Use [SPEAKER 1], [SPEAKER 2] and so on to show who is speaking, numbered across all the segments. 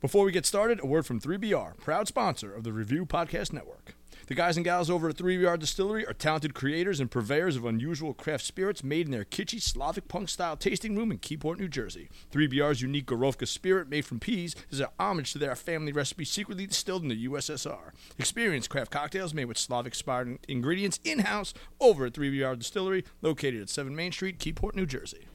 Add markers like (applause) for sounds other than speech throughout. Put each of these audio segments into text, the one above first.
[SPEAKER 1] Before we get started, a word from 3BR, proud sponsor of the Review Podcast Network. The guys and gals over at 3BR Distillery are talented creators and purveyors of unusual craft spirits made in their kitschy Slavic punk style tasting room in Keyport, New Jersey. 3BR's unique Gorovka spirit made from peas is a homage to their family recipe secretly distilled in the USSR. Experience craft cocktails made with Slavic inspired ingredients in house over at 3BR Distillery, located at 7 Main Street, Keyport, New Jersey.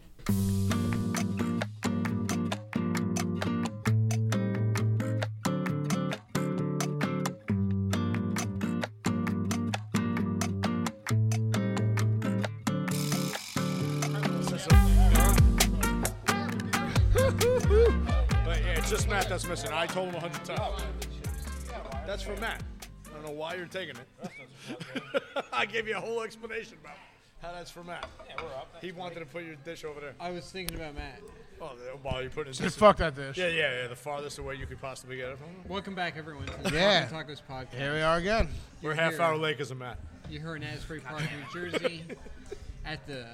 [SPEAKER 1] But yeah, it's just Matt that's missing. I told him a hundred times. That's for Matt. I don't know why you're taking it. (laughs) I gave you a whole explanation about how that's for Matt. Yeah, we're up. He wanted to put your dish over there.
[SPEAKER 2] I was thinking about Matt.
[SPEAKER 1] Oh, the- while you're putting his dish.
[SPEAKER 3] Fuck that dish.
[SPEAKER 1] Yeah, yeah, yeah. The farthest away you could possibly get it from.
[SPEAKER 2] Welcome back, everyone, to the
[SPEAKER 3] Yeah.
[SPEAKER 2] Talking Tacos podcast.
[SPEAKER 3] Here we are again.
[SPEAKER 1] We're half
[SPEAKER 2] here.
[SPEAKER 1] hour late because of Matt.
[SPEAKER 2] You're here in Asbury Park, New Jersey, (laughs) at the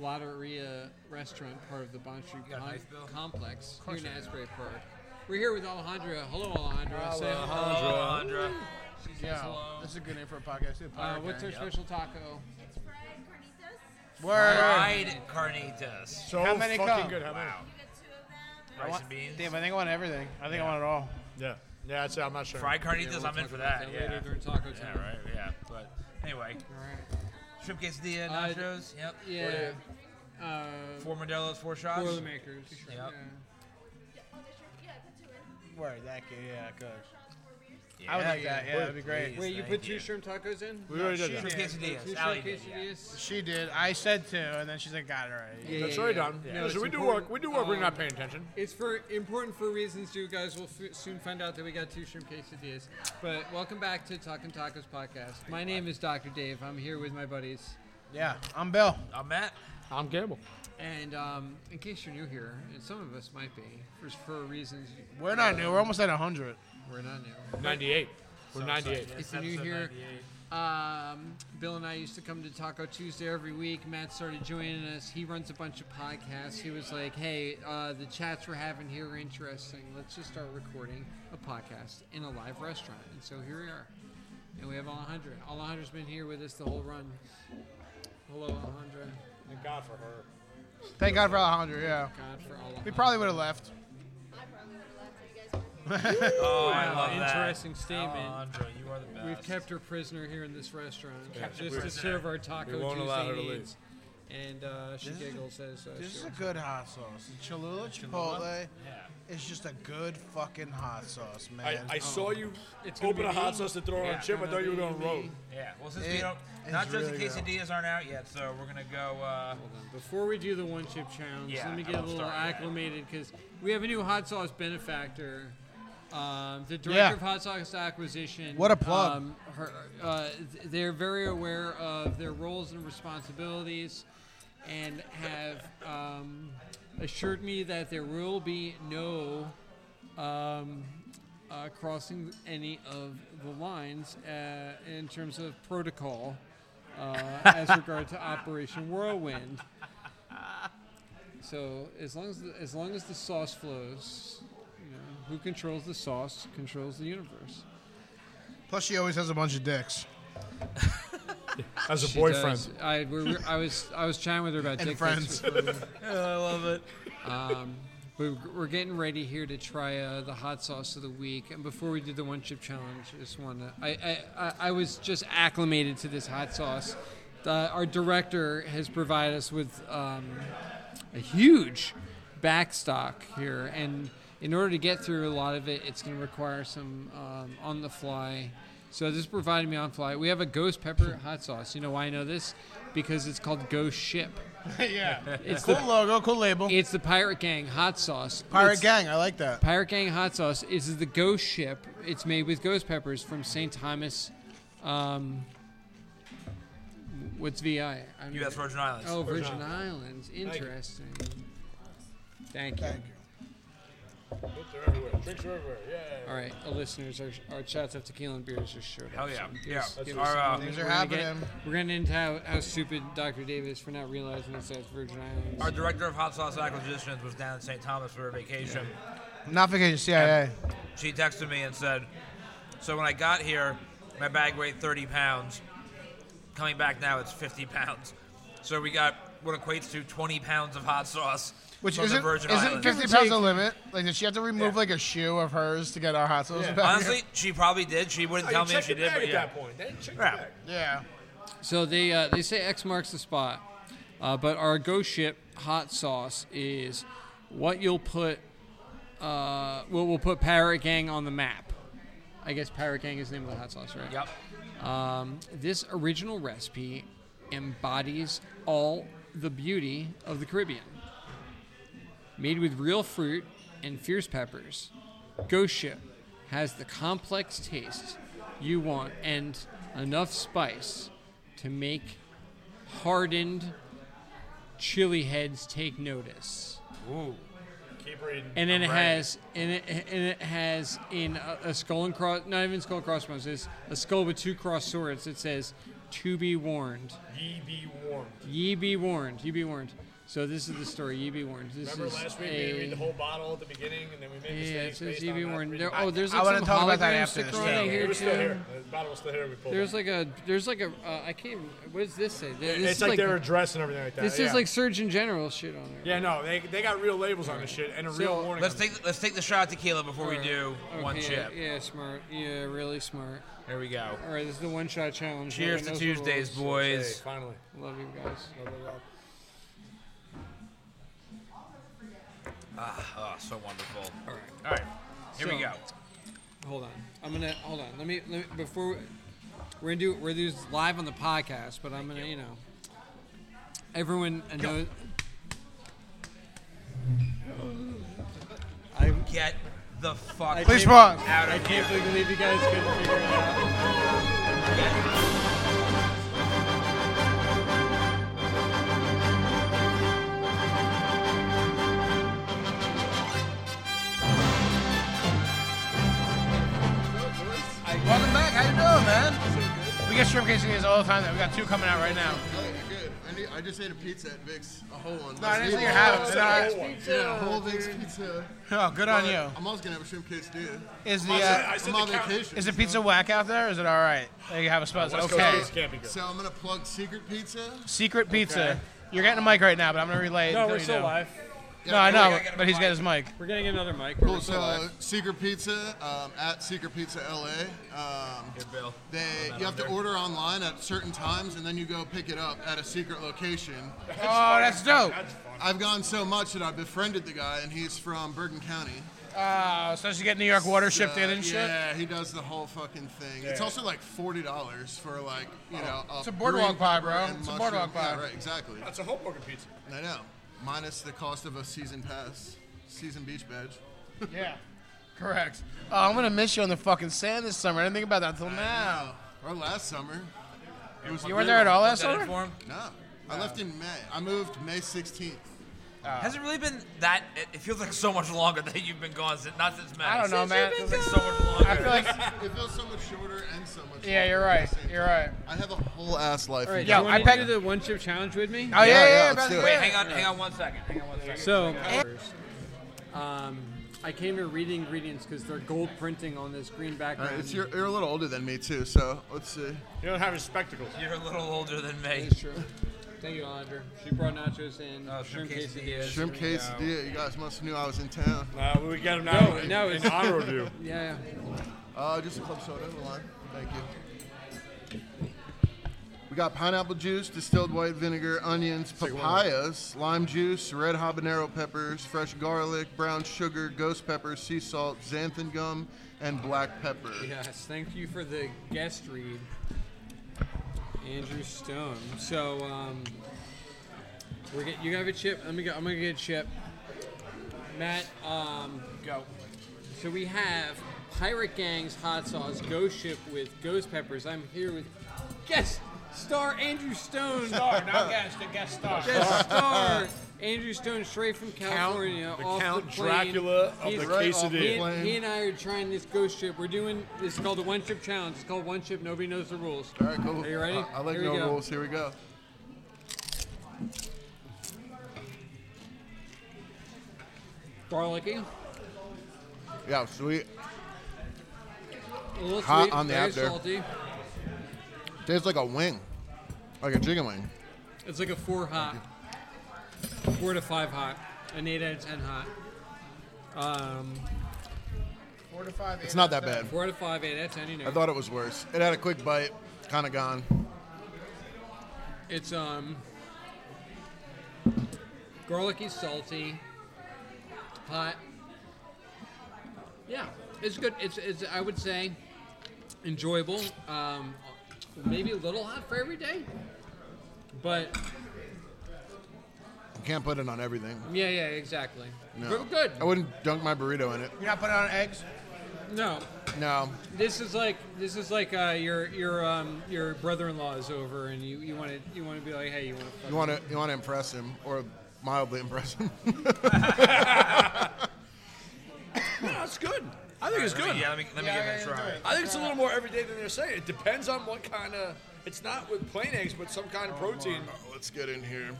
[SPEAKER 2] Lotteria Restaurant, part of the Bond Street com- complex here in Asbury Park. We're here with Alejandra. Hello, Alejandra. Say
[SPEAKER 1] Oh,
[SPEAKER 2] hello.
[SPEAKER 1] uh,
[SPEAKER 4] Alejandra.
[SPEAKER 3] Yeah, this is a good name for a podcast too.
[SPEAKER 2] Uh, what's our special taco?
[SPEAKER 5] It's fried carnitas.
[SPEAKER 3] word?
[SPEAKER 4] Fried carnitas.
[SPEAKER 1] So
[SPEAKER 3] How many
[SPEAKER 1] fucking
[SPEAKER 3] come?
[SPEAKER 1] good. How many?
[SPEAKER 5] You get two of them.
[SPEAKER 4] Rice and beans.
[SPEAKER 3] Damn, I think I want everything. I think I want it all.
[SPEAKER 1] Yeah, yeah. That's it. I'm not sure.
[SPEAKER 4] Fried
[SPEAKER 2] Yeah,
[SPEAKER 4] carnitas,
[SPEAKER 2] we'll
[SPEAKER 4] I'm in
[SPEAKER 2] talk
[SPEAKER 4] for
[SPEAKER 2] about
[SPEAKER 4] that.
[SPEAKER 2] that later
[SPEAKER 4] yeah.
[SPEAKER 2] during taco
[SPEAKER 4] yeah,
[SPEAKER 2] time.
[SPEAKER 4] right. Yeah. But anyway,
[SPEAKER 2] All right.
[SPEAKER 4] shrimp quesadilla,
[SPEAKER 2] Uh,
[SPEAKER 4] nachos. yep.
[SPEAKER 2] Yeah. Uh,
[SPEAKER 4] Four Modelo's, four shots.
[SPEAKER 2] Boilermakers. Yeah.
[SPEAKER 5] Yeah, oh, that's your, yeah, I put two in.
[SPEAKER 3] Word, that could, yeah, good.
[SPEAKER 4] Yeah,
[SPEAKER 3] I would like
[SPEAKER 4] yeah.
[SPEAKER 3] that. Yeah, that'd be great.
[SPEAKER 2] Wait, you
[SPEAKER 4] Thank
[SPEAKER 2] put two
[SPEAKER 4] you.
[SPEAKER 2] shrimp tacos in?
[SPEAKER 1] We already did
[SPEAKER 3] shit.
[SPEAKER 1] that.
[SPEAKER 4] Shrimp
[SPEAKER 3] Yeah,
[SPEAKER 2] Two
[SPEAKER 4] quesadillas.
[SPEAKER 2] shrimp
[SPEAKER 4] Allie did, yeah.
[SPEAKER 2] quesadillas?
[SPEAKER 3] She did. I said two, and then she's like, got it already.
[SPEAKER 2] Yeah,
[SPEAKER 1] That's
[SPEAKER 2] yeah,
[SPEAKER 1] already
[SPEAKER 2] yeah.
[SPEAKER 1] done.
[SPEAKER 2] No,
[SPEAKER 1] Yeah.
[SPEAKER 2] it's
[SPEAKER 1] so we do
[SPEAKER 2] important,
[SPEAKER 1] work. We do work. we're
[SPEAKER 2] um,
[SPEAKER 1] not paying attention.
[SPEAKER 2] It's for important for reasons you guys will f- soon find out that we got two shrimp quesadillas. But welcome back to Talking Tacos podcast. My name is Dr. Dave. I'm here with my buddies.
[SPEAKER 3] Yeah, I'm Bill.
[SPEAKER 4] I'm Matt.
[SPEAKER 1] I'm Gamble.
[SPEAKER 2] And um, in case you're new here, and some of us might be, for, for reasons you-
[SPEAKER 3] We're not new. We're almost at 100.
[SPEAKER 2] we're not new.
[SPEAKER 1] 98. We're 98.
[SPEAKER 2] If you're new
[SPEAKER 4] Episode
[SPEAKER 2] here,
[SPEAKER 4] 98.
[SPEAKER 2] um, Bill and I used to come to Taco Tuesday every week. Matt started joining us. He runs a bunch of podcasts. He was like, "Hey, uh, the chats we're having here are interesting. Let's just start recording a podcast in a live restaurant." And so here we are, and we have Alejandra. Alejandra's been here with us the whole run. Hello, Alejandra.
[SPEAKER 1] Thank God for her.
[SPEAKER 3] Thank God for 100, yeah.
[SPEAKER 2] God for Alejandra.
[SPEAKER 3] We probably would have left.
[SPEAKER 5] I probably would have left if you guys weren't here.
[SPEAKER 4] Oh, I love that.
[SPEAKER 2] interesting statement.
[SPEAKER 4] Alejandra, you are the best.
[SPEAKER 1] Uh,
[SPEAKER 2] We've kept her prisoner here in this restaurant
[SPEAKER 4] kept her
[SPEAKER 2] just to
[SPEAKER 4] prisoner.
[SPEAKER 2] serve our Taco
[SPEAKER 1] We won't
[SPEAKER 2] Tuesday
[SPEAKER 1] allow her to leave.
[SPEAKER 2] needs. And uh, she
[SPEAKER 3] This is a-
[SPEAKER 2] giggles as uh,
[SPEAKER 3] This
[SPEAKER 2] she
[SPEAKER 3] is a
[SPEAKER 2] walks
[SPEAKER 3] good hot sauce. The Cholula Chipotle
[SPEAKER 4] Yeah.
[SPEAKER 3] is just a good fucking hot sauce,
[SPEAKER 1] I,
[SPEAKER 3] man.
[SPEAKER 1] I saw you
[SPEAKER 2] It's gonna
[SPEAKER 1] open
[SPEAKER 2] be
[SPEAKER 1] a hot
[SPEAKER 2] me.
[SPEAKER 1] sauce to throw on
[SPEAKER 4] Yeah.
[SPEAKER 1] a chip. I thought you were going
[SPEAKER 2] Me.
[SPEAKER 1] road.
[SPEAKER 4] Yeah. Well, since
[SPEAKER 3] It
[SPEAKER 4] we don't,
[SPEAKER 3] is
[SPEAKER 4] nachos and
[SPEAKER 3] really good.
[SPEAKER 4] quesadillas aren't out yet, so we're gonna go. Uh,
[SPEAKER 2] Before we do the one chip challenge,
[SPEAKER 4] Yeah,
[SPEAKER 2] let me
[SPEAKER 4] I
[SPEAKER 2] get a
[SPEAKER 4] will
[SPEAKER 2] little
[SPEAKER 4] start, yeah.
[SPEAKER 2] acclimated because we have a new hot sauce benefactor. Um, the director
[SPEAKER 3] Yeah.
[SPEAKER 2] of hot sauce acquisition.
[SPEAKER 3] What a plug.
[SPEAKER 2] Um, her, uh, th- they're very aware of their roles and responsibilities, and have um, assured me that there will be no um, uh, crossing any of the lines uh, in terms of protocol uh, as regard to Operation Whirlwind. So as long as the, as long as the sauce flows, you know, who controls the sauce controls the universe.
[SPEAKER 3] Oh. Plus, she always has a bunch of dicks.
[SPEAKER 1] As a
[SPEAKER 2] She does. I, we're, we're- I was I was chatting with her about
[SPEAKER 3] And
[SPEAKER 2] dick pics
[SPEAKER 3] friends.
[SPEAKER 2] before.
[SPEAKER 4] (laughs) I love it.
[SPEAKER 2] Um, we're, we're getting ready here to try uh, the hot sauce of the week. And before we do the one chip challenge, I just want to. I, I, I, I was just acclimated to this hot sauce. Uh, our director has provided us with um, a huge backstock here. And in order to get through a lot of it, it's going to require some um, on the fly. So this provided me on fly. We have a ghost pepper hot sauce. You know why I know this? Because it's called Ghost Ship.
[SPEAKER 3] yeah.
[SPEAKER 2] It's
[SPEAKER 3] Cool
[SPEAKER 2] the
[SPEAKER 3] logo, cool label.
[SPEAKER 2] it's the Pirate Gang hot sauce.
[SPEAKER 3] Pirate
[SPEAKER 2] It's-
[SPEAKER 3] Gang, I like that.
[SPEAKER 2] Pirate Gang hot sauce is the ghost ship. It's made with ghost peppers from St. Thomas. Um, what's VI? I'm-
[SPEAKER 4] U.S. Virgin Islands.
[SPEAKER 2] Oh, Virgin Islands. Interesting. Thank you.
[SPEAKER 3] Thank you.
[SPEAKER 1] Drinks are everywhere. Drinks are everywhere. Yeah.
[SPEAKER 2] All right, our listeners, our, our shots of tequila and beers just showed
[SPEAKER 4] Hell
[SPEAKER 2] up.
[SPEAKER 4] yeah.
[SPEAKER 2] so give
[SPEAKER 4] Yeah.
[SPEAKER 2] us-
[SPEAKER 4] That's
[SPEAKER 2] give
[SPEAKER 4] our,
[SPEAKER 2] us
[SPEAKER 4] uh,
[SPEAKER 2] something.
[SPEAKER 3] Things are
[SPEAKER 2] We're gonna get-
[SPEAKER 3] happening.
[SPEAKER 2] We're going to into how, how stupid Dr. Davis for not realizing it's at Virgin Islands.
[SPEAKER 4] Our director of hot sauce acquisitions was down in St. Thomas for a vacation.
[SPEAKER 3] Not vacation, CIA.
[SPEAKER 4] She texted me and said, "So when I got here, my bag weighed 30 pounds. Coming back now, it's 50 pounds. So we got what equates to 20 pounds of hot sauce
[SPEAKER 3] Which
[SPEAKER 4] from
[SPEAKER 3] isn't,
[SPEAKER 4] the Virgin
[SPEAKER 3] isn't
[SPEAKER 4] Islands."
[SPEAKER 3] 50 pounds the limit? Like, did she have to remove
[SPEAKER 4] Yeah.
[SPEAKER 3] like a shoe of hers to get our hot sauce?
[SPEAKER 1] Yeah.
[SPEAKER 3] (laughs) back?
[SPEAKER 4] Honestly, she probably did. She wouldn't tell me if she did, but yeah.
[SPEAKER 1] point. They checked
[SPEAKER 4] Yeah.
[SPEAKER 3] yeah.
[SPEAKER 2] So they uh, they say X marks the spot, uh, but our ghost ship hot sauce is what you'll put. Uh, we'll, we'll put Parrot Gang on the map. I guess Parrot Gang is the name of the hot sauce, right?
[SPEAKER 4] Yep.
[SPEAKER 2] Um, this original recipe embodies all the beauty of the Caribbean. Made with real fruit and fierce peppers, Ghost Ship has the complex taste you want and enough spice to make hardened chili heads take notice.
[SPEAKER 4] Ooh.
[SPEAKER 2] And then it
[SPEAKER 4] Right.
[SPEAKER 2] has, and it, and it has in a, a skull and cross, not even skull and crossbones. It's a skull with two cross swords. It says, "To be warned,
[SPEAKER 1] Ye be warned.
[SPEAKER 2] ye be warned, ye be warned." So this is the story. Ye be warned. This
[SPEAKER 1] Remember
[SPEAKER 2] is
[SPEAKER 1] last week
[SPEAKER 2] a,
[SPEAKER 1] we read the whole bottle at the beginning and then we made
[SPEAKER 2] yeah, it
[SPEAKER 1] mistakes
[SPEAKER 2] says
[SPEAKER 1] based
[SPEAKER 2] ye
[SPEAKER 1] on
[SPEAKER 2] be
[SPEAKER 1] not
[SPEAKER 2] warned.
[SPEAKER 1] reading
[SPEAKER 2] There,
[SPEAKER 1] it.
[SPEAKER 2] oh, there's
[SPEAKER 3] I
[SPEAKER 2] like
[SPEAKER 3] wanna
[SPEAKER 2] some
[SPEAKER 3] talk about that
[SPEAKER 2] holograms
[SPEAKER 3] after
[SPEAKER 2] to
[SPEAKER 3] this,
[SPEAKER 2] throw
[SPEAKER 3] yeah.
[SPEAKER 2] out
[SPEAKER 3] It
[SPEAKER 1] It
[SPEAKER 2] here
[SPEAKER 1] was still
[SPEAKER 2] too.
[SPEAKER 1] here. The bottle was still here. We pulled
[SPEAKER 2] There's
[SPEAKER 1] it.
[SPEAKER 2] like a, there's like a, uh, I can't. What does this say? This
[SPEAKER 1] It's
[SPEAKER 2] is
[SPEAKER 1] like,
[SPEAKER 2] like
[SPEAKER 1] their address and everything like that.
[SPEAKER 2] this
[SPEAKER 1] yeah.
[SPEAKER 2] is like Surgeon General shit on there.
[SPEAKER 1] Yeah, no, they, they got real labels on this shit and a real
[SPEAKER 2] So-
[SPEAKER 1] warning.
[SPEAKER 4] Let's
[SPEAKER 1] on
[SPEAKER 4] take let's take the shot of tequila before we do one
[SPEAKER 2] Okay,
[SPEAKER 4] chip.
[SPEAKER 2] Yeah, smart. Yeah, really smart.
[SPEAKER 4] Here we go.
[SPEAKER 2] All right, this is the one shot challenge.
[SPEAKER 4] Cheers
[SPEAKER 2] Everyone
[SPEAKER 4] to
[SPEAKER 2] knows the
[SPEAKER 4] Tuesdays,
[SPEAKER 2] rules.
[SPEAKER 1] it. Hey,
[SPEAKER 4] boys.
[SPEAKER 1] finally.
[SPEAKER 2] Love you guys.
[SPEAKER 4] Ah, oh, so wonderful. All right. All right. Here we
[SPEAKER 2] So-
[SPEAKER 4] go.
[SPEAKER 2] Hold on. I'm gonna hold on. Let me, let me before we, we're gonna do we're gonna do this live on the podcast, but I'm gonna you know everyone I know. I,
[SPEAKER 4] Get the fuck
[SPEAKER 2] I
[SPEAKER 3] Please
[SPEAKER 2] can't-
[SPEAKER 3] pause.
[SPEAKER 4] out
[SPEAKER 2] I
[SPEAKER 4] of here.
[SPEAKER 2] can't believe you guys couldn't figure it out.
[SPEAKER 3] Welcome back. How you doing, man? We get shrimp quesadillas all the time. We got two coming out right now.
[SPEAKER 6] Oh, you're good. I, need, I just ate a pizza at Vic's, a whole one.
[SPEAKER 3] No, I didn't
[SPEAKER 6] Just
[SPEAKER 3] think you
[SPEAKER 6] eat
[SPEAKER 3] have it.
[SPEAKER 6] one.
[SPEAKER 3] No,
[SPEAKER 6] Yeah, a whole Vic's pizza.
[SPEAKER 3] I- Oh, good on you.
[SPEAKER 6] I'm also gonna have a shrimp quesadilla.
[SPEAKER 3] Is the uh,
[SPEAKER 6] I'm on vacation.
[SPEAKER 3] is the pizza whack out there? Is it all right? Like you have a spot. Okay.
[SPEAKER 1] can't be good.
[SPEAKER 6] so I'm gonna plug Secret Pizza.
[SPEAKER 3] Secret pizza. You're getting a mic right now, but I'm gonna relay it.
[SPEAKER 2] No,
[SPEAKER 3] until
[SPEAKER 2] we're
[SPEAKER 3] you
[SPEAKER 2] still
[SPEAKER 3] do.
[SPEAKER 2] live.
[SPEAKER 3] No, I know,
[SPEAKER 4] gotta get
[SPEAKER 3] but
[SPEAKER 4] a
[SPEAKER 3] he's got his mic.
[SPEAKER 2] We're getting another mic.
[SPEAKER 6] Cool.
[SPEAKER 2] We're
[SPEAKER 6] So uh,
[SPEAKER 2] still live.
[SPEAKER 6] Secret Pizza um, at Secret Pizza LA. Um,
[SPEAKER 4] Here, Bill.
[SPEAKER 6] they you have to order online at certain times, and then you go pick it up at a secret location.
[SPEAKER 3] Oh, that's dope.
[SPEAKER 6] I've gone so much that I befriended the guy, and he's from Bergen County.
[SPEAKER 3] Oh, so she get New York water shipped in
[SPEAKER 6] Uh,
[SPEAKER 3] and shit.
[SPEAKER 6] Yeah, he does the whole fucking thing. It's also like forty dollars for like you know. A
[SPEAKER 3] Oh. It's a boardwalk
[SPEAKER 6] green
[SPEAKER 3] pie,
[SPEAKER 6] pepper
[SPEAKER 3] bro.
[SPEAKER 6] and
[SPEAKER 3] It's a
[SPEAKER 6] mushroom.
[SPEAKER 3] boardwalk
[SPEAKER 6] Yeah,
[SPEAKER 3] pie.
[SPEAKER 6] right, exactly.
[SPEAKER 1] That's a Hoboken pizza.
[SPEAKER 6] I know. Minus the cost of a season pass, season beach badge.
[SPEAKER 3] Yeah, correct. Oh, I'm gonna miss you on the fucking sand this summer. I didn't think about that until now.
[SPEAKER 6] Or last summer. It was
[SPEAKER 3] You were there at all last
[SPEAKER 4] That
[SPEAKER 3] summer?
[SPEAKER 4] inform-
[SPEAKER 6] No, I left in May. I moved May sixteenth.
[SPEAKER 4] Has it really been that? It, it feels like so much longer (laughs) that you've been gone since not since May.
[SPEAKER 3] I don't know, man.
[SPEAKER 4] It feels like so much longer.
[SPEAKER 3] I feel like
[SPEAKER 6] It feels so much shorter and so much.
[SPEAKER 3] Yeah,
[SPEAKER 6] longer
[SPEAKER 3] you're
[SPEAKER 6] at
[SPEAKER 3] right.
[SPEAKER 6] the same
[SPEAKER 3] You're
[SPEAKER 6] time.
[SPEAKER 3] right.
[SPEAKER 6] I have a whole ass life.
[SPEAKER 2] All right,
[SPEAKER 3] Yo,
[SPEAKER 2] do you wanna
[SPEAKER 3] I bet-
[SPEAKER 2] do the one chip challenge with me.
[SPEAKER 3] Oh yeah, yeah,
[SPEAKER 6] yeah,
[SPEAKER 3] yeah,
[SPEAKER 6] let's
[SPEAKER 3] about
[SPEAKER 6] do
[SPEAKER 3] to
[SPEAKER 6] it.
[SPEAKER 3] get
[SPEAKER 4] Wait,
[SPEAKER 3] it.
[SPEAKER 4] hang on, hang on one second. Hang on one second.
[SPEAKER 2] So, um, I came here reading ingredients because they're gold printing on this green
[SPEAKER 6] All
[SPEAKER 2] background.
[SPEAKER 6] right, it's, you're, you're a little older than me too, so let's see.
[SPEAKER 1] You don't have his spectacles.
[SPEAKER 4] You're a little older than me.
[SPEAKER 2] It's true. Thank you, Andre. She brought nachos and
[SPEAKER 4] Oh,
[SPEAKER 2] shrimp
[SPEAKER 4] shrimp
[SPEAKER 2] quesadillas.
[SPEAKER 4] quesadillas.
[SPEAKER 6] Shrimp
[SPEAKER 4] Here we go.
[SPEAKER 6] quesadilla. You guys must have knew I was in town.
[SPEAKER 1] Uh, we would get him now.
[SPEAKER 2] No,
[SPEAKER 1] in,
[SPEAKER 2] no,
[SPEAKER 1] in
[SPEAKER 2] it's-
[SPEAKER 1] honor of you.
[SPEAKER 2] Yeah,
[SPEAKER 6] Uh, just a club soda, the lime. Thank you. We got pineapple juice, distilled white vinegar, onions, papayas, lime juice, red habanero peppers, fresh garlic, brown sugar, ghost pepper, sea salt, xanthan gum, and black pepper.
[SPEAKER 2] yeah. Yes, thank you for the guest read, Andrew Stone. So, um, we're get, you gonna have a chip. Let me go. I'm gonna get a chip. Matt, um, go. So we have Pirate Gang's hot sauce ghost ship with ghost peppers. I'm here with guest star Andrew Stone.
[SPEAKER 7] star, not guest, a guest star.
[SPEAKER 2] guest star Andrew Stone, straight from California,
[SPEAKER 1] the
[SPEAKER 2] off
[SPEAKER 1] Count
[SPEAKER 2] the plane.
[SPEAKER 1] Dracula of
[SPEAKER 2] He's
[SPEAKER 1] the
[SPEAKER 6] right off the
[SPEAKER 2] he,
[SPEAKER 1] quesadilla.
[SPEAKER 6] plane.
[SPEAKER 2] he and I are trying this ghost ship. We're doing this is called the one ship challenge. It's called one ship. Nobody knows the rules.
[SPEAKER 6] All right, cool. Uh,
[SPEAKER 2] Are you ready?
[SPEAKER 6] I, I like
[SPEAKER 2] Here
[SPEAKER 6] no
[SPEAKER 2] we go.
[SPEAKER 6] rules. Here we go.
[SPEAKER 2] Garlicky.
[SPEAKER 6] Yeah, sweet.
[SPEAKER 2] A little
[SPEAKER 6] Hot
[SPEAKER 2] sweet,
[SPEAKER 6] on the
[SPEAKER 2] very
[SPEAKER 6] out there.
[SPEAKER 2] salty.
[SPEAKER 6] Tastes like a wing, like a chicken wing.
[SPEAKER 2] It's like a four hot, four to five hot, an eight out of ten hot. Um,
[SPEAKER 3] Four to five.
[SPEAKER 6] It's not that bad.
[SPEAKER 2] four out of five, eight out of ten. You know,
[SPEAKER 6] I thought it was worse. It had a quick bite, kind of gone.
[SPEAKER 2] it's um, garlicky, salty, hot. Yeah, it's good. It's, it's I would say enjoyable. Um, maybe a little hot for every day, but
[SPEAKER 6] You can't put it on everything.
[SPEAKER 2] yeah, yeah, exactly.
[SPEAKER 6] No.
[SPEAKER 2] But good.
[SPEAKER 6] I wouldn't dunk my burrito in it.
[SPEAKER 3] You're not putting on eggs.
[SPEAKER 2] No,
[SPEAKER 6] No.
[SPEAKER 2] This is like this is like uh, your your um, your brother-in-law is over and you you want to you want to be like hey you want to
[SPEAKER 6] You want to you want to impress him or mildly impress him. (laughs)
[SPEAKER 1] No, it's good. I think it's
[SPEAKER 4] Let me-
[SPEAKER 1] good.
[SPEAKER 4] yeah, let me, let me give it a try.
[SPEAKER 1] I think it's a little more everyday than they're saying. It depends on what kind of. It's not with plain eggs, but some kind of protein.
[SPEAKER 6] Let's get in here.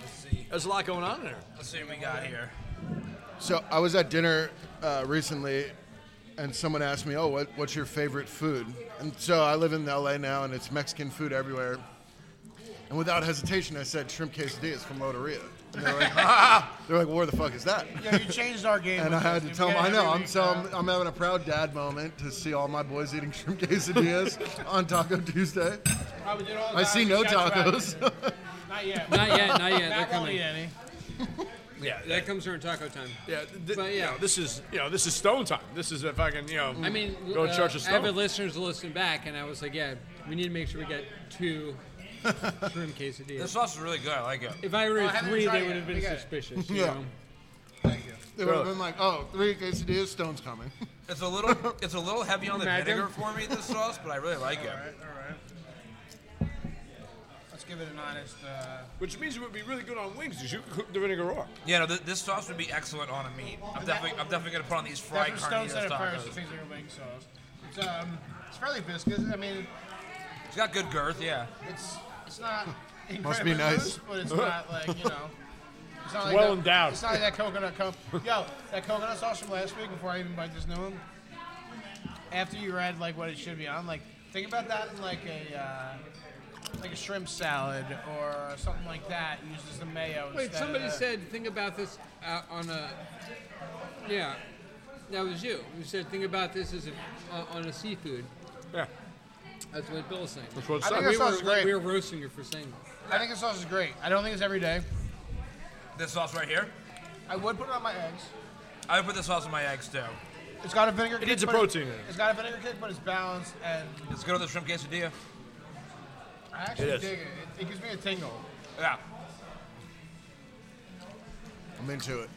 [SPEAKER 4] Let's see.
[SPEAKER 1] There's a lot going on there.
[SPEAKER 4] Let's see what we got here.
[SPEAKER 6] So I was at dinner uh, recently, and someone asked me, "Oh, what, what's your favorite food?" And so I live in LA now, and it's Mexican food everywhere. And without hesitation, I said shrimp quesadillas from Loteria. And they're like, ah! they're like, (laughs) "Where the fuck is that?"
[SPEAKER 3] Yeah, you changed our game.
[SPEAKER 6] (laughs) And I
[SPEAKER 3] with
[SPEAKER 6] had
[SPEAKER 3] this.
[SPEAKER 6] to
[SPEAKER 3] We
[SPEAKER 6] tell them,
[SPEAKER 3] get
[SPEAKER 6] I
[SPEAKER 3] it
[SPEAKER 6] know,
[SPEAKER 3] every
[SPEAKER 6] I'm
[SPEAKER 3] week
[SPEAKER 6] so
[SPEAKER 3] now.
[SPEAKER 6] I'm, I'm having a proud dad moment to see all my boys eating shrimp (laughs) quesadillas on Taco Tuesday.
[SPEAKER 7] Probably did all
[SPEAKER 6] I
[SPEAKER 7] that.
[SPEAKER 6] see no
[SPEAKER 7] Shots back.
[SPEAKER 6] tacos. (laughs)
[SPEAKER 7] Not yet.
[SPEAKER 2] not yet not yet eh? they're
[SPEAKER 7] Matt won't eat
[SPEAKER 2] coming
[SPEAKER 7] any.
[SPEAKER 2] (laughs)
[SPEAKER 1] Yeah,
[SPEAKER 2] that comes during taco time
[SPEAKER 1] yeah. Mm. th-
[SPEAKER 2] But,
[SPEAKER 1] you
[SPEAKER 2] yeah.
[SPEAKER 1] know, this is you know this is Stone time. This is if I can you know.
[SPEAKER 2] I mean
[SPEAKER 1] go to
[SPEAKER 2] uh,
[SPEAKER 1] Church of Stone.
[SPEAKER 2] avid listeners listen back and I was like yeah we need to make sure we get two shrimp
[SPEAKER 4] This
[SPEAKER 2] quesadillas
[SPEAKER 4] sauce is really good. I like it.
[SPEAKER 2] if I ordered
[SPEAKER 3] Oh, I haven't
[SPEAKER 2] three
[SPEAKER 3] tried
[SPEAKER 2] they
[SPEAKER 3] it.
[SPEAKER 2] would have
[SPEAKER 3] We
[SPEAKER 2] been
[SPEAKER 3] got it.
[SPEAKER 2] suspicious you
[SPEAKER 6] Yeah.
[SPEAKER 2] know
[SPEAKER 3] Thank you.
[SPEAKER 6] They would have been like, "Oh, three quesadillas, Stone's coming." (laughs)
[SPEAKER 4] It's a little, (laughs) it's a little heavy on the
[SPEAKER 2] Imagine.
[SPEAKER 4] vinegar for me. This sauce, but I really like it.
[SPEAKER 3] All right, all right. Let's give it an honest. Uh,
[SPEAKER 1] Which means it would be really good on wings because you could cook the vinegar raw.
[SPEAKER 4] Yeah, no, th- this sauce would be excellent on a meat. I'm definitely, I'm definitely gonna put on these
[SPEAKER 3] that's
[SPEAKER 4] fried
[SPEAKER 3] what Stone said
[SPEAKER 4] carnitas
[SPEAKER 3] at first.
[SPEAKER 4] tacos.
[SPEAKER 3] Things like wing sauce. It's um, it's fairly viscous. I mean,
[SPEAKER 4] It's got good girth. Yeah.
[SPEAKER 3] it's it's not (laughs) incredibly
[SPEAKER 6] Must be nice.
[SPEAKER 3] loose, but it's not like you know. It's not like
[SPEAKER 1] well
[SPEAKER 3] that-
[SPEAKER 1] endowed.
[SPEAKER 3] It's not like that coconut cup. Yo, that coconut sauce from last week before I even bite this new one. After you read like what it should be on, like think about that in like a uh, like a shrimp salad or something like that. Uses the mayo.
[SPEAKER 2] wait
[SPEAKER 3] instead
[SPEAKER 2] somebody
[SPEAKER 3] of,
[SPEAKER 2] said think about this uh, on a yeah that was you you said think about this as a, uh, on a seafood
[SPEAKER 1] Yeah,
[SPEAKER 2] that's what Bill was saying
[SPEAKER 1] that's what it's
[SPEAKER 3] I
[SPEAKER 1] saying.
[SPEAKER 3] think that
[SPEAKER 2] we were,
[SPEAKER 3] sounds great.
[SPEAKER 2] we were roasting her for saying that.
[SPEAKER 3] I think the sauce is great. I don't think it's every day.
[SPEAKER 4] This sauce right here.
[SPEAKER 3] I would put it on my eggs.
[SPEAKER 4] I would put this sauce on my eggs too.
[SPEAKER 3] It's got a vinegar. kick,
[SPEAKER 1] needs a
[SPEAKER 3] but it-
[SPEAKER 1] protein in it.
[SPEAKER 3] It's got a vinegar kick, but it's balanced, and
[SPEAKER 4] Let's go to the shrimp quesadilla.
[SPEAKER 3] I actually
[SPEAKER 1] is.
[SPEAKER 3] dig it. it. It gives me a tingle.
[SPEAKER 4] Yeah.
[SPEAKER 6] I'm into it.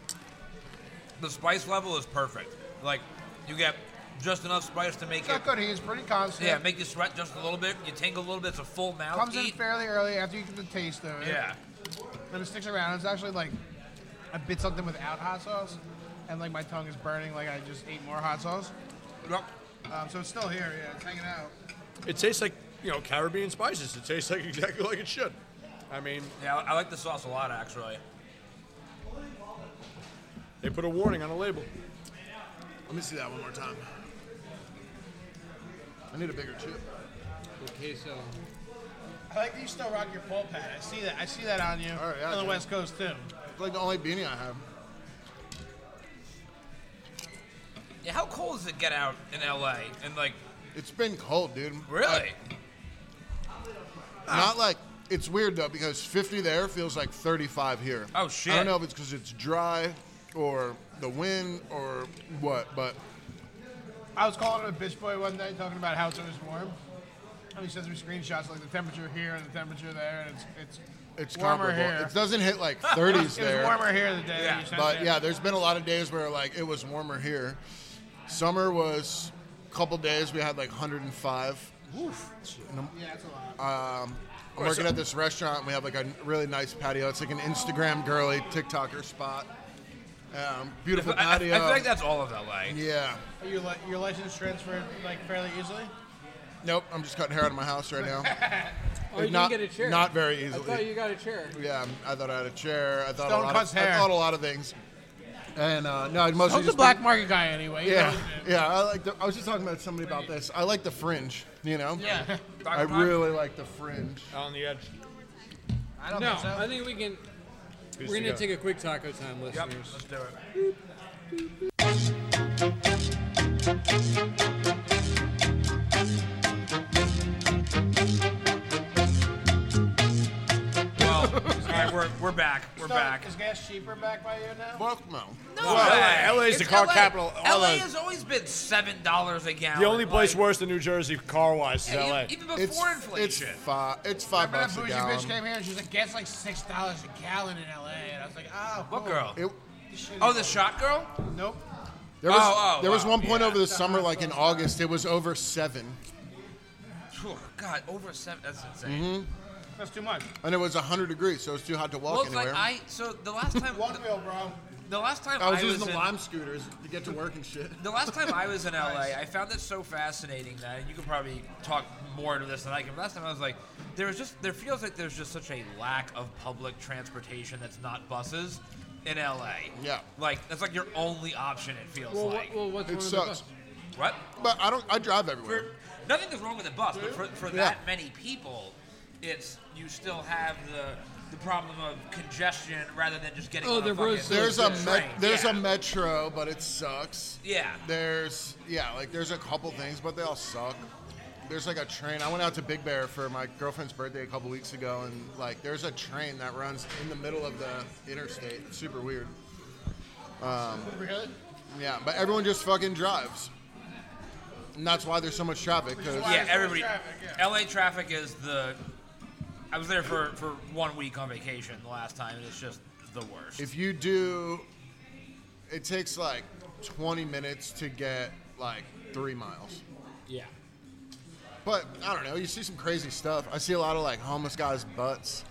[SPEAKER 4] The spice level is perfect. Like, you get just enough spice to make
[SPEAKER 3] It's
[SPEAKER 4] it.
[SPEAKER 3] not good. He's pretty constant.
[SPEAKER 4] Yeah, make you sweat just a little bit. You tingle a little bit. It's a full mouth
[SPEAKER 3] comes in
[SPEAKER 4] eat.
[SPEAKER 3] fairly early after you get the taste of it.
[SPEAKER 4] yeah.
[SPEAKER 3] Then it sticks around. It's actually like I bit something without hot sauce, and like my tongue is burning. Like I just ate more hot sauce.
[SPEAKER 4] Yep.
[SPEAKER 3] Um, so it's still here. Yeah, it's hanging out.
[SPEAKER 1] It tastes like you know Caribbean spices. It tastes like (laughs) exactly like it should. I mean,
[SPEAKER 4] Yeah, I I like the sauce a lot actually.
[SPEAKER 1] they put a warning on a label.
[SPEAKER 6] Let me see that one more time. I need a bigger chip.
[SPEAKER 2] Okay, so
[SPEAKER 3] I like that you still rock your pole pad. I see that. I see that on you
[SPEAKER 6] All right, Oh, yeah,
[SPEAKER 3] on the
[SPEAKER 6] dude.
[SPEAKER 3] West Coast too.
[SPEAKER 6] It's like the only beanie I have.
[SPEAKER 4] Yeah, how cold does it get out in LA? And like,
[SPEAKER 6] It's been cold, dude.
[SPEAKER 4] really?
[SPEAKER 6] Not like it's weird though because 50 there feels like 35 here.
[SPEAKER 4] Oh, shit.
[SPEAKER 6] I don't know if it's because it's dry or the wind or what, but
[SPEAKER 3] I was calling him a bitch boy one day, talking about how it's always warm. And he sends me screenshots like the temperature here and the temperature there, and it's it's
[SPEAKER 6] it's
[SPEAKER 3] warmer
[SPEAKER 6] comparable.
[SPEAKER 3] here.
[SPEAKER 6] (laughs) It doesn't hit like 30s
[SPEAKER 3] it was
[SPEAKER 6] there.
[SPEAKER 3] warmer here the day.
[SPEAKER 4] Yeah.
[SPEAKER 3] you sent
[SPEAKER 6] But
[SPEAKER 3] it.
[SPEAKER 6] yeah, there's been a lot of days where like it was warmer here. Summer was a couple days we had like 105.
[SPEAKER 3] yeah, it's a lot.
[SPEAKER 6] um, I'm working at this restaurant. We have like a really nice patio. It's like an Instagram girly TikToker spot. Um, beautiful
[SPEAKER 4] I, I, I
[SPEAKER 6] patio.
[SPEAKER 4] feel like that's all of LA.
[SPEAKER 6] yeah.
[SPEAKER 3] Your, li- your license transferred like fairly easily.
[SPEAKER 6] Nope. I'm just cutting hair out of my house right now.
[SPEAKER 2] oh, you
[SPEAKER 6] not,
[SPEAKER 2] didn't get a chair.
[SPEAKER 6] Not very
[SPEAKER 2] I
[SPEAKER 6] easily.
[SPEAKER 2] thought you got a chair.
[SPEAKER 6] yeah. I thought I had a chair. I thought
[SPEAKER 3] Stone
[SPEAKER 6] a lot
[SPEAKER 3] cuts
[SPEAKER 6] of.
[SPEAKER 3] hair.
[SPEAKER 6] I thought a lot of things. And uh, no, I'd mostly
[SPEAKER 3] Who's the
[SPEAKER 6] just
[SPEAKER 3] black market guy anyway?
[SPEAKER 6] Yeah, yeah. I like. The, I was just talking about somebody about this. I like the fringe. You know.
[SPEAKER 3] Yeah.
[SPEAKER 6] I really like the fringe.
[SPEAKER 8] Uh,
[SPEAKER 1] On the edge.
[SPEAKER 3] I don't
[SPEAKER 2] No,
[SPEAKER 3] think so.
[SPEAKER 2] I think we can.
[SPEAKER 1] Who's
[SPEAKER 2] We're
[SPEAKER 1] to
[SPEAKER 2] gonna
[SPEAKER 1] go?
[SPEAKER 2] take a quick taco time, listeners.
[SPEAKER 4] Yep, let's do it. Well, all right, we're, we're back. We're back.
[SPEAKER 3] Is gas cheaper back by you now?
[SPEAKER 6] Fuck no.
[SPEAKER 1] LA is the
[SPEAKER 4] It's
[SPEAKER 1] car
[SPEAKER 4] LA.
[SPEAKER 1] capital.
[SPEAKER 4] LA
[SPEAKER 1] LA.
[SPEAKER 4] has always been seven dollars a gallon.
[SPEAKER 1] The only place
[SPEAKER 4] like,
[SPEAKER 1] worse than New Jersey car wise is
[SPEAKER 4] yeah,
[SPEAKER 1] LA.
[SPEAKER 4] even- even before
[SPEAKER 6] It's
[SPEAKER 4] inflation.
[SPEAKER 6] It's five. It's five
[SPEAKER 3] Remember that
[SPEAKER 6] bucks a
[SPEAKER 3] bougie
[SPEAKER 6] gallon.
[SPEAKER 3] bitch came here and she was like, gas like six dollars a gallon in LA, and I was like, oh,
[SPEAKER 4] what girl?
[SPEAKER 6] It,
[SPEAKER 4] Oh, the shot girl.
[SPEAKER 3] nope.
[SPEAKER 6] there was
[SPEAKER 4] Oh, oh,
[SPEAKER 6] there was
[SPEAKER 4] wow,
[SPEAKER 6] one point
[SPEAKER 4] yeah.
[SPEAKER 6] over the summer, like in August, it was over seven,
[SPEAKER 4] Phew, God, over seven. That's
[SPEAKER 6] Mm-hmm.
[SPEAKER 4] insane.
[SPEAKER 3] That's too much.
[SPEAKER 6] and it was hundred degrees, so it was too hot to walk
[SPEAKER 4] Well, it's
[SPEAKER 6] anywhere.
[SPEAKER 4] like I. So the last time,
[SPEAKER 3] One
[SPEAKER 4] the,
[SPEAKER 3] wheel, bro.
[SPEAKER 4] the last time
[SPEAKER 6] I was using the
[SPEAKER 4] in-
[SPEAKER 6] lime scooters to get to work and shit.
[SPEAKER 4] The last time I
[SPEAKER 6] (laughs)
[SPEAKER 4] was in LA, I found it so fascinating that and you could probably talk more to this than I can. But last time I was like, there was just there feels like there's just such a lack of public transportation that's not buses in LA.
[SPEAKER 6] Yeah.
[SPEAKER 4] like that's like your only option. It feels
[SPEAKER 2] Well,
[SPEAKER 4] like
[SPEAKER 2] what, well, what's
[SPEAKER 6] It
[SPEAKER 2] one
[SPEAKER 6] sucks,
[SPEAKER 2] Of
[SPEAKER 4] what?
[SPEAKER 6] but I don't. I drive
[SPEAKER 4] For,
[SPEAKER 6] everywhere.
[SPEAKER 4] nothing is wrong with a bus, but for, for
[SPEAKER 6] Yeah.
[SPEAKER 4] that many people, it's you still have the the problem of congestion rather than just getting
[SPEAKER 2] Oh,
[SPEAKER 4] on
[SPEAKER 2] the
[SPEAKER 4] a
[SPEAKER 2] roads
[SPEAKER 4] fucking
[SPEAKER 6] There's a
[SPEAKER 4] train.
[SPEAKER 6] met, there's
[SPEAKER 4] yeah.
[SPEAKER 6] a metro, but it sucks.
[SPEAKER 4] yeah.
[SPEAKER 6] There's yeah, like there's a couple things, but they all suck. There's like a train. I went out to Big Bear for my girlfriend's birthday a couple weeks ago, and like there's a train that runs in the middle of the interstate. It's super weird. Um,
[SPEAKER 3] Really?
[SPEAKER 6] Yeah, but everyone just fucking drives, and that's why there's so much traffic. Cause
[SPEAKER 4] yeah, everybody.
[SPEAKER 3] traffic,
[SPEAKER 4] LA traffic is the. I was there for, for one week on vacation the last time, and it's just the worst.
[SPEAKER 6] if you do, it takes like 20 minutes to get like three miles.
[SPEAKER 2] yeah.
[SPEAKER 6] But I don't know. You see some crazy stuff. I see a lot of like homeless guys' butts.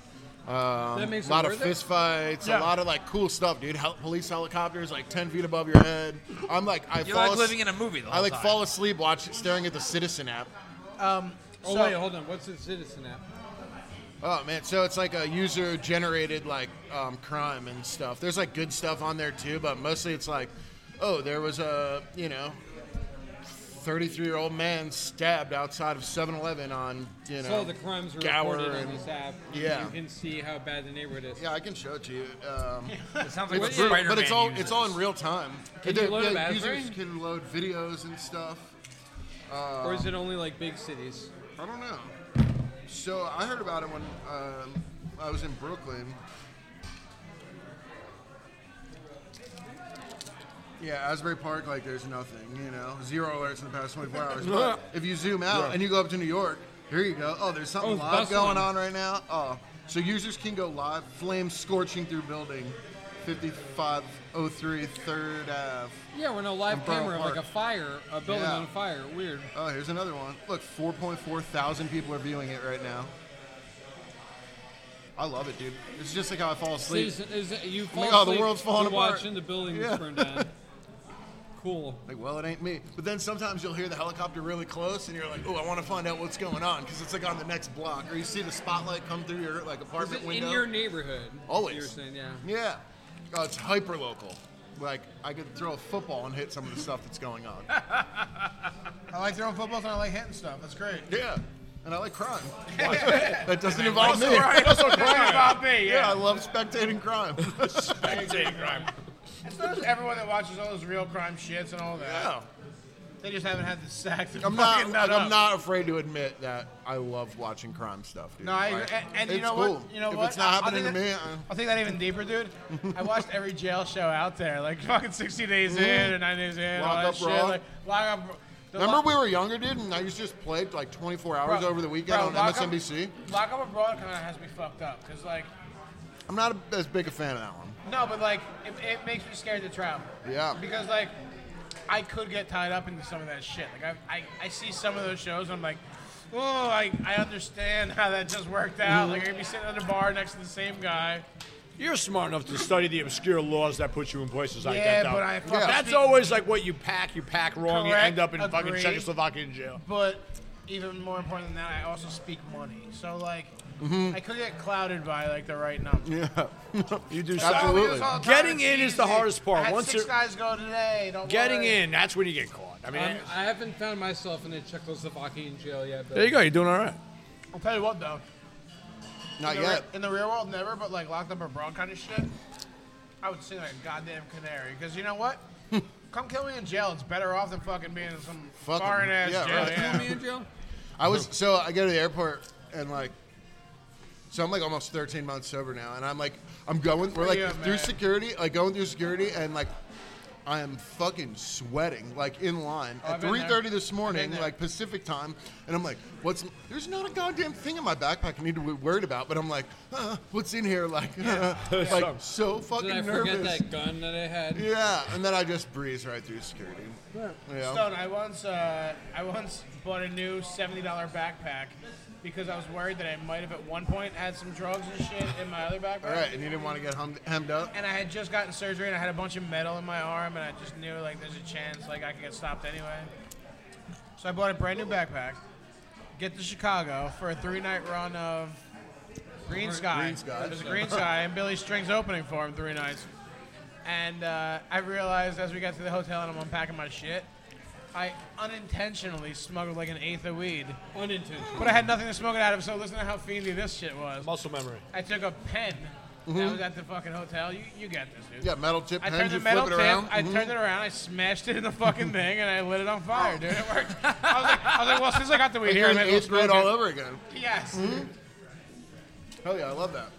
[SPEAKER 6] Um,
[SPEAKER 2] That makes
[SPEAKER 6] a lot
[SPEAKER 2] it
[SPEAKER 6] of
[SPEAKER 2] worth it?
[SPEAKER 6] fist fights.
[SPEAKER 3] Yeah.
[SPEAKER 6] A lot of like cool stuff, dude. Hel- police helicopters like ten feet above your head. I'm like, I
[SPEAKER 4] You're
[SPEAKER 6] fall
[SPEAKER 4] like
[SPEAKER 6] as-
[SPEAKER 4] living in a movie the whole
[SPEAKER 6] I like
[SPEAKER 4] time.
[SPEAKER 6] fall asleep watching, staring at the Citizen app.
[SPEAKER 2] Oh
[SPEAKER 3] So-
[SPEAKER 2] wait, hold on. What's the Citizen app?
[SPEAKER 6] Oh man, so it's like a user-generated like um, crime and stuff. There's like good stuff on there too, but mostly it's like, oh, there was a you know, 33-year-old man stabbed outside of 7-Eleven on you know.
[SPEAKER 2] So all the crimes are
[SPEAKER 6] Gower
[SPEAKER 2] reported on
[SPEAKER 6] and-
[SPEAKER 2] this app.
[SPEAKER 6] yeah.
[SPEAKER 2] You can see how bad the neighborhood is.
[SPEAKER 6] Yeah, I can show it to you. Um,
[SPEAKER 4] it sounds like
[SPEAKER 6] It's
[SPEAKER 4] what
[SPEAKER 6] brutal, but
[SPEAKER 4] Spider-Man
[SPEAKER 6] it's all
[SPEAKER 4] uses.
[SPEAKER 6] it's all in real time.
[SPEAKER 2] Can
[SPEAKER 6] The-
[SPEAKER 2] you load
[SPEAKER 6] the
[SPEAKER 2] them as
[SPEAKER 6] users
[SPEAKER 2] right?
[SPEAKER 6] can load videos and stuff.
[SPEAKER 2] Or is it only like big cities?
[SPEAKER 6] I don't know. So I heard about it when um, I was in Brooklyn. Yeah, Asbury Park, like there's nothing, you know, zero alerts in the past 24 hours. But if you zoom out and you go up to New York, here you go. Oh, there's something
[SPEAKER 2] Oh, it's
[SPEAKER 6] live going
[SPEAKER 2] bustling.
[SPEAKER 6] on right now. Oh, so users can go live, flames scorching through building, 5503 Third Ave.
[SPEAKER 2] Yeah, we're in a live
[SPEAKER 6] In Borough
[SPEAKER 2] camera of like a
[SPEAKER 6] Park.
[SPEAKER 2] fire, a building
[SPEAKER 6] Yeah.
[SPEAKER 2] on fire. Weird.
[SPEAKER 6] Oh, here's another one. Look, 4.4 thousand people are viewing it right now. I love it, dude. It's just like how I fall asleep.
[SPEAKER 2] Citizen, is it, you fall
[SPEAKER 6] Like, oh, the
[SPEAKER 2] asleep,
[SPEAKER 6] world's falling
[SPEAKER 2] you're
[SPEAKER 6] apart.
[SPEAKER 2] Watching the buildings
[SPEAKER 6] Yeah.
[SPEAKER 2] burn
[SPEAKER 6] (laughs)
[SPEAKER 2] down. cool.
[SPEAKER 6] Like, well, it ain't me. But then sometimes you'll hear the helicopter really close, and you're like, oh, I want to find out what's going on because it's like on the next block, or you see the spotlight come through your like
[SPEAKER 2] Is
[SPEAKER 6] apartment
[SPEAKER 2] it
[SPEAKER 6] window.
[SPEAKER 2] in your neighborhood?
[SPEAKER 6] Always.
[SPEAKER 2] You were saying, yeah.
[SPEAKER 6] yeah. Oh, it's hyper local. Like I could throw a football and hit some of the stuff that's
[SPEAKER 2] (laughs)
[SPEAKER 6] going on.
[SPEAKER 3] I like throwing footballs and I like hitting stuff. That's great.
[SPEAKER 6] Yeah. And I
[SPEAKER 2] (laughs)
[SPEAKER 6] like crime. that doesn't involve me.
[SPEAKER 3] About me,
[SPEAKER 6] (laughs) Yeah, I love
[SPEAKER 2] (laughs)
[SPEAKER 6] spectating crime. (laughs)
[SPEAKER 3] It's not just everyone that watches all those real crime shits and all that.
[SPEAKER 6] yeah.
[SPEAKER 3] They just haven't had the sack. to
[SPEAKER 6] I'm not.
[SPEAKER 3] fucking nut
[SPEAKER 6] I'm
[SPEAKER 3] up.
[SPEAKER 6] not afraid to admit that I love watching crime stuff, dude.
[SPEAKER 3] No, I,
[SPEAKER 6] Like,
[SPEAKER 3] and, and you
[SPEAKER 6] it's
[SPEAKER 3] know
[SPEAKER 6] cool.
[SPEAKER 3] what? You know
[SPEAKER 6] if
[SPEAKER 3] what?
[SPEAKER 6] it's not
[SPEAKER 3] I'll- I'll
[SPEAKER 6] happening
[SPEAKER 3] take
[SPEAKER 6] to me, uh.
[SPEAKER 3] that-
[SPEAKER 6] I,
[SPEAKER 3] I'll take that even deeper, dude.
[SPEAKER 6] (laughs)
[SPEAKER 3] I watched every jail show out there, like (laughs) fucking 60 days in or 90 days in, all that
[SPEAKER 6] Lock Mm-hmm. Up
[SPEAKER 3] shit.
[SPEAKER 6] Raw.
[SPEAKER 3] Like, lock up. Raw- the
[SPEAKER 6] remember
[SPEAKER 3] lock-
[SPEAKER 6] we were younger, dude, and I used to just play like 24 hours
[SPEAKER 3] Bro,
[SPEAKER 6] over the weekend
[SPEAKER 3] bro,
[SPEAKER 6] on
[SPEAKER 3] lock up-
[SPEAKER 6] MSNBC.
[SPEAKER 3] Lock up abroad kind of has me fucked up, cause like,
[SPEAKER 6] I'm not a, as big a fan of that one.
[SPEAKER 3] no, but like, it, it makes me scared to travel.
[SPEAKER 6] Yeah.
[SPEAKER 3] Because like, I could get tied up into some of that shit. Like, I, I, I see some of those shows, I'm like, oh, I, I understand how that just worked
[SPEAKER 6] Mm-hmm.
[SPEAKER 3] out. Like, I could be sitting at a bar next to the same guy.
[SPEAKER 1] You're smart enough to study the obscure laws that put you in places like
[SPEAKER 3] Yeah,
[SPEAKER 1] that.
[SPEAKER 3] but
[SPEAKER 1] though.
[SPEAKER 3] I fucking
[SPEAKER 1] That's
[SPEAKER 3] speak-
[SPEAKER 1] always like what you pack. You pack wrong. you
[SPEAKER 3] Correct,
[SPEAKER 1] end up in fucking
[SPEAKER 3] agree.
[SPEAKER 1] Czechoslovakia in jail.
[SPEAKER 3] But even more important than that, I also speak money. So like, I could get clouded by like the right number.
[SPEAKER 6] Mm-hmm. Yeah.
[SPEAKER 1] (laughs) You do
[SPEAKER 3] Oh, we do
[SPEAKER 6] Absolutely.
[SPEAKER 3] this all the time.
[SPEAKER 1] Getting
[SPEAKER 3] It's
[SPEAKER 1] in is the
[SPEAKER 3] easy.
[SPEAKER 1] hardest part.
[SPEAKER 3] I had
[SPEAKER 1] Once
[SPEAKER 3] six
[SPEAKER 1] you're-
[SPEAKER 3] guys go today. Don't
[SPEAKER 1] Getting
[SPEAKER 3] worry.
[SPEAKER 1] in, that's when you get caught. I mean,
[SPEAKER 2] I'm, Um, I haven't found myself in a Czechoslovakian jail yet, but
[SPEAKER 1] there you go. You're doing all right. (laughs)
[SPEAKER 3] I'll tell you what though.
[SPEAKER 6] Not
[SPEAKER 3] in the, re-
[SPEAKER 6] yet.
[SPEAKER 3] in the real world, never. But like locked up abroad kind of shit. I would sing like a goddamn canary because you know
[SPEAKER 6] (laughs)
[SPEAKER 3] what? Come kill me in jail. It's better off than fucking being in some
[SPEAKER 6] Fuck 'em.
[SPEAKER 3] foreign ass
[SPEAKER 6] Yeah,
[SPEAKER 3] jail.
[SPEAKER 6] right.
[SPEAKER 3] yeah.
[SPEAKER 6] (laughs)
[SPEAKER 2] me in jail.
[SPEAKER 6] I was so I go to the airport and like so I'm like almost 13 months sober now and I'm like I'm going we're like
[SPEAKER 3] you,
[SPEAKER 6] through
[SPEAKER 3] man.
[SPEAKER 6] security like going through security and like I am fucking sweating like in line
[SPEAKER 3] Oh,
[SPEAKER 6] at
[SPEAKER 3] I've been
[SPEAKER 6] 3:30
[SPEAKER 3] there.
[SPEAKER 6] this
[SPEAKER 3] I've
[SPEAKER 6] morning
[SPEAKER 3] been there.
[SPEAKER 6] like Pacific time and I'm like what's there's not a goddamn thing in my backpack I need to be worried about but I'm like uh, what's in here like (laughs) like so fucking
[SPEAKER 2] Did I forget
[SPEAKER 6] nervous
[SPEAKER 2] that gun that I had?
[SPEAKER 6] yeah and then I just breeze right through security yeah
[SPEAKER 3] Stone, I once uh, I once bought a new seventy dollar backpack because I was worried that I might have at one point had some drugs and shit in my other backpack.
[SPEAKER 6] all right and you didn't want to get hemmed, hemmed up
[SPEAKER 3] And I had just gotten surgery and I had a bunch of metal in my arm and I just knew like there's a chance like I could get stopped anyway. So I bought a brand new backpack. Get to Chicago for a three night run of Green Sky.
[SPEAKER 6] Green Sky.
[SPEAKER 3] There's a Green Sky and Billy Strings opening for him three nights. And uh, I realized as we got to the hotel and I'm unpacking my shit, I unintentionally smuggled like an eighth of weed.
[SPEAKER 2] Unintentional.
[SPEAKER 3] But I had nothing to smoke it out of, so listen to how fiendy this shit was.
[SPEAKER 1] Muscle memory.
[SPEAKER 3] I took a pen that was at the fucking hotel. You, you get this, dude.
[SPEAKER 6] yeah metal chip
[SPEAKER 3] I
[SPEAKER 6] pen
[SPEAKER 3] turned the
[SPEAKER 6] you
[SPEAKER 3] metal
[SPEAKER 6] flip
[SPEAKER 3] tip.
[SPEAKER 6] it around
[SPEAKER 3] I
[SPEAKER 6] Mhm.
[SPEAKER 3] turned it around. I smashed it in the fucking thing, and I lit it on fire, dude. It worked. I was like, I was like well, since I got the weed
[SPEAKER 6] Like
[SPEAKER 3] here,
[SPEAKER 6] you're in
[SPEAKER 3] maybe I'll
[SPEAKER 6] eighth grade
[SPEAKER 3] smoke
[SPEAKER 6] all
[SPEAKER 3] it.
[SPEAKER 6] over again.
[SPEAKER 3] Yes.
[SPEAKER 6] Hell yeah, I love that.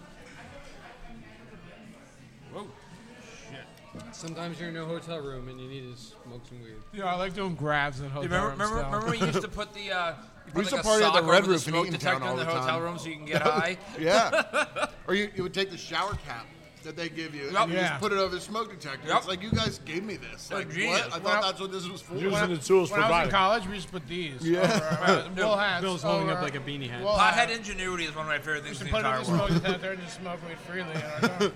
[SPEAKER 2] Sometimes you're in a hotel room and you need to smoke some weed.
[SPEAKER 3] Yeah, I like doing grabs in hotel
[SPEAKER 4] remember,
[SPEAKER 3] rooms
[SPEAKER 4] remember,
[SPEAKER 3] still.
[SPEAKER 4] remember we used to put the.
[SPEAKER 6] (laughs)
[SPEAKER 4] Uh, you put
[SPEAKER 6] used to
[SPEAKER 4] like a
[SPEAKER 6] party at
[SPEAKER 4] sock
[SPEAKER 6] the Red
[SPEAKER 4] over
[SPEAKER 6] Roof in
[SPEAKER 4] smoke
[SPEAKER 6] Eatontown
[SPEAKER 4] detector
[SPEAKER 6] all
[SPEAKER 4] in the
[SPEAKER 6] the
[SPEAKER 4] hotel
[SPEAKER 6] time.
[SPEAKER 4] room so you
[SPEAKER 6] (laughs)
[SPEAKER 4] can get high.
[SPEAKER 6] Yeah.
[SPEAKER 3] (laughs)
[SPEAKER 6] or you, you would take the shower cap that they give you
[SPEAKER 4] Yep.
[SPEAKER 6] and you
[SPEAKER 3] Yeah. Oh,
[SPEAKER 6] just put it over the smoke detector.
[SPEAKER 4] Yep.
[SPEAKER 6] It's like you guys gave me this.
[SPEAKER 4] They're
[SPEAKER 6] Like
[SPEAKER 4] genius.
[SPEAKER 6] what? I thought
[SPEAKER 3] Well,
[SPEAKER 6] that's what this was for.
[SPEAKER 1] Using
[SPEAKER 6] What?
[SPEAKER 1] the tools
[SPEAKER 3] when I was in
[SPEAKER 1] provided.
[SPEAKER 3] college, we just put these.
[SPEAKER 6] Yeah.
[SPEAKER 3] Over, over, wool hats.
[SPEAKER 2] Bill's holding
[SPEAKER 3] over,
[SPEAKER 2] up like a beanie hat.
[SPEAKER 3] wool
[SPEAKER 4] Pothead
[SPEAKER 3] hats.
[SPEAKER 4] ingenuity is one of my favorite things in
[SPEAKER 3] Just
[SPEAKER 4] the
[SPEAKER 3] put it in
[SPEAKER 4] entire
[SPEAKER 3] the
[SPEAKER 4] world.
[SPEAKER 3] smoke detector and just smoke weed freely. in our dorm.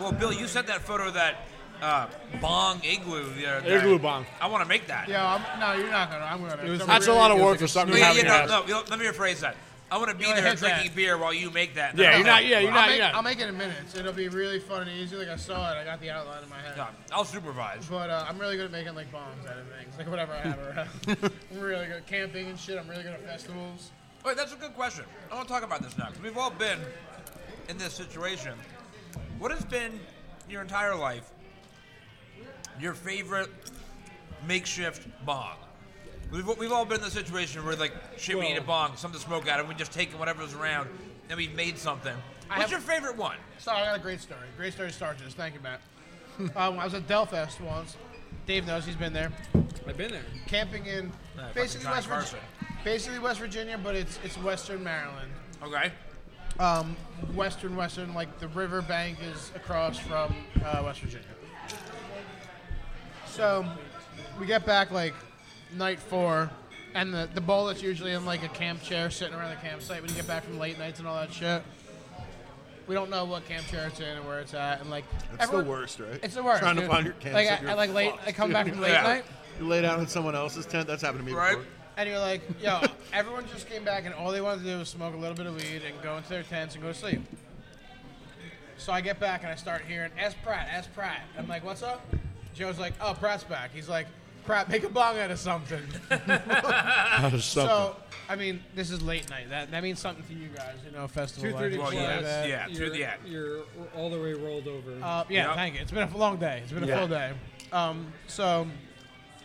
[SPEAKER 4] Well, Bill, you sent that photo of that uh, bong igloo. The other day.
[SPEAKER 1] Igloo bong.
[SPEAKER 4] I want to make
[SPEAKER 3] (laughs)
[SPEAKER 4] that.
[SPEAKER 3] yeah, I'm, no, you're not gonna. I'm gonna.
[SPEAKER 2] was-
[SPEAKER 3] I'm
[SPEAKER 1] That's a
[SPEAKER 3] really-
[SPEAKER 1] lot of
[SPEAKER 2] It was
[SPEAKER 1] work
[SPEAKER 2] like
[SPEAKER 1] for
[SPEAKER 2] a
[SPEAKER 1] something
[SPEAKER 4] No,
[SPEAKER 1] you
[SPEAKER 4] yeah,
[SPEAKER 1] haven't
[SPEAKER 4] yeah,
[SPEAKER 1] had.
[SPEAKER 4] no, no, let me rephrase that. I want to be
[SPEAKER 3] You wanna
[SPEAKER 4] there
[SPEAKER 3] hit that.
[SPEAKER 4] drinking beer while you make that.
[SPEAKER 1] Yeah,
[SPEAKER 4] That's
[SPEAKER 1] you're
[SPEAKER 4] all.
[SPEAKER 1] not. Yeah, you're
[SPEAKER 3] I'll
[SPEAKER 1] not.
[SPEAKER 3] make,
[SPEAKER 1] You're
[SPEAKER 3] I'll
[SPEAKER 1] not.
[SPEAKER 3] make it in minutes. It'll be really fun and easy. Like I saw it, I got the outline in my head.
[SPEAKER 4] No, I'll supervise.
[SPEAKER 3] But uh, I'm really good at making like bombs out of things, like whatever I have
[SPEAKER 4] (laughs)
[SPEAKER 3] around. I'm really good at camping and shit. I'm really good at festivals.
[SPEAKER 4] Wait, that's a good question. I want to talk about this now 'cause we've all been in this situation. What has been your entire life your favorite makeshift bong? We've, we've all been in the situation where like shit, we need a bong, something to smoke out of, we just taken whatever's around, and we've made something. What's
[SPEAKER 3] have-
[SPEAKER 4] your favorite one?
[SPEAKER 3] So I got a great story. Great story starts this. Thank you,
[SPEAKER 4] (laughs)
[SPEAKER 3] Matt. um, I was at Delfest once. Dave knows he's been there.
[SPEAKER 2] I've been there.
[SPEAKER 3] Camping in
[SPEAKER 4] fucking
[SPEAKER 3] basically
[SPEAKER 4] Johnny
[SPEAKER 3] West Virginia,
[SPEAKER 4] Carson.
[SPEAKER 3] basically West Virginia, but it's it's Western Maryland.
[SPEAKER 4] Okay.
[SPEAKER 3] Um, Western Western, like the river bank is across from uh, West Virginia. So we get back like night four, and the, the bowl that's usually in like a camp chair sitting around the campsite when you get back from late nights and all that shit. We don't know what camp chair it's in and where it's at, and like
[SPEAKER 6] That's the worst, right?
[SPEAKER 3] It's the worst.
[SPEAKER 6] Trying to
[SPEAKER 3] dude.
[SPEAKER 6] find your campsite,
[SPEAKER 3] Like I,
[SPEAKER 6] you're
[SPEAKER 3] I like late.
[SPEAKER 6] fucked,
[SPEAKER 3] I come
[SPEAKER 6] (laughs)
[SPEAKER 3] back
[SPEAKER 6] dude.
[SPEAKER 3] from late
[SPEAKER 4] Yeah.
[SPEAKER 3] night,
[SPEAKER 6] You lay down in someone else's tent. That's happened to me
[SPEAKER 4] Right.
[SPEAKER 6] before.
[SPEAKER 3] and you're like, yo, (laughs) everyone just came back and all they wanted to do was smoke a little bit of weed and go into their tents and go to sleep. So I get back and I start hearing, S Pratt, S Pratt. I'm like, what's up? Joe's like, oh, Pratt's back. He's like, Pratt, make a bong out of something.
[SPEAKER 1] Out of something.
[SPEAKER 3] so, I mean, this is late night. That that means something to you guys, you know, festival.
[SPEAKER 2] Two thirty
[SPEAKER 3] life,
[SPEAKER 4] Well,
[SPEAKER 3] shit
[SPEAKER 4] yeah,
[SPEAKER 3] like that.
[SPEAKER 4] yeah, to
[SPEAKER 2] you're,
[SPEAKER 4] the end.
[SPEAKER 2] You're all the way rolled over.
[SPEAKER 3] Uh, yeah,
[SPEAKER 4] Yep.
[SPEAKER 3] thank you. It's been a long day. It's been a full day. Um, so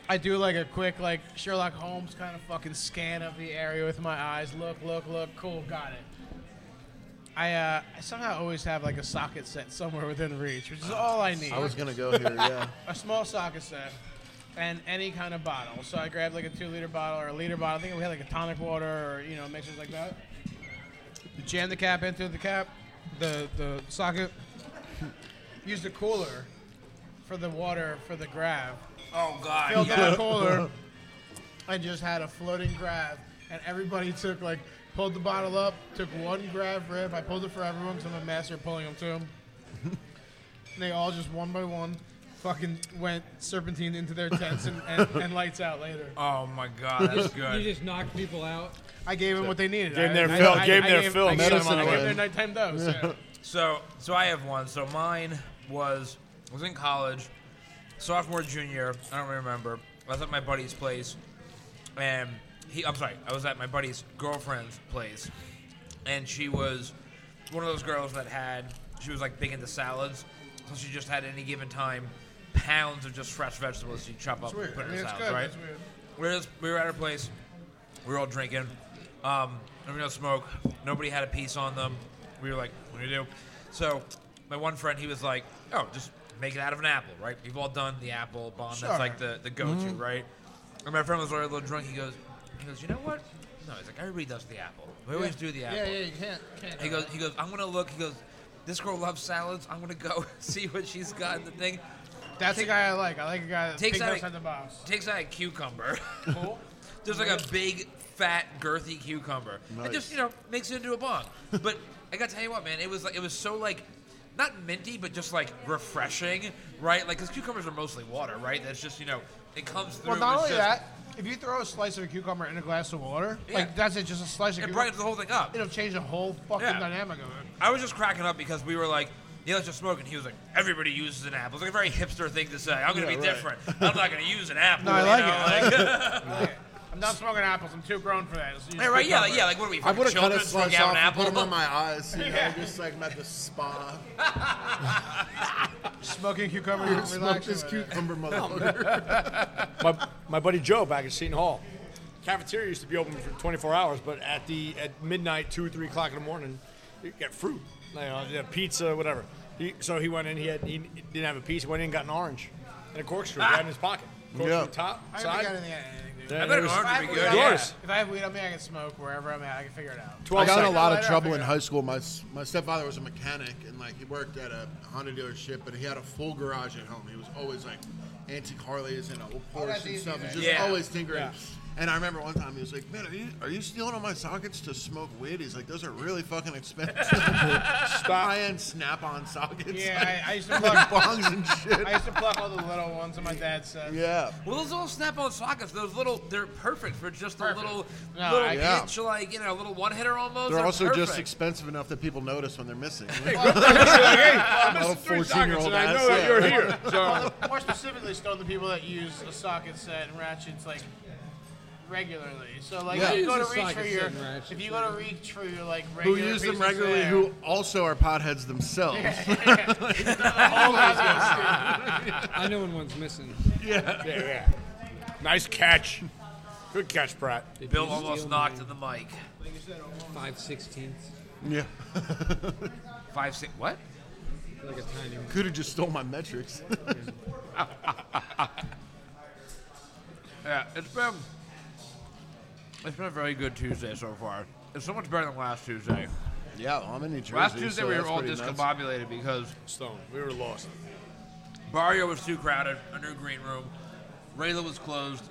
[SPEAKER 3] I do like a quick like Sherlock Holmes kind of fucking scan of the area with my eyes. Look, look, look. Cool, got it. I, uh, I somehow always have like a socket set somewhere within reach, which is all I need.
[SPEAKER 6] I was
[SPEAKER 3] (laughs)
[SPEAKER 6] gonna go here. Yeah.
[SPEAKER 3] a small socket set and any kind of bottle. So I grabbed like a two liter bottle or a liter bottle. I think we had like a tonic water or you know mixers like that. Jam the cap into the cap, the the socket. Use the cooler for the water for the grab.
[SPEAKER 4] Oh God.
[SPEAKER 3] Filled
[SPEAKER 4] yeah.
[SPEAKER 3] up the cooler and just had a floating grab. And everybody took like pulled the bottle up, took one grab rib. I pulled it for everyone because I'm a master at pulling them too. and they all just one by one fucking went serpentine into their tents and, and, and lights out later.
[SPEAKER 4] Oh my god, that's
[SPEAKER 2] You
[SPEAKER 4] good.
[SPEAKER 2] just knock people out.
[SPEAKER 3] I gave them what they needed.
[SPEAKER 9] Gave 'em
[SPEAKER 3] I-
[SPEAKER 9] their
[SPEAKER 3] I-
[SPEAKER 9] fill-
[SPEAKER 3] I-
[SPEAKER 9] gave 'em
[SPEAKER 3] I
[SPEAKER 9] their
[SPEAKER 3] gave-
[SPEAKER 9] fill,
[SPEAKER 3] I gave 'em-
[SPEAKER 6] medicine
[SPEAKER 3] I gave
[SPEAKER 6] already.
[SPEAKER 3] them their nighttime dose. yeah.
[SPEAKER 4] So, so I have one. So mine was I was in college, sophomore, junior. I don't really remember. I was at my buddy's place, and he. I'm sorry. I was at my buddy's girlfriend's place, and she was one of those girls that had. She was like big into salads, so she just had at any given time pounds of just fresh vegetables you chop up and
[SPEAKER 3] Weird.
[SPEAKER 4] put
[SPEAKER 3] I
[SPEAKER 4] in
[SPEAKER 3] mean,
[SPEAKER 4] her
[SPEAKER 3] it's
[SPEAKER 4] salads,
[SPEAKER 3] good.
[SPEAKER 4] right?
[SPEAKER 3] It's weird.
[SPEAKER 4] we were, just, we were at her place. We were all drinking. Um, there was no smoke. Nobody had a piece on them. We were like, what do we do? So my one friend, he was like, oh, just make it out of an apple, right? We've all done the apple bomb. That's like the, the go-to,
[SPEAKER 3] Mm-hmm.
[SPEAKER 4] right? And my friend was already a little drunk. He goes, he goes, you know what? No, he's like, everybody does the apple. We always do the apple.
[SPEAKER 3] Yeah, yeah, you can't. can't
[SPEAKER 4] He goes, he goes, I'm gonna look. He goes, this girl loves salads. I'm gonna go (laughs) see what she's got in the thing.
[SPEAKER 3] That's the guy I like. I like a guy that
[SPEAKER 4] Takes
[SPEAKER 3] takes
[SPEAKER 4] out
[SPEAKER 3] out
[SPEAKER 4] a-
[SPEAKER 3] the box.
[SPEAKER 4] takes out
[SPEAKER 3] (laughs)
[SPEAKER 4] a cucumber. There's like a big, fat, girthy cucumber. And just you know makes it into a bong. But I gotta tell you what, man, it was like it was so like not minty, but just like refreshing, right? Like because cucumbers are mostly water, right? That's just you know it comes through.
[SPEAKER 3] Well, not
[SPEAKER 4] it's
[SPEAKER 3] only
[SPEAKER 4] just-
[SPEAKER 3] that, if you throw a slice of a cucumber in a glass of water,
[SPEAKER 4] Yeah.
[SPEAKER 3] like that's it, just a slice of
[SPEAKER 4] it
[SPEAKER 3] cucumber.
[SPEAKER 4] brightens the whole thing up.
[SPEAKER 3] It'll change the whole fucking
[SPEAKER 4] Yeah.
[SPEAKER 3] dynamic of it.
[SPEAKER 4] I was just cracking up because we were like, yeah, let's just smoke. And he was like, everybody uses an apple. It's like a very hipster thing to say. I'm going to be different. I'm not going to
[SPEAKER 3] (laughs)
[SPEAKER 4] use an apple.
[SPEAKER 3] No, I
[SPEAKER 4] you
[SPEAKER 3] like
[SPEAKER 4] know,
[SPEAKER 3] it. I
[SPEAKER 4] like-
[SPEAKER 3] I'm not smoking apples. I'm too grown for that. It's just
[SPEAKER 4] Yeah, (laughs) (laughs) right, yeah,
[SPEAKER 3] cucumber.
[SPEAKER 4] yeah. Like, what are we,
[SPEAKER 9] I
[SPEAKER 4] fucking
[SPEAKER 9] would have cut a
[SPEAKER 4] children smoking
[SPEAKER 9] slice
[SPEAKER 4] out
[SPEAKER 9] off
[SPEAKER 4] an
[SPEAKER 9] and put them on
[SPEAKER 4] apple?
[SPEAKER 9] my eyes,
[SPEAKER 3] (laughs)
[SPEAKER 9] you know, just like I'm at the spa.
[SPEAKER 3] Smoking cucumber,
[SPEAKER 6] Smoke
[SPEAKER 3] relaxing.
[SPEAKER 6] this (laughs) cucumber, motherfucker.
[SPEAKER 1] my, my buddy Joe back at Seton Hall. Cafeteria used to be open for 24 hours, but at the at midnight, two, three o'clock in the morning, you get fruit, you know, yeah, pizza, whatever. He, so he went in. He had he didn't have a piece. Went in, and got an orange and a corkscrew right in his pocket. Corkscrew
[SPEAKER 6] Yeah.
[SPEAKER 1] top
[SPEAKER 3] I haven't got
[SPEAKER 1] side.
[SPEAKER 3] anything. anything dude.
[SPEAKER 1] Yeah,
[SPEAKER 4] (laughs) I bet
[SPEAKER 1] there
[SPEAKER 4] an
[SPEAKER 1] was-
[SPEAKER 4] orange would be good.
[SPEAKER 1] Yeah. Yours.
[SPEAKER 3] If I have weed on me, I can smoke wherever I'm at. I can figure it
[SPEAKER 6] (laughs)
[SPEAKER 3] out.
[SPEAKER 1] 12
[SPEAKER 6] I got in a
[SPEAKER 1] seconds.
[SPEAKER 6] lot
[SPEAKER 3] Later,
[SPEAKER 6] of
[SPEAKER 3] I
[SPEAKER 6] trouble in
[SPEAKER 3] figure it
[SPEAKER 6] high school. My s- my stepfather was a mechanic, and like he worked at a Honda dealership, but he had a full garage at home. He was always like antique Harleys and old Porsche
[SPEAKER 3] Oh, that's
[SPEAKER 6] and
[SPEAKER 3] easy,
[SPEAKER 6] stuff.
[SPEAKER 3] man.
[SPEAKER 6] He's just
[SPEAKER 4] Yeah.
[SPEAKER 6] always tinkering. And I remember one time he was like, "Man, are you, are you stealing all my sockets to smoke weed?" He's like, "Those are really fucking expensive. (laughs) High-end Snap-on sockets,
[SPEAKER 3] Yeah, I, I used to
[SPEAKER 6] like,
[SPEAKER 3] pluck.
[SPEAKER 6] bongs
[SPEAKER 3] (laughs)
[SPEAKER 6] and shit."
[SPEAKER 3] I used to pluck all the little ones on my dad's set.
[SPEAKER 6] yeah,
[SPEAKER 4] Well, those little snap-on sockets, those little, they're perfect for just a
[SPEAKER 3] Perfect.
[SPEAKER 4] little,
[SPEAKER 3] No,
[SPEAKER 4] little
[SPEAKER 3] I-
[SPEAKER 6] Yeah.
[SPEAKER 4] pinch, like, you know, a little one-hitter almost.
[SPEAKER 6] they're also just
[SPEAKER 4] perfect.
[SPEAKER 6] expensive enough that people notice when
[SPEAKER 3] (laughs)
[SPEAKER 6] they're missing. (laughs)
[SPEAKER 1] I missed
[SPEAKER 6] Little
[SPEAKER 1] three
[SPEAKER 6] 14 year
[SPEAKER 1] seconds,
[SPEAKER 6] old
[SPEAKER 1] and I
[SPEAKER 6] ass,
[SPEAKER 1] know that
[SPEAKER 6] yeah.
[SPEAKER 1] you're here. So
[SPEAKER 3] More specifically, stone the people that use a socket set and ratchets like regularly. So like,
[SPEAKER 6] Yeah.
[SPEAKER 3] if you
[SPEAKER 2] I
[SPEAKER 3] go
[SPEAKER 2] use
[SPEAKER 3] to
[SPEAKER 2] a
[SPEAKER 3] reach
[SPEAKER 2] socket
[SPEAKER 3] for
[SPEAKER 2] set
[SPEAKER 3] your,
[SPEAKER 2] and ratchets,
[SPEAKER 3] if you go to reach for your like
[SPEAKER 6] who
[SPEAKER 3] regular
[SPEAKER 6] use them
[SPEAKER 3] pieces
[SPEAKER 6] regularly,
[SPEAKER 3] there,
[SPEAKER 6] who also are potheads themselves.
[SPEAKER 3] all have those, dude.
[SPEAKER 2] I know when one's missing.
[SPEAKER 1] yeah, yeah. Nice catch. Good catch, Pratt.
[SPEAKER 2] Did
[SPEAKER 4] Bill
[SPEAKER 2] you
[SPEAKER 4] almost
[SPEAKER 2] steal
[SPEAKER 4] knocked
[SPEAKER 2] my
[SPEAKER 4] at the mic.
[SPEAKER 2] Five sixteenths,
[SPEAKER 6] (laughs) Yeah.
[SPEAKER 4] Five, six, what?
[SPEAKER 2] like a tiny. one.
[SPEAKER 6] Could have just stole my metrics. (laughs)
[SPEAKER 4] Yeah, it's been it's been a very good Tuesday so far. It's so much better than last Tuesday.
[SPEAKER 6] yeah, well, I'm in New Jersey.
[SPEAKER 4] Last Tuesday
[SPEAKER 6] so
[SPEAKER 4] we were
[SPEAKER 6] that's
[SPEAKER 4] all
[SPEAKER 6] pretty nuts.
[SPEAKER 4] discombobulated because
[SPEAKER 1] Stone. We were lost.
[SPEAKER 4] Barrio was too crowded under a green room. Rayla was closed.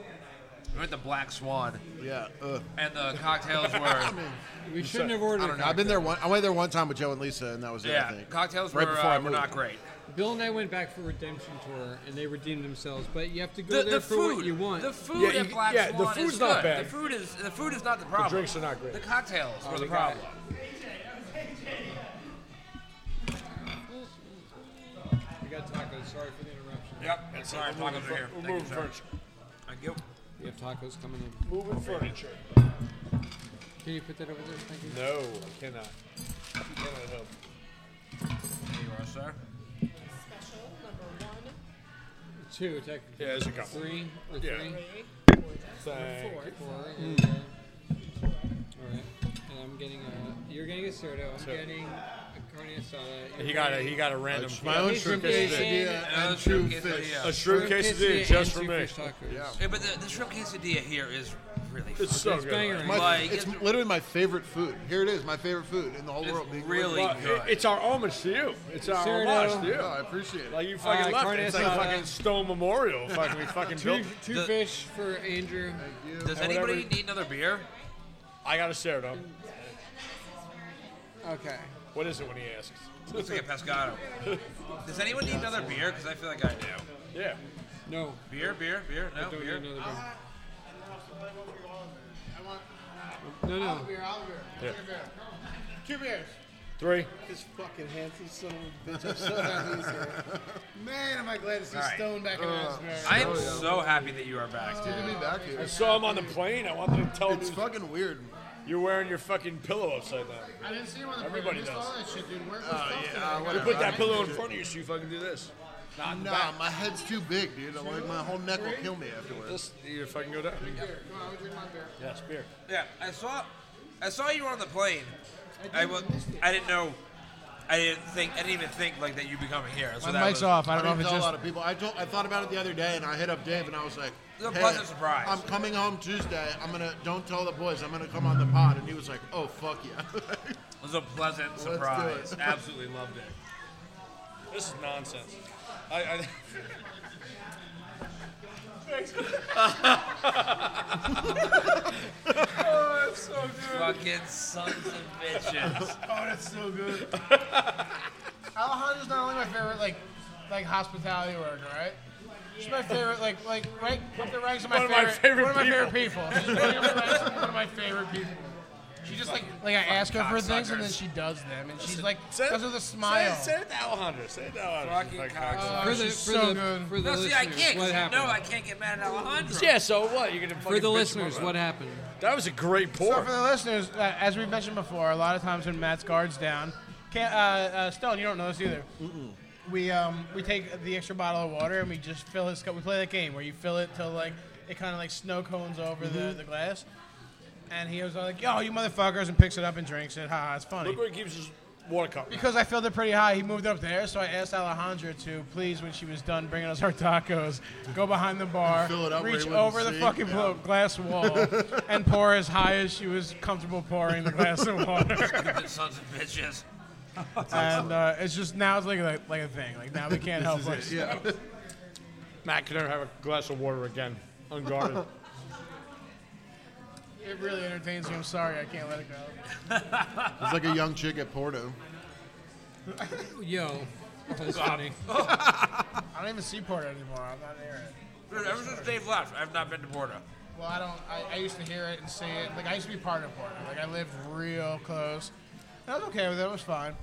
[SPEAKER 4] We went to Black Swan,
[SPEAKER 6] Yeah. ugh.
[SPEAKER 4] and
[SPEAKER 6] (laughs)
[SPEAKER 4] the cocktails were
[SPEAKER 2] We shouldn't have ordered.
[SPEAKER 6] I
[SPEAKER 2] a
[SPEAKER 6] don't know.
[SPEAKER 2] cocktail.
[SPEAKER 6] I've been there one. I went there one time with Joe and Lisa, and that was it. I
[SPEAKER 4] yeah,
[SPEAKER 6] think.
[SPEAKER 4] cocktails
[SPEAKER 6] right
[SPEAKER 4] were,
[SPEAKER 6] before
[SPEAKER 4] uh,
[SPEAKER 6] I
[SPEAKER 4] were
[SPEAKER 6] moved.
[SPEAKER 4] not great.
[SPEAKER 2] Bill and I went back for redemption tour, and they redeemed themselves. But you have to go
[SPEAKER 4] The,
[SPEAKER 2] there
[SPEAKER 4] the
[SPEAKER 2] for
[SPEAKER 4] food
[SPEAKER 2] what you want.
[SPEAKER 4] the food
[SPEAKER 1] Yeah, you
[SPEAKER 4] at
[SPEAKER 1] c-
[SPEAKER 4] Black
[SPEAKER 1] yeah, the
[SPEAKER 4] Swan
[SPEAKER 1] food's
[SPEAKER 4] is
[SPEAKER 1] not
[SPEAKER 4] good.
[SPEAKER 1] bad.
[SPEAKER 4] The food is the food is not the problem.
[SPEAKER 1] drinks are not great.
[SPEAKER 4] The cocktails were
[SPEAKER 2] they
[SPEAKER 4] the
[SPEAKER 2] Oh, got
[SPEAKER 4] problem.
[SPEAKER 2] We got tacos. Sorry for the interruption.
[SPEAKER 4] Yep, that's sorry,
[SPEAKER 1] We're
[SPEAKER 4] tacos are here. Thank you,
[SPEAKER 1] moving
[SPEAKER 4] sir.
[SPEAKER 1] furniture.
[SPEAKER 4] Thank you.
[SPEAKER 2] We have tacos coming in.
[SPEAKER 1] Moving furniture.
[SPEAKER 2] Can you put that over there? Thank you.
[SPEAKER 1] No, I cannot. I cannot help.
[SPEAKER 4] There you are, sir.
[SPEAKER 5] Special number one,
[SPEAKER 2] Two, technically.
[SPEAKER 1] Yeah, there's a couple.
[SPEAKER 2] Three or
[SPEAKER 1] Yeah.
[SPEAKER 2] three.
[SPEAKER 5] three,
[SPEAKER 1] Thank
[SPEAKER 5] four.
[SPEAKER 2] Four. and, uh, All right. And I'm getting a. You're getting a cerdo. I'm getting a carne asada. You're
[SPEAKER 1] He got a
[SPEAKER 2] getting
[SPEAKER 1] he got a random.
[SPEAKER 6] My own
[SPEAKER 2] Lisa
[SPEAKER 6] shrimp
[SPEAKER 2] Gay
[SPEAKER 6] quesadilla
[SPEAKER 4] and
[SPEAKER 6] and
[SPEAKER 4] a Uh, shrimp
[SPEAKER 6] two
[SPEAKER 4] quesadilla.
[SPEAKER 6] fish.
[SPEAKER 1] a shrimp quesadilla
[SPEAKER 2] and
[SPEAKER 1] just for
[SPEAKER 2] two
[SPEAKER 1] me.
[SPEAKER 2] fish Tacos.
[SPEAKER 6] Yeah.
[SPEAKER 4] Yeah, but the, the shrimp quesadilla here is really
[SPEAKER 1] It's so
[SPEAKER 2] It's
[SPEAKER 1] good. Uh,
[SPEAKER 2] banger.
[SPEAKER 6] My,
[SPEAKER 4] Like,
[SPEAKER 6] it's
[SPEAKER 4] it's-
[SPEAKER 6] literally my favorite food. Here it is, my favorite food in the whole
[SPEAKER 4] It's
[SPEAKER 6] world. being-
[SPEAKER 4] really-
[SPEAKER 1] Well, it- it's our homage to you. It's our
[SPEAKER 2] Cerdo.
[SPEAKER 1] homage to
[SPEAKER 6] Oh,
[SPEAKER 1] you.
[SPEAKER 6] I appreciate it.
[SPEAKER 1] Like you fucking
[SPEAKER 2] Uh,
[SPEAKER 1] left.
[SPEAKER 2] carne
[SPEAKER 1] It. It's like a
[SPEAKER 2] asada.
[SPEAKER 1] fucking stone (laughs) memorial. Fucking we fucking
[SPEAKER 2] Two,
[SPEAKER 1] built.
[SPEAKER 2] two
[SPEAKER 4] The-
[SPEAKER 2] fish for Andrew.
[SPEAKER 4] Does
[SPEAKER 1] And whatever-
[SPEAKER 4] anybody need another beer?
[SPEAKER 1] I got a Cerdo.
[SPEAKER 2] Okay.
[SPEAKER 1] What is it when he asks?
[SPEAKER 2] (laughs)
[SPEAKER 4] Let's get Pescado. Does anyone need another beer? Because I feel like I do.
[SPEAKER 8] Yeah.
[SPEAKER 2] No.
[SPEAKER 4] Beer, beer, beer. No,
[SPEAKER 2] Don't need
[SPEAKER 4] beer.
[SPEAKER 2] another beer.
[SPEAKER 9] I want- and then I'll somebody want beer, all of it. I want
[SPEAKER 2] No, no.
[SPEAKER 9] olive beer, olive beer.
[SPEAKER 8] Yeah.
[SPEAKER 9] Two beer. Two beers.
[SPEAKER 8] Three.
[SPEAKER 3] This fucking handsome son of a bitch. I'm
[SPEAKER 9] (laughs)
[SPEAKER 3] so happy he's here.
[SPEAKER 9] Man, am I glad to see
[SPEAKER 4] All right. Uh,
[SPEAKER 9] Stone back in Asbury.
[SPEAKER 4] I
[SPEAKER 2] Oh,
[SPEAKER 4] am so happy that you are back,
[SPEAKER 6] Good to be
[SPEAKER 4] dude.
[SPEAKER 6] back here.
[SPEAKER 8] I saw him on the plane. I wanted to tell him
[SPEAKER 6] It's fucking weird.
[SPEAKER 8] you're wearing your fucking pillow upside down.
[SPEAKER 9] I didn't see him on the
[SPEAKER 8] Everybody
[SPEAKER 9] plane. I missed
[SPEAKER 8] does.
[SPEAKER 9] all that shit, dude. Where was
[SPEAKER 6] Oh,
[SPEAKER 9] Stone today?
[SPEAKER 6] uh,
[SPEAKER 8] You put that pillow in front of you so you fucking do this. Not in the
[SPEAKER 6] Nah,
[SPEAKER 8] back.
[SPEAKER 6] my head's too big, dude. I'm like, my whole neck will kill me afterwards.
[SPEAKER 8] This, you fucking go down.
[SPEAKER 9] Beer. Come on, we drink my beer.
[SPEAKER 8] Yes, beer.
[SPEAKER 4] Yeah, I saw, I saw you on the plane. I was, I didn't know, I didn't think, I didn't even think like that you would be coming here. So
[SPEAKER 9] My
[SPEAKER 4] that
[SPEAKER 9] mic's
[SPEAKER 4] was,
[SPEAKER 9] off. I
[SPEAKER 3] I
[SPEAKER 9] don't know if
[SPEAKER 3] didn't
[SPEAKER 9] it's
[SPEAKER 3] tell a
[SPEAKER 9] just.
[SPEAKER 3] lot of people. I, told, I thought about it the other day, and I hit up Dave, and I was like,
[SPEAKER 4] It's a
[SPEAKER 3] "Hey,
[SPEAKER 4] pleasant surprise."
[SPEAKER 3] I'm coming home Tuesday. I'm gonna don't tell the boys. I'm gonna come on the pod." And he was like, "Oh fuck yeah." (laughs)
[SPEAKER 4] It was a pleasant
[SPEAKER 3] do
[SPEAKER 4] surprise.
[SPEAKER 3] it.
[SPEAKER 4] Absolutely loved it.
[SPEAKER 8] This is nonsense. I, (laughs) I,
[SPEAKER 4] Fucking sons of bitches.
[SPEAKER 9] Oh, that's so good. Alejandro's not only my favorite, like, like hospitality worker, right? She's my favorite, like, like right up the ranks of my
[SPEAKER 8] One of my
[SPEAKER 9] favorite,
[SPEAKER 8] favorite
[SPEAKER 9] one of my favorite people. She's right up the ranks of one of my favorite people. She just like, like I ask her for things and then she does them, and she's like,
[SPEAKER 8] Say it-
[SPEAKER 9] does with a smile.
[SPEAKER 8] Say, it- say it to Alejandro. Say it to
[SPEAKER 4] Fucking
[SPEAKER 8] Alejandro. uh,
[SPEAKER 4] cocksucker.
[SPEAKER 9] Oh,
[SPEAKER 2] For the, for
[SPEAKER 9] she's so
[SPEAKER 2] the,
[SPEAKER 9] good.
[SPEAKER 2] For the
[SPEAKER 4] No, see, I
[SPEAKER 2] listeners,
[SPEAKER 4] can't. 'cause
[SPEAKER 2] what
[SPEAKER 4] you
[SPEAKER 2] happened?
[SPEAKER 4] know I can't get mad at Alejandro.
[SPEAKER 8] Yeah, so what? You're gonna fucking
[SPEAKER 2] for the
[SPEAKER 8] bitch
[SPEAKER 2] listeners,
[SPEAKER 8] about it.
[SPEAKER 2] what happened?
[SPEAKER 8] That was a great pour.
[SPEAKER 9] So for the listeners, uh, as we've mentioned before, a lot of times when Matt's guard's down, can't, uh, uh, Stone, you don't know this either. We um, we take the extra bottle of water and we just fill his cup. We play that game where you fill it till like it kind of like snow cones over the, the glass. And he was like, "Yo, you motherfuckers!" and picks it up and drinks it. Ha, ha, it's funny.
[SPEAKER 8] Look where he keeps his water cup.
[SPEAKER 9] Because I filled it pretty high, he moved up there. So I asked Alejandra to please, when she was done bringing us our tacos, go behind the bar,
[SPEAKER 6] Fill it up where he
[SPEAKER 9] reach
[SPEAKER 6] wouldn't
[SPEAKER 9] over the
[SPEAKER 6] see,
[SPEAKER 9] fucking
[SPEAKER 6] yeah.
[SPEAKER 9] blo- glass wall, and pour as high as she was comfortable pouring the glass
[SPEAKER 6] (laughs)
[SPEAKER 9] of water.
[SPEAKER 4] Fucking sons of bitches.
[SPEAKER 9] and uh, it's just now it's like a, like a thing. Like now we can't help
[SPEAKER 6] This
[SPEAKER 9] us.
[SPEAKER 6] is it, yeah.
[SPEAKER 8] Matt could never have a glass of water again, (laughs) unguarded. Uh,
[SPEAKER 9] (laughs) It really entertains me. I'm sorry, I can't let it go.
[SPEAKER 6] It's like a young chick at Porto.
[SPEAKER 2] Yo, that's funny.
[SPEAKER 9] I don't even see Porto anymore. I'm not near it.
[SPEAKER 4] Dude, ever since Dave left, I've not been to Porto.
[SPEAKER 9] Well, I don't. I, I used to hear it and see it. Like I used to be part of Portland. Like I lived real close. And I was okay with it. It was fine.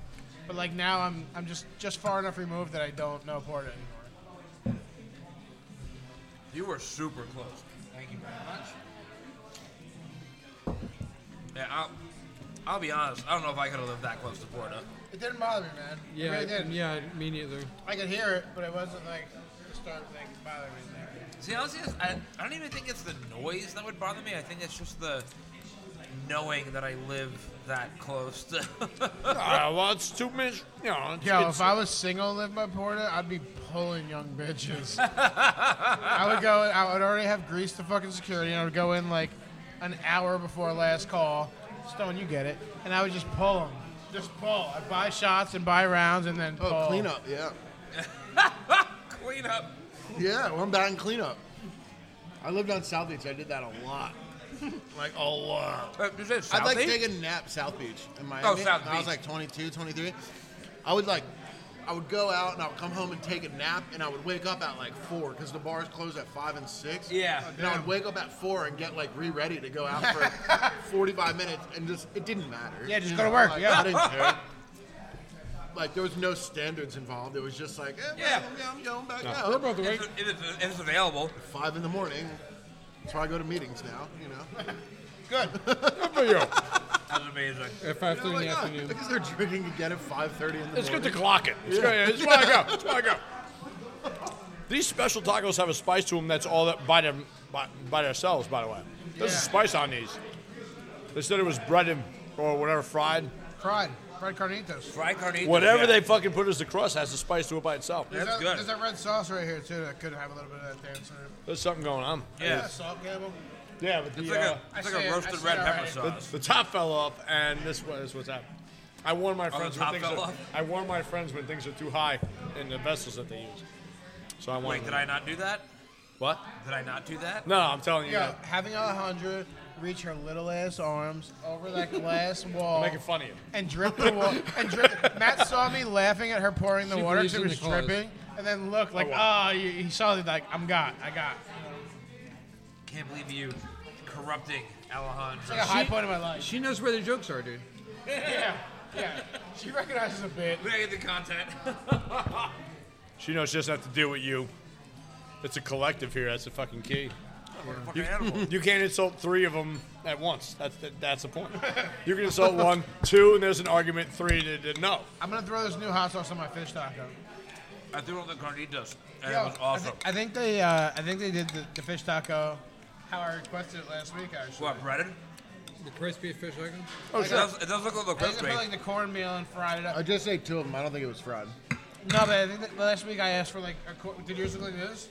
[SPEAKER 9] But like now, I'm I'm just just far enough removed that I don't know Portland anymore.
[SPEAKER 4] You were super close. Thank you very much. Yeah, I'll, I'll be honest. I don't know if I could have lived that close to Porto.
[SPEAKER 9] It didn't bother me, man.
[SPEAKER 2] Yeah,
[SPEAKER 9] it really didn't.
[SPEAKER 2] yeah, me neither.
[SPEAKER 9] I could hear it, but it wasn't like the start thing bothering me there.
[SPEAKER 4] See, honestly, it's- I, I don't even think it's the noise that would bother me. I think it's just the knowing that I live that close to. (laughs)
[SPEAKER 8] Ah, well, it's two minutes. You know, it's,
[SPEAKER 9] Yo,
[SPEAKER 8] it's-
[SPEAKER 9] if I was single and lived by Porta, I'd be pulling young bitches. I would go. I would already have greased the fucking security, and I would go in like an hour before last call. Stone, you get it. And I would just pull them. Just pull. I'd buy shots and buy rounds, and then pull.
[SPEAKER 6] Oh, cleanup, yeah.
[SPEAKER 4] Clean up.
[SPEAKER 6] Yeah, well, I'm batting cleanup.
[SPEAKER 3] I lived on South Beach. I did that a lot. like a lot.
[SPEAKER 4] Uh, you said
[SPEAKER 6] I'd like
[SPEAKER 4] Southie?
[SPEAKER 6] to take a nap South Beach in Miami.
[SPEAKER 4] Oh, South
[SPEAKER 6] I was
[SPEAKER 4] Beach.
[SPEAKER 6] like 22, 23. I would like, I would go out and I would come home and take a nap, and I would wake up at like four because the bars close at five and six.
[SPEAKER 4] Yeah.
[SPEAKER 6] And I would wake up at four and get like re-ready to go out for 45 minutes, and just it didn't matter.
[SPEAKER 9] Yeah, just
[SPEAKER 6] You
[SPEAKER 9] go to
[SPEAKER 6] know,
[SPEAKER 9] work,
[SPEAKER 6] like,
[SPEAKER 9] yeah.
[SPEAKER 6] I didn't care. Like there was no standards involved. It was just like, eh,
[SPEAKER 4] Yeah.
[SPEAKER 6] yeah, yeah, I'm going back
[SPEAKER 8] We're
[SPEAKER 6] out.
[SPEAKER 8] both awake.
[SPEAKER 4] If it- if it's, if it's available.
[SPEAKER 6] Five in the morning. That's why I go to meetings now. You know.
[SPEAKER 8] Good for you.
[SPEAKER 4] That's amazing.
[SPEAKER 2] At 5:30 in
[SPEAKER 6] Like,
[SPEAKER 2] the
[SPEAKER 6] oh,
[SPEAKER 2] afternoon.
[SPEAKER 6] Because they're drinking again at 5:30 in the
[SPEAKER 8] It's good
[SPEAKER 6] morning.
[SPEAKER 8] to clock it. It's good. It's where I go. It's where I go. These special tacos have a spice to them that's all that by them by, by themselves. By the way, there's
[SPEAKER 9] Yeah.
[SPEAKER 8] spice on these. They said it was breaded or whatever fried.
[SPEAKER 9] Fried. Fried carnitas.
[SPEAKER 4] Fried carnitas.
[SPEAKER 8] Whatever
[SPEAKER 4] yeah.
[SPEAKER 8] they fucking put as the crust has the spice to it by itself.
[SPEAKER 4] That's
[SPEAKER 9] there's that,
[SPEAKER 4] good.
[SPEAKER 9] There's that red sauce right here too. That could have a little bit of that dance in it.
[SPEAKER 8] There's something going on.
[SPEAKER 4] Yeah.
[SPEAKER 9] Salt Campbell.
[SPEAKER 8] Yeah, but
[SPEAKER 4] It's
[SPEAKER 8] the,
[SPEAKER 4] like
[SPEAKER 8] uh,
[SPEAKER 4] a, it's
[SPEAKER 9] I
[SPEAKER 4] like
[SPEAKER 9] see
[SPEAKER 4] a
[SPEAKER 9] it, I
[SPEAKER 4] roasted
[SPEAKER 9] see
[SPEAKER 4] red
[SPEAKER 9] it
[SPEAKER 4] pepper
[SPEAKER 9] already.
[SPEAKER 4] sauce.
[SPEAKER 8] the top fell off, and this was what's happening. I warn my friends
[SPEAKER 4] Oh, top
[SPEAKER 8] when things
[SPEAKER 4] fell
[SPEAKER 8] are,
[SPEAKER 4] off?
[SPEAKER 8] I warn my friends when things are too high in the vessels that they use. So I want.
[SPEAKER 4] Wait, did I not do that?
[SPEAKER 8] What?
[SPEAKER 4] Did I not do that?
[SPEAKER 8] No, I'm telling you.
[SPEAKER 9] Yeah,
[SPEAKER 8] that.
[SPEAKER 9] having Alejandra reach her little ass arms over that glass
[SPEAKER 8] I'm
[SPEAKER 9] wall.
[SPEAKER 8] making fun of you.
[SPEAKER 9] and drip the water. and drip. Matt saw me laughing at her pouring the
[SPEAKER 2] She
[SPEAKER 9] water
[SPEAKER 2] believes
[SPEAKER 9] because it
[SPEAKER 2] in
[SPEAKER 9] was
[SPEAKER 2] the cause.
[SPEAKER 9] dripping,
[SPEAKER 3] and then look
[SPEAKER 4] Oh,
[SPEAKER 3] like, ah, you he saw it like, I'm got, I got.
[SPEAKER 4] Can't believe you corrupting
[SPEAKER 3] It's
[SPEAKER 4] Alejandro.
[SPEAKER 3] like a high point of my life.
[SPEAKER 2] She knows where the jokes are, dude.
[SPEAKER 3] yeah, yeah. She recognizes a bit.
[SPEAKER 4] We gotta get the
[SPEAKER 3] (laughs)
[SPEAKER 4] content.
[SPEAKER 8] She knows she doesn't have to deal with you. It's a collective here. That's the fucking key.
[SPEAKER 4] Fucking animal.
[SPEAKER 8] You can't insult three of them at once. That's the, that's the point. You
[SPEAKER 4] (laughs)
[SPEAKER 8] can insult one, two, and there's an argument. Three, to, to no.
[SPEAKER 3] I'm gonna throw this new hot sauce on my fish taco.
[SPEAKER 4] I threw on the carnitas, and
[SPEAKER 3] Yo,
[SPEAKER 4] it was awesome.
[SPEAKER 3] I, thi- I think they, uh, I think they did the, the fish taco how I requested it last week. Actually,
[SPEAKER 4] What breaded?
[SPEAKER 2] The crispy fish icon.
[SPEAKER 3] Oh,
[SPEAKER 4] it, does, it does look a little
[SPEAKER 3] I think they
[SPEAKER 4] crispy.
[SPEAKER 3] put like the cornmeal and fried it up.
[SPEAKER 6] I just ate two of them. I don't think it was fried.
[SPEAKER 3] No, but I think that last week I asked for like a cor- did yours look like this?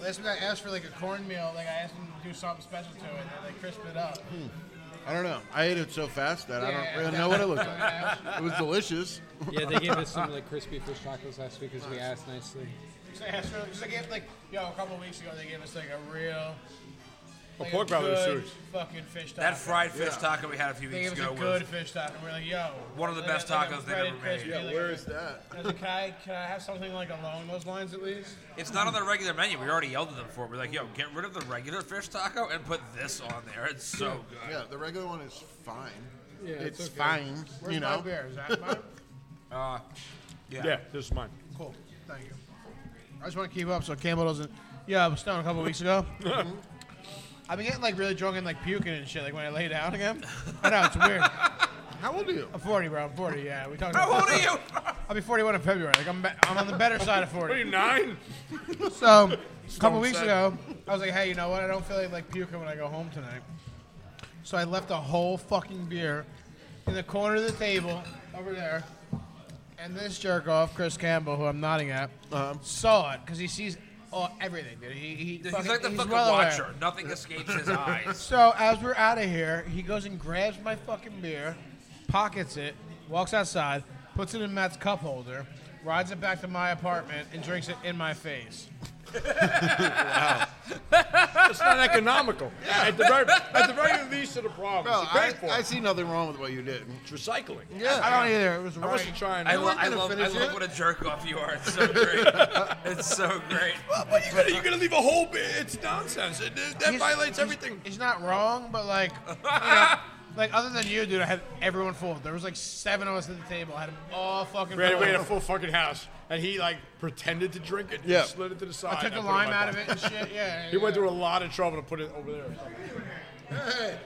[SPEAKER 3] Last week I asked for like a cornmeal, like I asked them to do something special to it, and they crisped it up.
[SPEAKER 6] I don't know. I ate it so fast that I
[SPEAKER 3] Yeah.
[SPEAKER 6] don't really know what it looked like. it was delicious.
[SPEAKER 2] Yeah, they
[SPEAKER 6] (laughs)
[SPEAKER 2] gave us some like crispy fish tacos last week because we asked nicely.
[SPEAKER 3] Because I asked for, because I gave like yo a couple of weeks ago they gave us like a real. Like
[SPEAKER 8] pork
[SPEAKER 3] a
[SPEAKER 8] belly was
[SPEAKER 3] good
[SPEAKER 8] huge.
[SPEAKER 3] Fucking fish taco.
[SPEAKER 4] that fried fish taco we had a few
[SPEAKER 3] They
[SPEAKER 4] weeks
[SPEAKER 3] gave us
[SPEAKER 4] ago
[SPEAKER 3] a
[SPEAKER 4] was
[SPEAKER 3] good fish taco. We're like, yo.
[SPEAKER 4] One of the
[SPEAKER 3] like a-
[SPEAKER 4] best
[SPEAKER 3] like a
[SPEAKER 4] tacos they've
[SPEAKER 3] breaded
[SPEAKER 4] ever made.
[SPEAKER 3] crispy,
[SPEAKER 4] Yeah,
[SPEAKER 3] like
[SPEAKER 6] Where
[SPEAKER 3] a-
[SPEAKER 6] is that?
[SPEAKER 3] I was like, can I, can I have something like along those lines at least?
[SPEAKER 4] It's not on their regular menu. We already yelled at them for it. We're like, yo, get rid of the regular fish taco and put this on there. It's so good.
[SPEAKER 6] Yeah, the regular one is fine.
[SPEAKER 2] Yeah,
[SPEAKER 6] it's
[SPEAKER 2] it's okay.
[SPEAKER 6] fine.
[SPEAKER 3] Where's
[SPEAKER 6] you
[SPEAKER 3] my
[SPEAKER 6] know.
[SPEAKER 3] beer? Is
[SPEAKER 6] (laughs)
[SPEAKER 3] that mine?
[SPEAKER 4] Uh, yeah.
[SPEAKER 8] Yeah, this is mine.
[SPEAKER 3] Cool. Thank you. I just want to keep up so Campbell doesn't. Yeah, I was stoned a couple weeks ago.
[SPEAKER 6] Mm-hmm.
[SPEAKER 3] I've been getting like really drunk and like puking and shit. Like when I lay down
[SPEAKER 6] (laughs)
[SPEAKER 3] again. I know it's weird.
[SPEAKER 6] How old are you?
[SPEAKER 3] I'm 40, bro. I'm 40. Yeah, we talked.
[SPEAKER 6] Oh,
[SPEAKER 4] (laughs) How
[SPEAKER 3] about-
[SPEAKER 4] old are you?
[SPEAKER 3] I'll be 41 in February. Like I'm, be- I'm on the better side of 40.
[SPEAKER 8] Nine.
[SPEAKER 3] So a couple
[SPEAKER 8] Stone
[SPEAKER 3] weeks
[SPEAKER 8] said.
[SPEAKER 3] ago, I was like, hey, you know what? I don't feel like, like puking when I go home tonight. So I left a whole fucking beer in the corner of the table over there. And this jerk off, Chris Campbell, who I'm nodding at, saw it because he sees all, everything, dude. He, he
[SPEAKER 4] He's
[SPEAKER 3] fucking-
[SPEAKER 4] like the
[SPEAKER 3] he's
[SPEAKER 4] fucking
[SPEAKER 3] well aware.
[SPEAKER 4] watcher. Nothing escapes
[SPEAKER 3] (laughs)
[SPEAKER 4] his eyes.
[SPEAKER 3] So as we're out of here, he goes and grabs my fucking beer, pockets it, walks outside, puts it in Matt's cup holder, rides it back to my apartment, and drinks it in my face.
[SPEAKER 8] It's not economical. At, the very, at the very least of the problem.
[SPEAKER 6] Bro,
[SPEAKER 8] you
[SPEAKER 6] Oh, I,
[SPEAKER 8] paid for
[SPEAKER 6] I
[SPEAKER 8] it.
[SPEAKER 6] see nothing wrong with what you did.
[SPEAKER 8] It's recycling.
[SPEAKER 6] Yeah.
[SPEAKER 3] I don't either. It was
[SPEAKER 8] I
[SPEAKER 3] right.
[SPEAKER 8] wasn't trying to.
[SPEAKER 4] I, lo- I
[SPEAKER 6] gonna
[SPEAKER 4] love, I
[SPEAKER 6] finish
[SPEAKER 4] love
[SPEAKER 6] it.
[SPEAKER 4] what a jerk off you are.
[SPEAKER 3] (laughs)
[SPEAKER 4] It's so great. it's so great.
[SPEAKER 8] but you're gonna, you're gonna leave a whole bit. It's nonsense. It, it- that
[SPEAKER 3] He's- he's-
[SPEAKER 8] violates everything.
[SPEAKER 3] He's not wrong, but like, you
[SPEAKER 8] (laughs)
[SPEAKER 3] know, like other than you, dude, I had everyone full. There was like seven of us at the table. I had them all fucking.
[SPEAKER 8] We had,
[SPEAKER 3] full.
[SPEAKER 8] we had a full fucking house, and he like pretended to drink it.
[SPEAKER 6] Yeah.
[SPEAKER 8] Yeah. Slid it to the side.
[SPEAKER 3] I took the
[SPEAKER 8] and put in my
[SPEAKER 3] lime out of
[SPEAKER 8] pocket.
[SPEAKER 3] it and shit. Yeah,
[SPEAKER 8] (laughs)
[SPEAKER 3] Yeah.
[SPEAKER 8] He went
[SPEAKER 3] yeah.
[SPEAKER 8] through a lot of trouble to put it over there.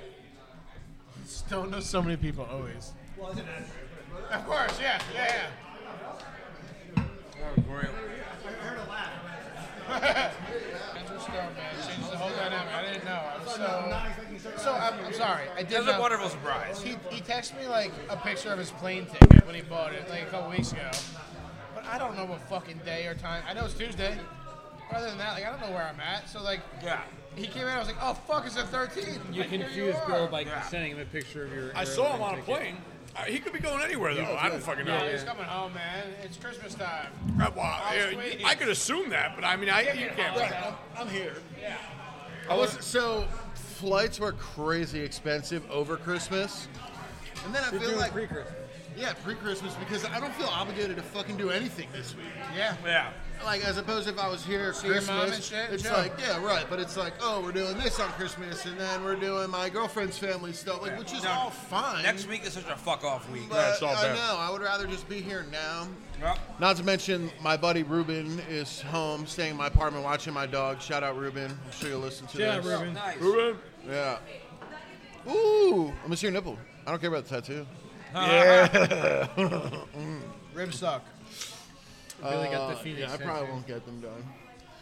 [SPEAKER 3] Don't know so many people always. Of course, yeah, yeah, Oh, yeah. That's what's going, man. It changed the whole dynamic. I didn't know. I'm so, so I'm, I'm sorry. I
[SPEAKER 4] It
[SPEAKER 3] did
[SPEAKER 4] was a
[SPEAKER 3] know.
[SPEAKER 4] wonderful surprise.
[SPEAKER 3] He, he texted me like a picture of his plane ticket when he bought it like a couple weeks ago. But I don't know what fucking day or time. I know it's Tuesday. But other than that, like I don't know where I'm at. So like
[SPEAKER 4] Yeah.
[SPEAKER 3] he came in, I was like, oh fuck, it's the 13th.
[SPEAKER 2] You
[SPEAKER 3] Like, here
[SPEAKER 2] confused
[SPEAKER 3] are.
[SPEAKER 2] Bill by
[SPEAKER 4] Yeah.
[SPEAKER 2] sending him a picture of your.
[SPEAKER 8] I saw him
[SPEAKER 2] airline
[SPEAKER 8] on a
[SPEAKER 2] ticket.
[SPEAKER 8] plane. Uh, He could be going anywhere though. I don't fucking know.
[SPEAKER 3] Yeah, he's coming home, oh, man. It's Christmas time.
[SPEAKER 8] Uh, well,
[SPEAKER 3] was
[SPEAKER 8] uh,
[SPEAKER 3] waiting.
[SPEAKER 8] I could assume that, but I mean, I you can't.
[SPEAKER 6] I'm, I'm here. Yeah. I was so flights were crazy expensive over Christmas, and then I
[SPEAKER 2] You're
[SPEAKER 6] feel
[SPEAKER 2] doing
[SPEAKER 6] like
[SPEAKER 2] pre-Christmas.
[SPEAKER 6] yeah pre-Christmas because I don't feel obligated to fucking do anything this week.
[SPEAKER 3] Yeah.
[SPEAKER 4] Yeah.
[SPEAKER 6] Like as opposed if I was here
[SPEAKER 3] your
[SPEAKER 6] Christmas,
[SPEAKER 3] mom and shit,
[SPEAKER 6] it's
[SPEAKER 3] yeah.
[SPEAKER 6] like yeah right, but it's like oh we're doing this on Christmas and then we're doing my girlfriend's family stuff like which is
[SPEAKER 4] No,
[SPEAKER 6] all fine.
[SPEAKER 4] Next week is such a fuck off week.
[SPEAKER 6] but
[SPEAKER 8] Yeah, it's all
[SPEAKER 6] I
[SPEAKER 8] bad.
[SPEAKER 6] know I would rather just be here now.
[SPEAKER 4] Well,
[SPEAKER 6] Not to mention, my buddy Ruben is home, staying in my apartment, watching my dog. Shout out Ruben! I'm sure you'll listen to
[SPEAKER 2] Yeah,
[SPEAKER 6] this.
[SPEAKER 2] Ruben.
[SPEAKER 4] nice.
[SPEAKER 8] Ruben?
[SPEAKER 6] Yeah. Ooh, I'm gonna see your nipple. I don't care about the tattoo.
[SPEAKER 3] Ribs suck.
[SPEAKER 2] Really got the
[SPEAKER 6] Uh,
[SPEAKER 2] Phoenix.
[SPEAKER 6] yeah, I
[SPEAKER 2] tattoo.
[SPEAKER 6] probably won't get them done.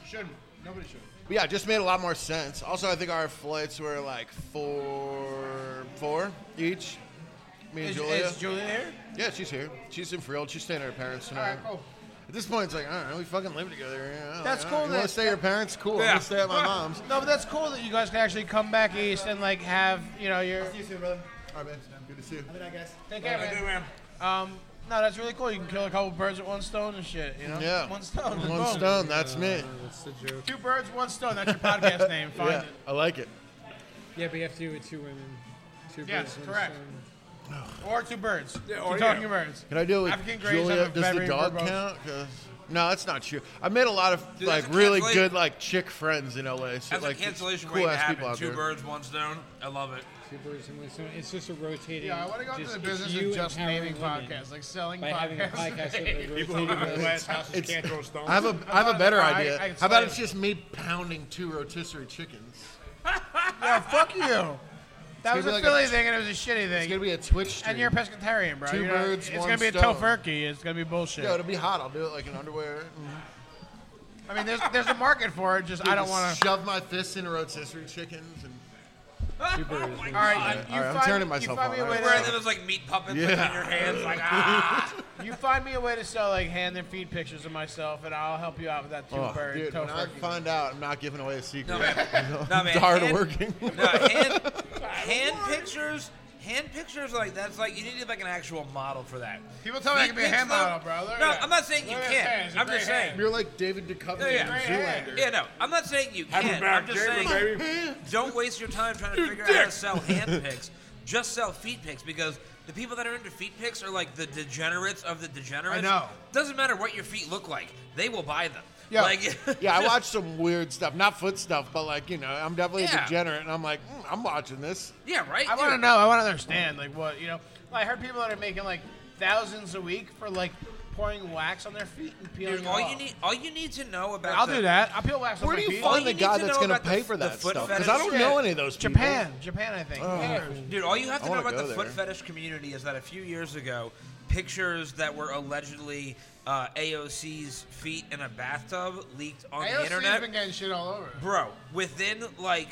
[SPEAKER 3] Shouldn't. Nobody should.
[SPEAKER 6] But yeah, it just made a lot more sense. Also, I think our flights were like four, four each. Me and
[SPEAKER 3] Is,
[SPEAKER 6] Julia.
[SPEAKER 3] is Julia here?
[SPEAKER 6] yeah, she's here. She's in Freehold. She's staying at her parents
[SPEAKER 3] All
[SPEAKER 6] tonight.
[SPEAKER 3] right, cool.
[SPEAKER 6] At this point, it's like, all right, we fucking live together. you know,
[SPEAKER 3] That's
[SPEAKER 6] like,
[SPEAKER 3] cool
[SPEAKER 6] all right, You
[SPEAKER 3] that-
[SPEAKER 6] want to stay at your parents? Cool. I'm
[SPEAKER 4] Yeah.
[SPEAKER 6] gonna stay
[SPEAKER 3] (laughs)
[SPEAKER 6] at my mom's.
[SPEAKER 3] No, but that's cool that you guys can actually come back east and like have you know your.
[SPEAKER 6] you soon, brother. All right, man. Good to see you.
[SPEAKER 3] Take care,
[SPEAKER 4] Good,
[SPEAKER 3] man.
[SPEAKER 4] man.
[SPEAKER 3] Um, no, that's really cool. You can kill a couple birds with one stone and shit. You know.
[SPEAKER 6] Yeah.
[SPEAKER 3] One stone.
[SPEAKER 6] One
[SPEAKER 3] Boom.
[SPEAKER 6] stone. That's me.
[SPEAKER 2] Uh, That's the joke.
[SPEAKER 3] Two birds, one stone. That's your
[SPEAKER 6] (laughs)
[SPEAKER 3] podcast name. Find
[SPEAKER 6] Yeah,
[SPEAKER 3] it.
[SPEAKER 6] I like it.
[SPEAKER 2] Yeah, but you have to do it with two women. Two
[SPEAKER 3] Yes,
[SPEAKER 2] birds, one
[SPEAKER 3] correct.
[SPEAKER 2] stone.
[SPEAKER 3] Or two birds.
[SPEAKER 8] Yeah, or
[SPEAKER 3] Two talking
[SPEAKER 8] yeah.
[SPEAKER 3] birds.
[SPEAKER 6] Can I do it with
[SPEAKER 3] African Grays
[SPEAKER 6] Julia?
[SPEAKER 3] have a
[SPEAKER 6] Does
[SPEAKER 3] very
[SPEAKER 6] the dog
[SPEAKER 3] verbose-
[SPEAKER 6] count? 'Cause- No, that's not true. I made a lot of
[SPEAKER 4] Dude, that's
[SPEAKER 6] like
[SPEAKER 4] a
[SPEAKER 6] really
[SPEAKER 4] cancella-
[SPEAKER 6] good like chick friends in LA. So
[SPEAKER 4] That's
[SPEAKER 6] like
[SPEAKER 4] a cancellation
[SPEAKER 6] cool
[SPEAKER 4] waiting to
[SPEAKER 6] ass people
[SPEAKER 4] happen.
[SPEAKER 6] out
[SPEAKER 4] Two
[SPEAKER 6] there.
[SPEAKER 4] birds, one stone. I
[SPEAKER 3] (laughs)
[SPEAKER 4] love it.
[SPEAKER 2] Two birds and one stone. It's just a rotating.
[SPEAKER 3] Yeah, I want to go into
[SPEAKER 2] just-
[SPEAKER 3] the
[SPEAKER 2] it's
[SPEAKER 3] business
[SPEAKER 2] you
[SPEAKER 3] of just
[SPEAKER 2] empowering
[SPEAKER 3] naming
[SPEAKER 2] women
[SPEAKER 3] podcasts, like selling
[SPEAKER 2] by having a (laughs)
[SPEAKER 3] podcasts.
[SPEAKER 2] podcast that
[SPEAKER 8] People who live in
[SPEAKER 2] rotates.
[SPEAKER 8] glass houses
[SPEAKER 6] It's-
[SPEAKER 8] can't throw stones.
[SPEAKER 6] I have a I have a better
[SPEAKER 3] I-
[SPEAKER 6] idea.
[SPEAKER 3] I can
[SPEAKER 6] How about
[SPEAKER 3] explain.
[SPEAKER 6] it's just me pounding two rotisserie chickens?
[SPEAKER 3] yeah, fuck you. That was
[SPEAKER 6] be
[SPEAKER 3] a
[SPEAKER 6] like a-
[SPEAKER 3] Philly thing, and it was a shitty
[SPEAKER 6] It's gonna
[SPEAKER 3] thing.
[SPEAKER 6] be a Twitch stream.
[SPEAKER 3] And you're a pescatarian, bro.
[SPEAKER 6] Two
[SPEAKER 3] you know?
[SPEAKER 6] birds,
[SPEAKER 3] It's
[SPEAKER 6] one
[SPEAKER 3] gonna be
[SPEAKER 6] stone.
[SPEAKER 3] a tofurkey. It's gonna be bullshit.
[SPEAKER 6] Yeah, it'll be hot. I'll do it like in underwear.
[SPEAKER 3] I mean, there's there's a market for it. Just I don't
[SPEAKER 6] Just
[SPEAKER 3] want to.
[SPEAKER 6] shove my fists into rotisserie chickens and
[SPEAKER 3] All right, you
[SPEAKER 6] All right, I'm
[SPEAKER 3] find,
[SPEAKER 6] turning
[SPEAKER 3] you
[SPEAKER 6] myself
[SPEAKER 3] find
[SPEAKER 6] on.
[SPEAKER 3] me a
[SPEAKER 6] All
[SPEAKER 3] way
[SPEAKER 6] right.
[SPEAKER 3] to-
[SPEAKER 4] Wearing those like meat puppets like, in your hands,
[SPEAKER 3] (laughs)
[SPEAKER 4] like ah.
[SPEAKER 3] You find me a way to sell like hand and feet pictures of myself, and I'll help you out with that two
[SPEAKER 6] Oh,
[SPEAKER 3] bird
[SPEAKER 6] dude, when I
[SPEAKER 3] tofurkey.
[SPEAKER 6] find out, I'm not giving away a secret.
[SPEAKER 4] No man, no man.
[SPEAKER 6] (laughs) it's hard
[SPEAKER 4] hand,
[SPEAKER 6] working.
[SPEAKER 4] (laughs) No, hand, hand
[SPEAKER 3] (laughs)
[SPEAKER 4] pictures. Hand pictures like that's like you need to have, like an actual model for that.
[SPEAKER 3] People tell me I can be a
[SPEAKER 4] Feet
[SPEAKER 3] hand
[SPEAKER 4] pics, though-
[SPEAKER 3] model, bro. Look at
[SPEAKER 4] No,
[SPEAKER 3] that.
[SPEAKER 4] I'm not saying you
[SPEAKER 3] Look at his hands,
[SPEAKER 4] can't.
[SPEAKER 3] they're
[SPEAKER 4] I'm just
[SPEAKER 3] great
[SPEAKER 4] saying.
[SPEAKER 6] (laughs) You're like David Duchovny
[SPEAKER 4] Yeah, yeah.
[SPEAKER 6] in Zoolander.
[SPEAKER 4] Yeah, no, I'm not saying you
[SPEAKER 8] Have him
[SPEAKER 4] can't.
[SPEAKER 8] back,
[SPEAKER 4] I'm just
[SPEAKER 8] Jaber,
[SPEAKER 4] saying
[SPEAKER 8] baby.
[SPEAKER 4] don't waste your time trying to figure out how to
[SPEAKER 3] (laughs)
[SPEAKER 4] sell hand picks. Just sell feet picks because the people that are into feet picks are like the degenerates of the degenerates.
[SPEAKER 3] I know.
[SPEAKER 4] Doesn't matter what your feet look like, they will buy them.
[SPEAKER 6] Yeah.
[SPEAKER 4] Like, (laughs)
[SPEAKER 6] yeah, I
[SPEAKER 4] just-
[SPEAKER 6] watched some weird stuff. Not foot stuff, but like, you know, I'm definitely
[SPEAKER 4] Yeah.
[SPEAKER 6] a degenerate and I'm like, mm, I'm watching this.
[SPEAKER 4] Yeah, right.
[SPEAKER 3] I
[SPEAKER 4] dude.
[SPEAKER 3] want to know. I want to understand, like, what you know. I heard people that are making like thousands a week for like pouring wax on their feet and peeling
[SPEAKER 4] Dude,
[SPEAKER 3] it
[SPEAKER 4] all
[SPEAKER 3] off.
[SPEAKER 4] you need, all you need to know about.
[SPEAKER 3] I'll
[SPEAKER 4] the-
[SPEAKER 3] do that. I'll peel wax on
[SPEAKER 6] Where
[SPEAKER 3] my
[SPEAKER 6] do you
[SPEAKER 3] feet.
[SPEAKER 6] find
[SPEAKER 4] you
[SPEAKER 6] the
[SPEAKER 4] need
[SPEAKER 6] guy
[SPEAKER 4] to
[SPEAKER 6] that's
[SPEAKER 4] know
[SPEAKER 6] going to
[SPEAKER 4] about the
[SPEAKER 6] pay
[SPEAKER 4] f-
[SPEAKER 6] for
[SPEAKER 4] the
[SPEAKER 6] that
[SPEAKER 4] foot
[SPEAKER 6] stuff? Because I
[SPEAKER 4] fetish
[SPEAKER 6] don't
[SPEAKER 4] shit.
[SPEAKER 6] know any of those people.
[SPEAKER 3] Japan, Japan, I think.
[SPEAKER 2] Oh.
[SPEAKER 3] Who cares?
[SPEAKER 4] Dude, all you have to
[SPEAKER 6] I
[SPEAKER 4] know
[SPEAKER 6] wanna
[SPEAKER 4] about the
[SPEAKER 6] go
[SPEAKER 4] foot
[SPEAKER 6] there.
[SPEAKER 4] fetish community is that a few years ago, pictures that were allegedly uh, AOC's feet in a bathtub leaked on the
[SPEAKER 3] AOC
[SPEAKER 4] internet.
[SPEAKER 3] has been getting shit all over.
[SPEAKER 4] Bro, within like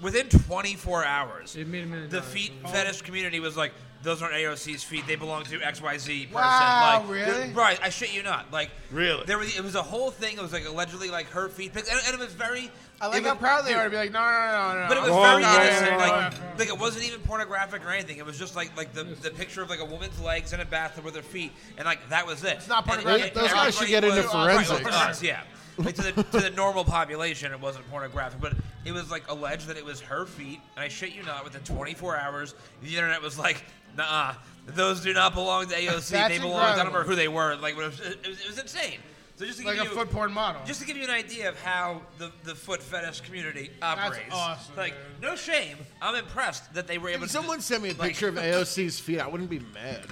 [SPEAKER 4] within 24 hours,
[SPEAKER 2] It made a Oh. minute.
[SPEAKER 4] the feet fetish community was like, "Those aren't AOC's feet. They belong to XYZ person."
[SPEAKER 3] Wow,
[SPEAKER 4] like,
[SPEAKER 3] really?
[SPEAKER 4] there- Right? I shit you not. Like,
[SPEAKER 6] Really?
[SPEAKER 4] There was it was a whole thing. It was like allegedly like her feet pics, and, and it was very.
[SPEAKER 3] I
[SPEAKER 4] it
[SPEAKER 3] like
[SPEAKER 4] was-
[SPEAKER 3] how proud they
[SPEAKER 4] dude,
[SPEAKER 3] are to be like, no, no, no, no.
[SPEAKER 4] but it was
[SPEAKER 3] no,
[SPEAKER 4] very
[SPEAKER 3] no, no, no,
[SPEAKER 4] innocent.
[SPEAKER 3] no,
[SPEAKER 4] like,
[SPEAKER 3] no, no."
[SPEAKER 4] like it wasn't even pornographic or anything. It was just like like the, the picture of like a woman's legs in a bathtub with her feet, and like that was it. It's
[SPEAKER 3] not pornographic.
[SPEAKER 6] Those guys should get into forensics.
[SPEAKER 4] yeah. Like, to, the, to the normal population, it wasn't pornographic, but it was like alleged that it was her feet. And I shit you not, within 24 hours, the internet was like, "Nah, those do not belong to AOC. they
[SPEAKER 3] That's
[SPEAKER 4] belong. I
[SPEAKER 3] incredible.
[SPEAKER 4] don't remember who they were. Like, it was, it was, it was insane. So just to
[SPEAKER 3] like
[SPEAKER 4] give
[SPEAKER 3] a
[SPEAKER 4] you,
[SPEAKER 3] foot porn model.
[SPEAKER 4] just to give you an idea of how the, the foot fetish community operates.
[SPEAKER 3] awesome,
[SPEAKER 4] Like,
[SPEAKER 3] dude.
[SPEAKER 4] no shame. I'm impressed that they were able
[SPEAKER 6] If
[SPEAKER 4] to.
[SPEAKER 6] someone sent me a
[SPEAKER 4] like- (laughs)
[SPEAKER 6] picture of AOC's feet, I wouldn't be mad.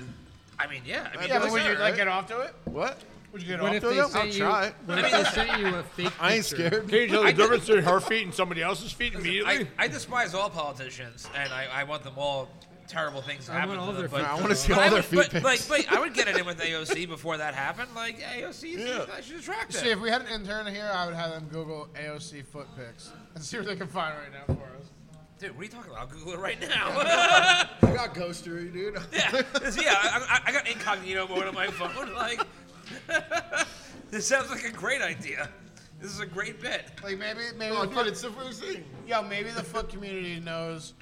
[SPEAKER 4] I mean, yeah. I mean,
[SPEAKER 3] yeah, but would you
[SPEAKER 6] Right?
[SPEAKER 3] like get off to it?
[SPEAKER 6] What?
[SPEAKER 3] Would you get
[SPEAKER 2] What
[SPEAKER 3] off
[SPEAKER 2] if
[SPEAKER 3] to
[SPEAKER 2] they
[SPEAKER 3] it?
[SPEAKER 6] I'll
[SPEAKER 2] sent you?
[SPEAKER 6] try it.
[SPEAKER 2] What if they sent you a fake?
[SPEAKER 6] I ain't
[SPEAKER 2] picture?
[SPEAKER 6] scared.
[SPEAKER 8] Can you tell the difference between her feet and somebody else's feet immediately?
[SPEAKER 4] I, I despise all politicians, and I, I want them all terrible things to
[SPEAKER 2] I
[SPEAKER 4] happen
[SPEAKER 2] want all
[SPEAKER 4] to them.
[SPEAKER 2] their
[SPEAKER 4] but,
[SPEAKER 2] feet
[SPEAKER 6] I want to see
[SPEAKER 4] but I
[SPEAKER 6] all their
[SPEAKER 4] would-
[SPEAKER 6] feet
[SPEAKER 4] but,
[SPEAKER 6] pics.
[SPEAKER 4] like, but I would get it in with AOC before that happened. Like AOC, yeah. she's attractive.
[SPEAKER 3] See, if we had an intern here, I would have them Google AOC foot pics and see what they can find right now for us.
[SPEAKER 4] Dude, what are you talking about? I'll Google it right now. (laughs)
[SPEAKER 6] I got ghostery, dude.
[SPEAKER 4] yeah, This- yeah. I, I- I got incognito mode on my phone. (laughs) Like, this sounds like a great idea. This is a great bit.
[SPEAKER 3] Like maybe, maybe,
[SPEAKER 6] Oh,
[SPEAKER 3] the
[SPEAKER 6] dude,
[SPEAKER 3] foot-
[SPEAKER 6] it's the first thing.
[SPEAKER 3] yo, maybe the foot community knows.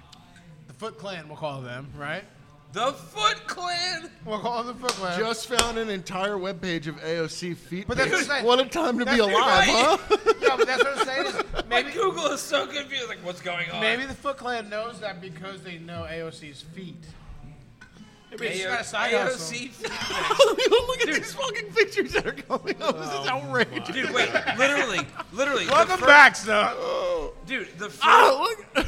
[SPEAKER 3] The Foot Clan, we'll call them, right?
[SPEAKER 4] The Foot Clan.
[SPEAKER 3] We'll call them the Foot Clan.
[SPEAKER 6] Just found an entire webpage of AOC feet.
[SPEAKER 3] But that's
[SPEAKER 6] pics.
[SPEAKER 3] what I'm saying.
[SPEAKER 6] what a time to be
[SPEAKER 3] That's-
[SPEAKER 6] alive,
[SPEAKER 4] right. (laughs)
[SPEAKER 6] huh? (laughs)
[SPEAKER 3] yeah, but that's what I'm saying. Is
[SPEAKER 4] My
[SPEAKER 3] maybe,
[SPEAKER 4] Google is so confused. Like, what's going on?
[SPEAKER 3] maybe the Foot Clan knows that because they know AOC's feet. Maybe it's
[SPEAKER 4] AO-
[SPEAKER 3] not a side hustle.
[SPEAKER 4] AOC.
[SPEAKER 6] Look at these fucking pictures that are going up. This is outrageous.
[SPEAKER 4] Dude, wait. Literally, literally. the
[SPEAKER 3] Oh, Welcome
[SPEAKER 4] fir-
[SPEAKER 3] back, son.
[SPEAKER 4] Dude, the first,
[SPEAKER 6] Oh, look.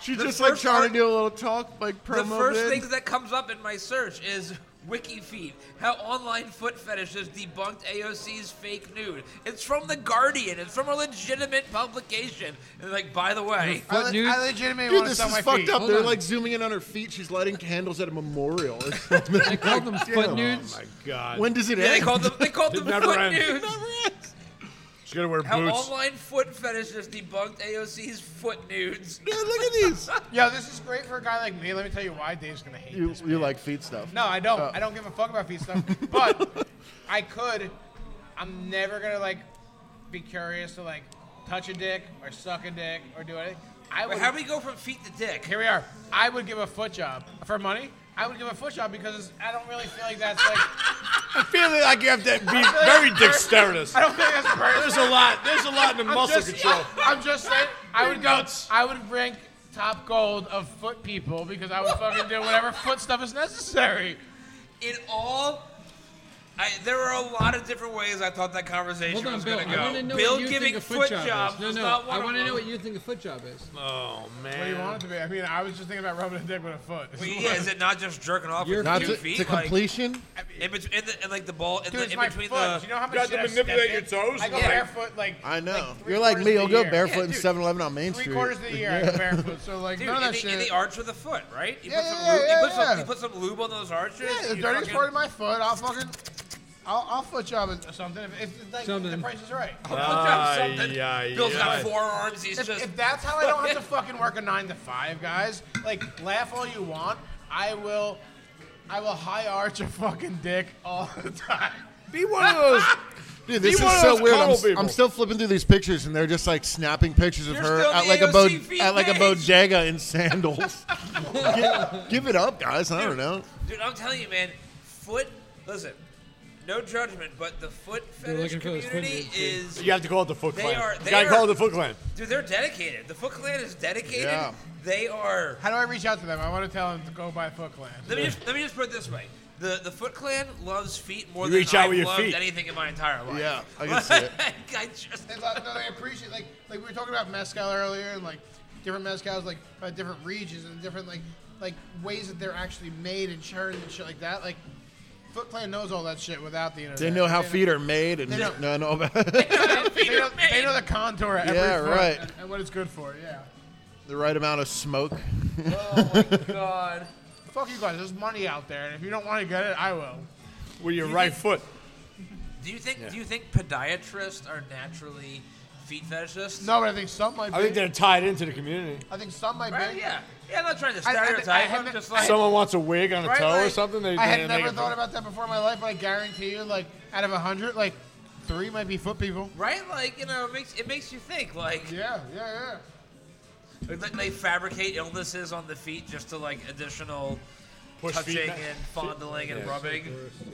[SPEAKER 6] She's
[SPEAKER 4] The
[SPEAKER 6] just like
[SPEAKER 4] first
[SPEAKER 6] trying
[SPEAKER 4] part-
[SPEAKER 6] to do a little talk, like promo.
[SPEAKER 4] the first
[SPEAKER 6] vid.
[SPEAKER 4] thing that comes up in my search is Wiki Feet. How online foot fetishes debunked AOC's fake nude. It's from The Guardian. It's from a legitimate publication. And like, by the way,
[SPEAKER 3] I,
[SPEAKER 2] What
[SPEAKER 3] le-
[SPEAKER 2] news-
[SPEAKER 3] I legitimately
[SPEAKER 6] Dude,
[SPEAKER 3] want to
[SPEAKER 6] this
[SPEAKER 3] sell
[SPEAKER 6] is
[SPEAKER 3] my
[SPEAKER 6] fucked
[SPEAKER 3] feet.
[SPEAKER 6] up.
[SPEAKER 2] Hold
[SPEAKER 6] They're
[SPEAKER 2] on.
[SPEAKER 6] like zooming in on her feet. She's lighting candles at a
[SPEAKER 2] (laughs)
[SPEAKER 6] memorial. or something.
[SPEAKER 2] They called them foot nudes.
[SPEAKER 8] Oh my God.
[SPEAKER 6] when does it
[SPEAKER 4] yeah,
[SPEAKER 6] end?
[SPEAKER 4] they called them they called them
[SPEAKER 8] never
[SPEAKER 4] foot
[SPEAKER 8] ends.
[SPEAKER 4] nudes.
[SPEAKER 8] She's gonna wear
[SPEAKER 4] How
[SPEAKER 8] boots.
[SPEAKER 4] online foot fetishes debunked AOC's foot nudes.
[SPEAKER 6] Dude, look at these.
[SPEAKER 3] Yo, this is great for a guy like me. Let me tell you why Dave's gonna hate
[SPEAKER 6] (laughs) you,
[SPEAKER 3] this.
[SPEAKER 6] you like feet stuff?
[SPEAKER 3] No, I don't.
[SPEAKER 6] Oh.
[SPEAKER 3] I don't give a fuck about feet stuff. But I could. I'm never gonna like be curious to like touch a dick or suck a dick or do anything. I would.
[SPEAKER 4] Wait, (laughs) how do we go from feet to dick?
[SPEAKER 3] here we are. I would give a foot job for money. I would give a foot job because I don't really feel like that's like.
[SPEAKER 8] I feel like you have to be very dexterous.
[SPEAKER 3] I don't feel like that's personal.
[SPEAKER 8] There's a lot. There's a lot in the
[SPEAKER 3] I'm
[SPEAKER 8] muscle
[SPEAKER 3] just,
[SPEAKER 8] control.
[SPEAKER 3] I'm just saying. I would go.
[SPEAKER 8] Nuts.
[SPEAKER 3] I would rank top gold of foot people because I would fucking do whatever foot stuff is necessary.
[SPEAKER 4] in all I, there were a lot of different ways I thought that
[SPEAKER 2] (laughs)
[SPEAKER 4] conversation
[SPEAKER 2] Hold on,
[SPEAKER 4] was
[SPEAKER 2] Bill.
[SPEAKER 4] going to
[SPEAKER 2] I want to
[SPEAKER 4] go.
[SPEAKER 2] know
[SPEAKER 4] Bill
[SPEAKER 2] what you
[SPEAKER 4] giving
[SPEAKER 2] think a foot,
[SPEAKER 4] foot
[SPEAKER 2] job,
[SPEAKER 4] jobs
[SPEAKER 2] is. No,
[SPEAKER 4] was
[SPEAKER 2] no.
[SPEAKER 4] not one
[SPEAKER 2] I
[SPEAKER 4] of
[SPEAKER 2] want to know
[SPEAKER 4] them.
[SPEAKER 2] what you think a foot job is.
[SPEAKER 4] Oh man.
[SPEAKER 9] What do you want it to be? I mean, I was just thinking about rubbing a dick with a foot.
[SPEAKER 4] Well, yeah, is it not just jerking off
[SPEAKER 2] Your
[SPEAKER 4] with
[SPEAKER 6] Not
[SPEAKER 4] two
[SPEAKER 6] to,
[SPEAKER 4] feet?
[SPEAKER 6] to
[SPEAKER 4] Like,
[SPEAKER 6] completion.
[SPEAKER 4] in between, in the, in like the ball, in,
[SPEAKER 9] Dude,
[SPEAKER 4] the,
[SPEAKER 9] it's
[SPEAKER 4] in
[SPEAKER 9] my
[SPEAKER 4] between
[SPEAKER 9] foot.
[SPEAKER 4] the.
[SPEAKER 9] Do you know how much
[SPEAKER 8] You have to
[SPEAKER 9] shit I've
[SPEAKER 8] manipulate your
[SPEAKER 9] stepped in?
[SPEAKER 8] toes.
[SPEAKER 9] I go
[SPEAKER 4] Yeah.
[SPEAKER 9] barefoot like
[SPEAKER 6] I know.
[SPEAKER 9] three
[SPEAKER 6] You're like
[SPEAKER 9] quarters
[SPEAKER 6] me.
[SPEAKER 9] of
[SPEAKER 6] You'll
[SPEAKER 9] the
[SPEAKER 6] go
[SPEAKER 9] year.
[SPEAKER 6] barefoot
[SPEAKER 4] Yeah,
[SPEAKER 6] in
[SPEAKER 4] dude.
[SPEAKER 6] 7-Eleven on Main
[SPEAKER 9] Three
[SPEAKER 6] Street.
[SPEAKER 9] quarters of the year I
[SPEAKER 6] (laughs)
[SPEAKER 9] go barefoot, so like
[SPEAKER 4] Dude,
[SPEAKER 9] none of
[SPEAKER 4] in
[SPEAKER 9] that
[SPEAKER 4] the,
[SPEAKER 9] shit.
[SPEAKER 4] in the arch with a foot, right? You
[SPEAKER 9] Yeah,
[SPEAKER 4] put some
[SPEAKER 9] yeah,
[SPEAKER 4] lube,
[SPEAKER 9] yeah,
[SPEAKER 4] you, put
[SPEAKER 9] yeah.
[SPEAKER 4] Some, you put some lube on those arches.
[SPEAKER 9] Yeah, the
[SPEAKER 4] you
[SPEAKER 9] dirtiest
[SPEAKER 4] fucking-
[SPEAKER 9] part of my foot, I'll fucking, I'll, I'll foot job it or something if, if, like,
[SPEAKER 2] Something.
[SPEAKER 9] the price is right.
[SPEAKER 4] I'll put down something.
[SPEAKER 8] Ay, ay,
[SPEAKER 4] Bill's got
[SPEAKER 8] ay.
[SPEAKER 4] four arms. He's
[SPEAKER 9] If,
[SPEAKER 4] just.
[SPEAKER 9] if that's how I don't have to fucking work a nine to five, guys, like laugh all you want, I will, I will high arch a fucking dick all the time.
[SPEAKER 8] Be one of those.
[SPEAKER 6] Dude, this
[SPEAKER 8] Be one of
[SPEAKER 6] is so
[SPEAKER 8] those
[SPEAKER 6] weird. I'm,
[SPEAKER 8] coral
[SPEAKER 6] s-
[SPEAKER 8] people.
[SPEAKER 6] I'm still flipping through these pictures, and they're just like snapping pictures of
[SPEAKER 4] You're
[SPEAKER 6] her
[SPEAKER 4] still
[SPEAKER 6] at
[SPEAKER 4] the
[SPEAKER 6] like a bo-
[SPEAKER 4] AOC
[SPEAKER 6] at like a
[SPEAKER 4] page.
[SPEAKER 6] bodega in sandals. (laughs) give, give it up, guys. I don't know.
[SPEAKER 4] Dude, I'm telling you, man, foot. Listen, no judgment, but the foot fetish
[SPEAKER 2] looking for those foot
[SPEAKER 4] community
[SPEAKER 2] nudes, dude.
[SPEAKER 4] is.
[SPEAKER 8] You have to call it the Foot
[SPEAKER 4] They
[SPEAKER 8] Clan.
[SPEAKER 4] are-
[SPEAKER 8] you
[SPEAKER 4] they
[SPEAKER 8] gotta
[SPEAKER 4] are-
[SPEAKER 8] call it the Foot Clan.
[SPEAKER 4] Dude, they're dedicated. The Foot Clan is dedicated.
[SPEAKER 6] Yeah.
[SPEAKER 4] They are.
[SPEAKER 9] How do I reach out to them? I want to tell them to go buy Foot Clan.
[SPEAKER 4] Let me just let me just put it this way: the the Foot Clan loves feet more
[SPEAKER 8] You
[SPEAKER 4] than
[SPEAKER 8] reach out
[SPEAKER 4] I've
[SPEAKER 8] with your
[SPEAKER 4] loved
[SPEAKER 8] feet.
[SPEAKER 4] anything in my entire life.
[SPEAKER 6] Yeah, I can see it.
[SPEAKER 4] (laughs) Like, I just
[SPEAKER 9] They love, no, they appreciate like like we were talking about mezcal earlier and like different mezcals like by different regions and different like like ways that they're actually made and churned and shit like that. Like Foot Clan knows all that shit without the internet.
[SPEAKER 6] They know how feet are made, and
[SPEAKER 9] They know.
[SPEAKER 6] no, no. (laughs)
[SPEAKER 4] (laughs)
[SPEAKER 9] They
[SPEAKER 4] feet
[SPEAKER 9] know,
[SPEAKER 4] are
[SPEAKER 9] they
[SPEAKER 4] made.
[SPEAKER 9] know the contour of
[SPEAKER 6] Yeah,
[SPEAKER 9] every foot
[SPEAKER 6] right.
[SPEAKER 9] and, and what it's good for. Yeah.
[SPEAKER 6] the right amount of smoke.
[SPEAKER 4] Oh (laughs) my god.
[SPEAKER 9] Fuck you guys. There's money out there, and if you don't want to get it, I will.
[SPEAKER 8] With your right foot.
[SPEAKER 4] Do you think do you think podiatrists are naturally feet fetishists?
[SPEAKER 9] No, but I think some might. Be.
[SPEAKER 8] I think they're tied into the community.
[SPEAKER 9] I think some might
[SPEAKER 4] Right?
[SPEAKER 9] be.
[SPEAKER 4] Yeah. Yeah, I'm not trying to
[SPEAKER 9] I- I- I
[SPEAKER 4] stereotype.
[SPEAKER 9] haven't-
[SPEAKER 4] am just
[SPEAKER 9] I-
[SPEAKER 4] like
[SPEAKER 8] Someone wants a wig on a
[SPEAKER 9] Right,
[SPEAKER 8] toe or
[SPEAKER 9] like,
[SPEAKER 8] something. They,
[SPEAKER 9] I
[SPEAKER 8] they
[SPEAKER 9] had
[SPEAKER 8] make
[SPEAKER 9] never
[SPEAKER 8] it
[SPEAKER 9] thought about that before in my life, but I guarantee you, like out of a hundred, like three might be foot people.
[SPEAKER 4] right, like you know, it makes it makes you think. Like
[SPEAKER 9] Yeah, yeah, yeah.
[SPEAKER 4] like they fabricate illnesses on the feet just to like additional
[SPEAKER 8] Push feet
[SPEAKER 4] touching
[SPEAKER 8] back.
[SPEAKER 4] and fondling and rubbing.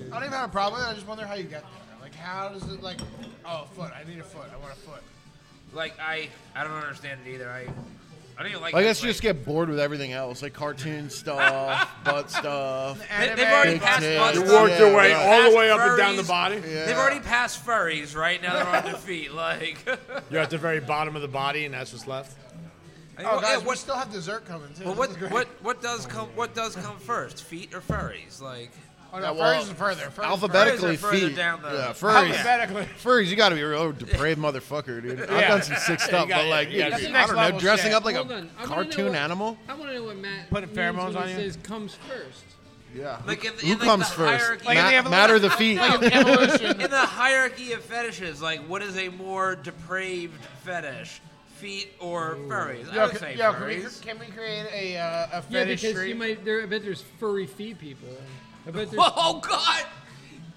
[SPEAKER 9] I don't even have a problem. with it, I just wonder how you get there. Like, how does it like? Oh, foot. I need a foot. I want a foot.
[SPEAKER 4] Like I I don't understand it either. I I don't even like.
[SPEAKER 6] I
[SPEAKER 4] that,
[SPEAKER 6] guess you
[SPEAKER 4] like-
[SPEAKER 6] just get bored with everything else, like cartoon stuff, butt stuff.
[SPEAKER 4] They,
[SPEAKER 9] Anime.
[SPEAKER 4] they've already
[SPEAKER 6] Big
[SPEAKER 4] passed
[SPEAKER 6] tits.
[SPEAKER 4] butt
[SPEAKER 6] You
[SPEAKER 4] stuff.
[SPEAKER 8] Work your way
[SPEAKER 6] Yeah.
[SPEAKER 8] all the way up
[SPEAKER 4] Furries.
[SPEAKER 8] and down the body.
[SPEAKER 4] They've already passed furries. Right now they're on their feet. Like, (laughs)
[SPEAKER 8] You're at the very bottom of the body, and that's what's left.
[SPEAKER 9] Oh, guys,
[SPEAKER 4] yeah,
[SPEAKER 9] we
[SPEAKER 4] what,
[SPEAKER 9] still have dessert coming too.
[SPEAKER 4] well, what,
[SPEAKER 8] (laughs)
[SPEAKER 9] This is great.
[SPEAKER 4] what, what does come what does come first, feet or furries? Like,
[SPEAKER 9] Oh,
[SPEAKER 6] Yeah,
[SPEAKER 9] no,
[SPEAKER 6] well,
[SPEAKER 9] furries is further. Furries, (laughs)
[SPEAKER 6] Alphabetically,
[SPEAKER 4] Furries are further
[SPEAKER 6] feet.
[SPEAKER 4] down the-
[SPEAKER 6] yeah,
[SPEAKER 9] furries.
[SPEAKER 6] furries.
[SPEAKER 9] Alphabetically.
[SPEAKER 6] Furries, you got to be a real depraved motherfucker, dude. I've done some sick stuff,
[SPEAKER 8] got-
[SPEAKER 6] but like,
[SPEAKER 8] yeah,
[SPEAKER 6] dude,
[SPEAKER 9] that's the
[SPEAKER 6] I
[SPEAKER 9] next
[SPEAKER 6] don't know,
[SPEAKER 9] level
[SPEAKER 6] dressing
[SPEAKER 9] shit.
[SPEAKER 6] up like
[SPEAKER 2] Hold
[SPEAKER 6] a
[SPEAKER 2] on. I wanna know
[SPEAKER 6] cartoon
[SPEAKER 2] what-
[SPEAKER 6] animal.
[SPEAKER 2] I want to know what Matt
[SPEAKER 9] Put a
[SPEAKER 2] means
[SPEAKER 9] pheromones
[SPEAKER 2] when
[SPEAKER 9] on
[SPEAKER 2] he
[SPEAKER 9] you?
[SPEAKER 2] says comes first.
[SPEAKER 6] Yeah.
[SPEAKER 4] like in the,
[SPEAKER 6] Who
[SPEAKER 4] in, like,
[SPEAKER 6] comes
[SPEAKER 4] the
[SPEAKER 6] first?
[SPEAKER 4] Hierarchy,
[SPEAKER 9] Like in
[SPEAKER 6] Ma-
[SPEAKER 9] the evolution-
[SPEAKER 6] matter of the feet.
[SPEAKER 9] Evolution.
[SPEAKER 4] in the hierarchy of fetishes, like what is a more depraved fetish, feet or furries? I
[SPEAKER 9] Yo,
[SPEAKER 4] would
[SPEAKER 9] can,
[SPEAKER 4] say
[SPEAKER 9] yo, can, we,
[SPEAKER 4] furries.
[SPEAKER 9] can we create a, uh, a
[SPEAKER 2] Yeah,
[SPEAKER 9] fetish
[SPEAKER 2] because
[SPEAKER 9] tree?
[SPEAKER 2] you might. There, I bet there's furry feet people. I bet there's.
[SPEAKER 4] (laughs) oh God!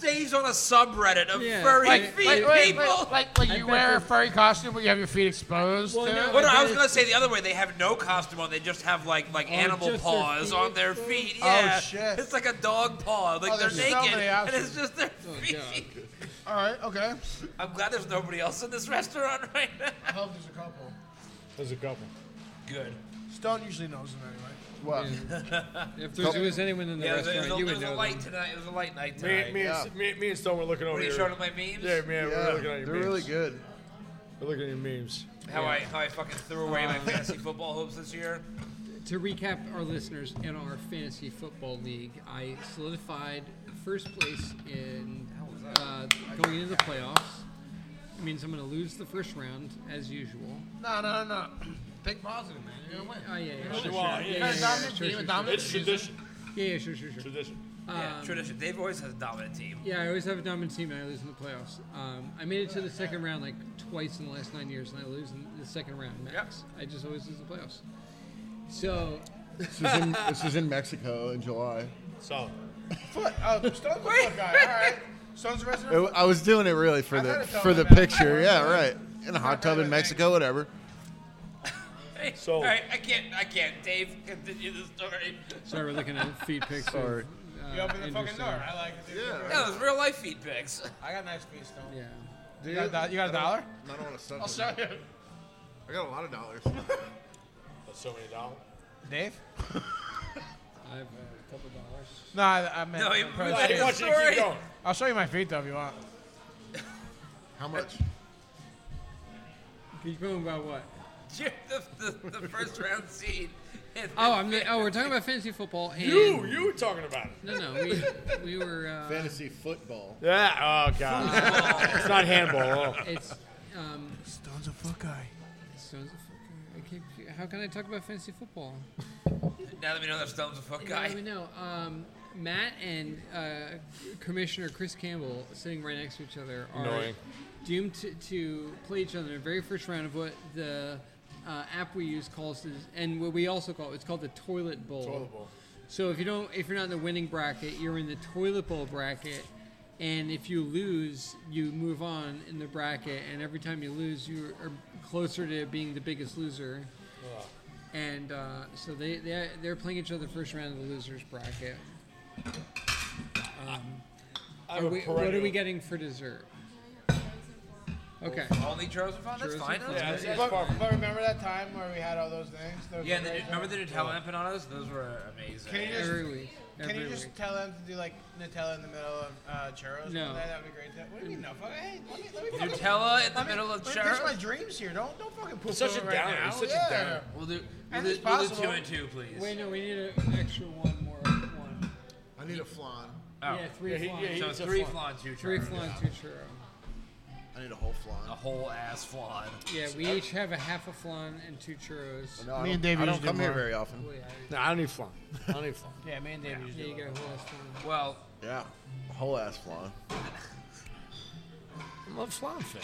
[SPEAKER 4] Days on a subreddit of
[SPEAKER 2] Yeah.
[SPEAKER 4] furry
[SPEAKER 2] Like-
[SPEAKER 4] feet
[SPEAKER 2] like-
[SPEAKER 9] wait,
[SPEAKER 4] people.
[SPEAKER 9] wait, like, like you
[SPEAKER 2] bet
[SPEAKER 9] wear a
[SPEAKER 2] that-
[SPEAKER 9] furry costume, but you have your feet exposed.
[SPEAKER 2] Well,
[SPEAKER 9] to
[SPEAKER 2] no,
[SPEAKER 9] it?
[SPEAKER 4] Well, no, I
[SPEAKER 2] But
[SPEAKER 4] was
[SPEAKER 2] it-
[SPEAKER 4] gonna say the other way. They have no costume on. They just have like like
[SPEAKER 2] Oh,
[SPEAKER 4] animal
[SPEAKER 2] just their
[SPEAKER 4] paws
[SPEAKER 2] feet.
[SPEAKER 4] on their feet. Yeah,
[SPEAKER 9] shit.
[SPEAKER 4] it's like a dog paw. Like
[SPEAKER 9] Oh,
[SPEAKER 4] they're
[SPEAKER 9] there's so
[SPEAKER 4] naked,
[SPEAKER 9] many
[SPEAKER 4] and
[SPEAKER 9] options.
[SPEAKER 4] it's just their
[SPEAKER 2] Oh,
[SPEAKER 4] feet.
[SPEAKER 9] All right, okay.
[SPEAKER 4] I'm glad there's nobody else in this (laughs) restaurant right
[SPEAKER 9] I
[SPEAKER 4] now.
[SPEAKER 9] hope there's a couple.
[SPEAKER 8] There's a couple.
[SPEAKER 4] Good.
[SPEAKER 9] Stone usually knows them anyway.
[SPEAKER 6] Wow.
[SPEAKER 2] If there was anyone in the
[SPEAKER 4] Yeah, it was, a-
[SPEAKER 2] restaurant, you
[SPEAKER 4] it was a, it
[SPEAKER 2] would
[SPEAKER 4] was a
[SPEAKER 2] know.
[SPEAKER 4] light
[SPEAKER 2] them.
[SPEAKER 4] tonight. It was a light night
[SPEAKER 8] Me,
[SPEAKER 4] tonight.
[SPEAKER 8] me,
[SPEAKER 6] Yeah.
[SPEAKER 8] and, me, me and Stone were looking over
[SPEAKER 4] what are you
[SPEAKER 8] your-
[SPEAKER 4] showing them my memes?
[SPEAKER 8] Yeah, man,
[SPEAKER 6] Yeah,
[SPEAKER 8] we're looking at your
[SPEAKER 6] they're
[SPEAKER 8] memes.
[SPEAKER 6] really good.
[SPEAKER 8] We're looking at your memes.
[SPEAKER 4] How I how I fucking threw away my fantasy football hopes this year.
[SPEAKER 2] To recap our listeners in our fantasy football league, I solidified first place in uh, going into the playoffs. It means I'm going to lose the first round as usual.
[SPEAKER 9] No, no, no. Think positive, man. You're gonna win.
[SPEAKER 2] Oh yeah, yeah, sure,
[SPEAKER 8] Well,
[SPEAKER 2] sure. yeah,
[SPEAKER 8] yeah,
[SPEAKER 9] You're a
[SPEAKER 2] yeah,
[SPEAKER 9] dominant
[SPEAKER 2] sure,
[SPEAKER 9] team, a
[SPEAKER 2] sure,
[SPEAKER 9] dominant
[SPEAKER 8] It's
[SPEAKER 9] season.
[SPEAKER 8] tradition.
[SPEAKER 2] yeah, yeah, sure, sure, sure.
[SPEAKER 8] Tradition.
[SPEAKER 2] Um,
[SPEAKER 4] yeah, tradition. Dave always has a dominant team. (laughs)
[SPEAKER 2] Yeah, I always have a dominant team and I lose in the playoffs. Um, I made it to the second round like twice in the last nine years, and I lose in the second round max. I just always lose the playoffs. So
[SPEAKER 6] This is in, this is in Mexico in July.
[SPEAKER 8] So,
[SPEAKER 9] Foot.
[SPEAKER 6] (laughs)
[SPEAKER 9] Oh, Stone's a foot guy. All right. Stone's a resident.
[SPEAKER 6] It- I was doing it really for
[SPEAKER 9] I've
[SPEAKER 6] the
[SPEAKER 9] had it done
[SPEAKER 6] for the
[SPEAKER 9] like that.
[SPEAKER 6] picture. Yeah, right. In a hot tub in Mexico, whatever.
[SPEAKER 4] Hey,
[SPEAKER 8] So-
[SPEAKER 4] all right, I can't, I can't. Dave, continue the story.
[SPEAKER 2] sorry, we're looking at feed pics.
[SPEAKER 6] Sorry.
[SPEAKER 2] Of, uh,
[SPEAKER 9] You open the
[SPEAKER 2] Andrew
[SPEAKER 9] fucking door.
[SPEAKER 2] Stone.
[SPEAKER 9] I like it. Dude. Yeah.
[SPEAKER 4] That was real life
[SPEAKER 2] (laughs)
[SPEAKER 4] feet pics.
[SPEAKER 9] I got nice feet, Stone.
[SPEAKER 2] Yeah.
[SPEAKER 9] You got a, do- you got a dollar?
[SPEAKER 6] I don't want to
[SPEAKER 9] I'll show you.
[SPEAKER 6] I got a lot of dollars.
[SPEAKER 8] that's so many dollars.
[SPEAKER 9] Dave?
[SPEAKER 2] I have a couple dollars.
[SPEAKER 9] No, I, I meant.
[SPEAKER 4] No, he-
[SPEAKER 9] I'm
[SPEAKER 4] we like
[SPEAKER 9] probably-
[SPEAKER 4] the
[SPEAKER 8] want you to
[SPEAKER 4] story. (laughs)
[SPEAKER 8] keep going.
[SPEAKER 9] I'll show you my feet though if you want.
[SPEAKER 6] How much?
[SPEAKER 2] Keep going about what?
[SPEAKER 4] the, the, the first round scene. And
[SPEAKER 2] Oh, I'm. the- Oh, we're talking about fantasy football. And
[SPEAKER 8] You, you were talking about it.
[SPEAKER 2] No, no, we, we were. Uh,
[SPEAKER 10] Fantasy football.
[SPEAKER 8] Yeah. Oh god. it's not handball. Oh.
[SPEAKER 2] it's um,
[SPEAKER 9] Stone's a foot guy.
[SPEAKER 2] Stones. of Fucking- I keep, how can I talk about fantasy football?
[SPEAKER 4] now that we know that Stone's a fuck
[SPEAKER 2] Now
[SPEAKER 4] guy.
[SPEAKER 2] that
[SPEAKER 4] (laughs)
[SPEAKER 2] we know. Um, Matt and uh, Commissioner Chris Campbell sitting right next to each other are
[SPEAKER 8] Annoying.
[SPEAKER 2] doomed to, to play each other in the very first round of what the uh, app we use calls is, and what we also call it's called the toilet bowl. Toilet bowl. So if you don't, if you're not in the winning bracket, you're in the toilet bowl bracket, and if you lose, you move on in the bracket, and every time you lose, you are closer to being the biggest loser. And uh, so they they they're playing each other first round of the losers bracket. Um,
[SPEAKER 8] I'm
[SPEAKER 2] Are
[SPEAKER 8] a
[SPEAKER 2] we- what are
[SPEAKER 8] perennial-
[SPEAKER 2] we getting for dessert? Okay.
[SPEAKER 4] Only Chosen Fun? That's
[SPEAKER 2] Chosen
[SPEAKER 4] fine.
[SPEAKER 2] Fun.
[SPEAKER 4] that's good.
[SPEAKER 8] Yeah, that's, that's
[SPEAKER 9] But,
[SPEAKER 8] far from-
[SPEAKER 9] but remember that time where we had all those things? Those
[SPEAKER 4] Yeah, and the,
[SPEAKER 9] crazy-
[SPEAKER 4] remember the Nutella empanadas? Those were amazing.
[SPEAKER 9] Can you just
[SPEAKER 2] Every week. Every
[SPEAKER 9] can you just
[SPEAKER 2] week.
[SPEAKER 9] tell them to do like Nutella in the middle of uh, churros?
[SPEAKER 2] No.
[SPEAKER 9] one day? That would be great. That- What do you mean no? Fuck, hey, let me let me fucking-
[SPEAKER 4] Nutella in the
[SPEAKER 9] let me-
[SPEAKER 4] middle of
[SPEAKER 9] let me pitch my
[SPEAKER 4] Cheryl?
[SPEAKER 9] dreams here. Don't don't fucking poop
[SPEAKER 8] such
[SPEAKER 9] over
[SPEAKER 8] a
[SPEAKER 9] right
[SPEAKER 8] downer.
[SPEAKER 9] now.
[SPEAKER 8] It's such a
[SPEAKER 9] yeah.
[SPEAKER 8] downer.
[SPEAKER 4] We'll do, we'll
[SPEAKER 9] And
[SPEAKER 4] do,
[SPEAKER 9] it's
[SPEAKER 4] we'll do
[SPEAKER 9] possible.
[SPEAKER 4] two and two, please.
[SPEAKER 2] Wait, no, we need a- an extra one more. One.
[SPEAKER 6] I need a flan.
[SPEAKER 4] Oh.
[SPEAKER 2] Yeah, three
[SPEAKER 8] he-
[SPEAKER 2] flan.
[SPEAKER 8] yeah, he-
[SPEAKER 4] so
[SPEAKER 8] It's a
[SPEAKER 4] three
[SPEAKER 8] flan.
[SPEAKER 4] flan, two
[SPEAKER 2] three
[SPEAKER 4] churros.
[SPEAKER 2] flan, two churro.
[SPEAKER 6] I need a whole
[SPEAKER 4] A
[SPEAKER 6] flan.
[SPEAKER 4] whole ass flan.
[SPEAKER 2] Yeah, we each have a half a flan and two churros.
[SPEAKER 6] No, I
[SPEAKER 9] Me and
[SPEAKER 6] don't-
[SPEAKER 9] Dave
[SPEAKER 6] I
[SPEAKER 9] used
[SPEAKER 6] don't
[SPEAKER 9] to
[SPEAKER 6] come
[SPEAKER 9] do
[SPEAKER 6] here
[SPEAKER 9] more.
[SPEAKER 6] very often.
[SPEAKER 2] Oh, yeah, I-
[SPEAKER 8] No, I don't need flan. I don't need flan.
[SPEAKER 9] Yeah, me and Dave
[SPEAKER 2] yeah,
[SPEAKER 9] usually.
[SPEAKER 2] you got a whole ass flan.
[SPEAKER 4] Well,
[SPEAKER 6] Yeah, a whole ass flan.
[SPEAKER 8] I love flan fan.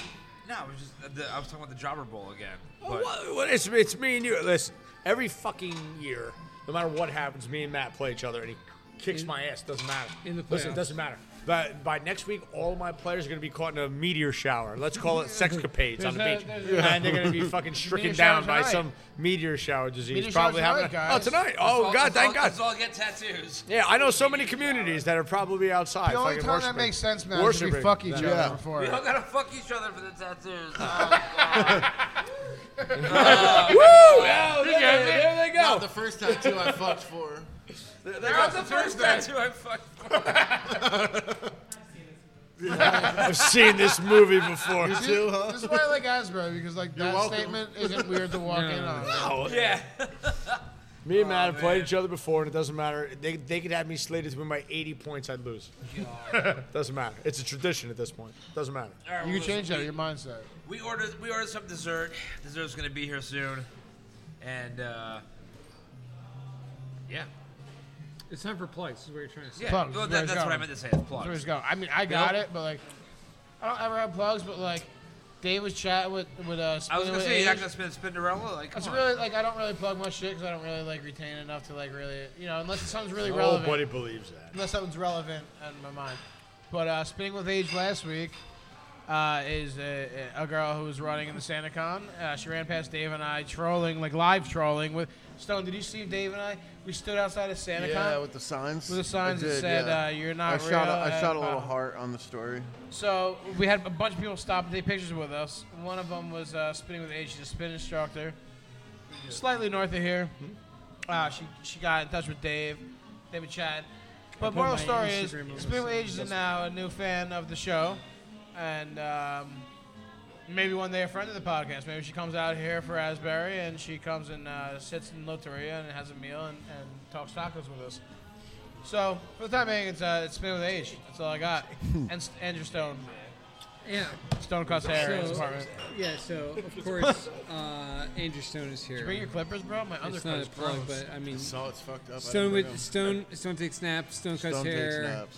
[SPEAKER 4] no, it was just uh, the, I was talking about the Jobber Bowl again.
[SPEAKER 8] Well, Oh, what, what, it's, it's me and you. Listen, every fucking year, no matter what happens, me and Matt play each other, and he kicks
[SPEAKER 2] In-
[SPEAKER 8] my ass. Doesn't matter.
[SPEAKER 2] in the
[SPEAKER 8] Listen,
[SPEAKER 2] playoffs.
[SPEAKER 8] it doesn't matter. But by next week, all my players are going to be caught in a meteor shower. Let's call it sexcapades on the
[SPEAKER 9] There's
[SPEAKER 8] beach.
[SPEAKER 9] a- there's
[SPEAKER 8] and they're going to be
[SPEAKER 9] (laughs)
[SPEAKER 8] fucking stricken
[SPEAKER 9] Meteor shower
[SPEAKER 8] down by
[SPEAKER 9] tonight.
[SPEAKER 8] some meteor shower disease.
[SPEAKER 9] Meteor shower
[SPEAKER 8] probably happening.
[SPEAKER 9] tonight,
[SPEAKER 8] Oh,
[SPEAKER 9] guys.
[SPEAKER 8] tonight. Oh, God, thank God.
[SPEAKER 4] Let's all get tattoos.
[SPEAKER 8] Yeah, I know so many communities that are probably outside.
[SPEAKER 9] The only
[SPEAKER 8] fucking
[SPEAKER 9] time that
[SPEAKER 8] worshiping-
[SPEAKER 9] makes sense, man, is if we
[SPEAKER 8] worshiping
[SPEAKER 9] fuck each
[SPEAKER 8] them.
[SPEAKER 9] other
[SPEAKER 6] Yeah.
[SPEAKER 9] before.
[SPEAKER 4] We
[SPEAKER 9] it.
[SPEAKER 4] all gotta fuck each other for the
[SPEAKER 8] (laughs)
[SPEAKER 4] tattoos. Oh,
[SPEAKER 8] Woo! Oh, there, there they go.
[SPEAKER 6] Not the first tattoo I fucked for.
[SPEAKER 4] that was the first tattoo I fucked. for.
[SPEAKER 8] I've seen this movie
[SPEAKER 9] (laughs)
[SPEAKER 8] before.
[SPEAKER 6] Two, huh?
[SPEAKER 9] This is why I like Asbro because like that
[SPEAKER 6] welcome.
[SPEAKER 9] statement isn't weird to walk in on.
[SPEAKER 4] Yeah.
[SPEAKER 8] Me and Matt have played each other before, and it doesn't matter. They, they could have me slated to win by 80 points, I'd lose. (laughs) doesn't matter. It's a tradition at this point. Doesn't matter.
[SPEAKER 4] All right,
[SPEAKER 9] You
[SPEAKER 4] well,
[SPEAKER 9] can change that.
[SPEAKER 4] listen,
[SPEAKER 9] Your mindset.
[SPEAKER 4] We, we ordered we ordered some dessert. Dessert's gonna be here soon, and uh, yeah,
[SPEAKER 2] It's time for plugs, is what you're trying to say.
[SPEAKER 4] yeah.
[SPEAKER 9] Plugs,
[SPEAKER 4] well, that,
[SPEAKER 9] there you
[SPEAKER 4] that's
[SPEAKER 9] go.
[SPEAKER 4] what I meant to say. It's
[SPEAKER 9] So we
[SPEAKER 4] plugs.
[SPEAKER 9] just go. I mean, I got
[SPEAKER 4] Bill?
[SPEAKER 9] it, but like, I don't ever have plugs. But like, Dave was chatting with with uh.
[SPEAKER 4] I was
[SPEAKER 9] Spinning
[SPEAKER 4] gonna
[SPEAKER 9] with
[SPEAKER 4] say you're
[SPEAKER 9] A's.
[SPEAKER 4] not gonna spin Spinderella. Like, come
[SPEAKER 9] It's
[SPEAKER 4] on.
[SPEAKER 9] really like I don't really plug my shit because I don't really like retain enough to like really you know unless something's really
[SPEAKER 4] Oh,
[SPEAKER 9] relevant.
[SPEAKER 8] Nobody believes that.
[SPEAKER 9] Unless something's relevant in my mind. But uh, spinning with age last week uh, is a, a girl who was running in the SantaCon. Uh, she ran past Dave and I trolling like live trolling with Stone. Did you see Dave and I? We stood outside of SantaCon.
[SPEAKER 6] Yeah, with the signs.
[SPEAKER 9] With the signs
[SPEAKER 6] I
[SPEAKER 9] that
[SPEAKER 6] did,
[SPEAKER 9] said,
[SPEAKER 6] yeah.
[SPEAKER 9] uh, "You're not
[SPEAKER 6] I shot. A,
[SPEAKER 9] real," uh,
[SPEAKER 6] I
[SPEAKER 9] and
[SPEAKER 6] shot a little
[SPEAKER 9] blah.
[SPEAKER 6] heart on the story.
[SPEAKER 9] So we had a bunch of people stop and take pictures with us. One of them was uh, spinning with Age, she's a spin instructor, slightly north of here. Uh, she she got in touch with Dave. They were chatting. But
[SPEAKER 2] put
[SPEAKER 9] moral of the
[SPEAKER 2] my
[SPEAKER 9] story is,
[SPEAKER 2] Instagram on
[SPEAKER 9] Spinning with
[SPEAKER 2] this.
[SPEAKER 9] Age is now a new fan of the show, and um, maybe one day a friend of the podcast. Maybe she comes out here for Asbury and she comes and uh, sits in Loteria and has a meal and, and talks tacos with us. So for the time being, it's uh, it's spin with age. That's all I got. and S- Andrew Stone,
[SPEAKER 2] Yeah.
[SPEAKER 9] Stone cuts hair in his
[SPEAKER 2] So-
[SPEAKER 9] apartment.
[SPEAKER 2] Yeah, so, of course, uh, Andrew Stone is here.
[SPEAKER 9] Bring your clippers, bro. My
[SPEAKER 2] it's
[SPEAKER 9] undercut
[SPEAKER 2] not a
[SPEAKER 9] is
[SPEAKER 2] plug,
[SPEAKER 9] gross.
[SPEAKER 2] but I mean,
[SPEAKER 6] Saw it's fucked up. I
[SPEAKER 2] Stone
[SPEAKER 6] didn't bring
[SPEAKER 2] with
[SPEAKER 6] 'em.
[SPEAKER 2] Stone Stone takes naps, Stone cuts
[SPEAKER 6] Stone takes
[SPEAKER 2] hair.
[SPEAKER 6] naps.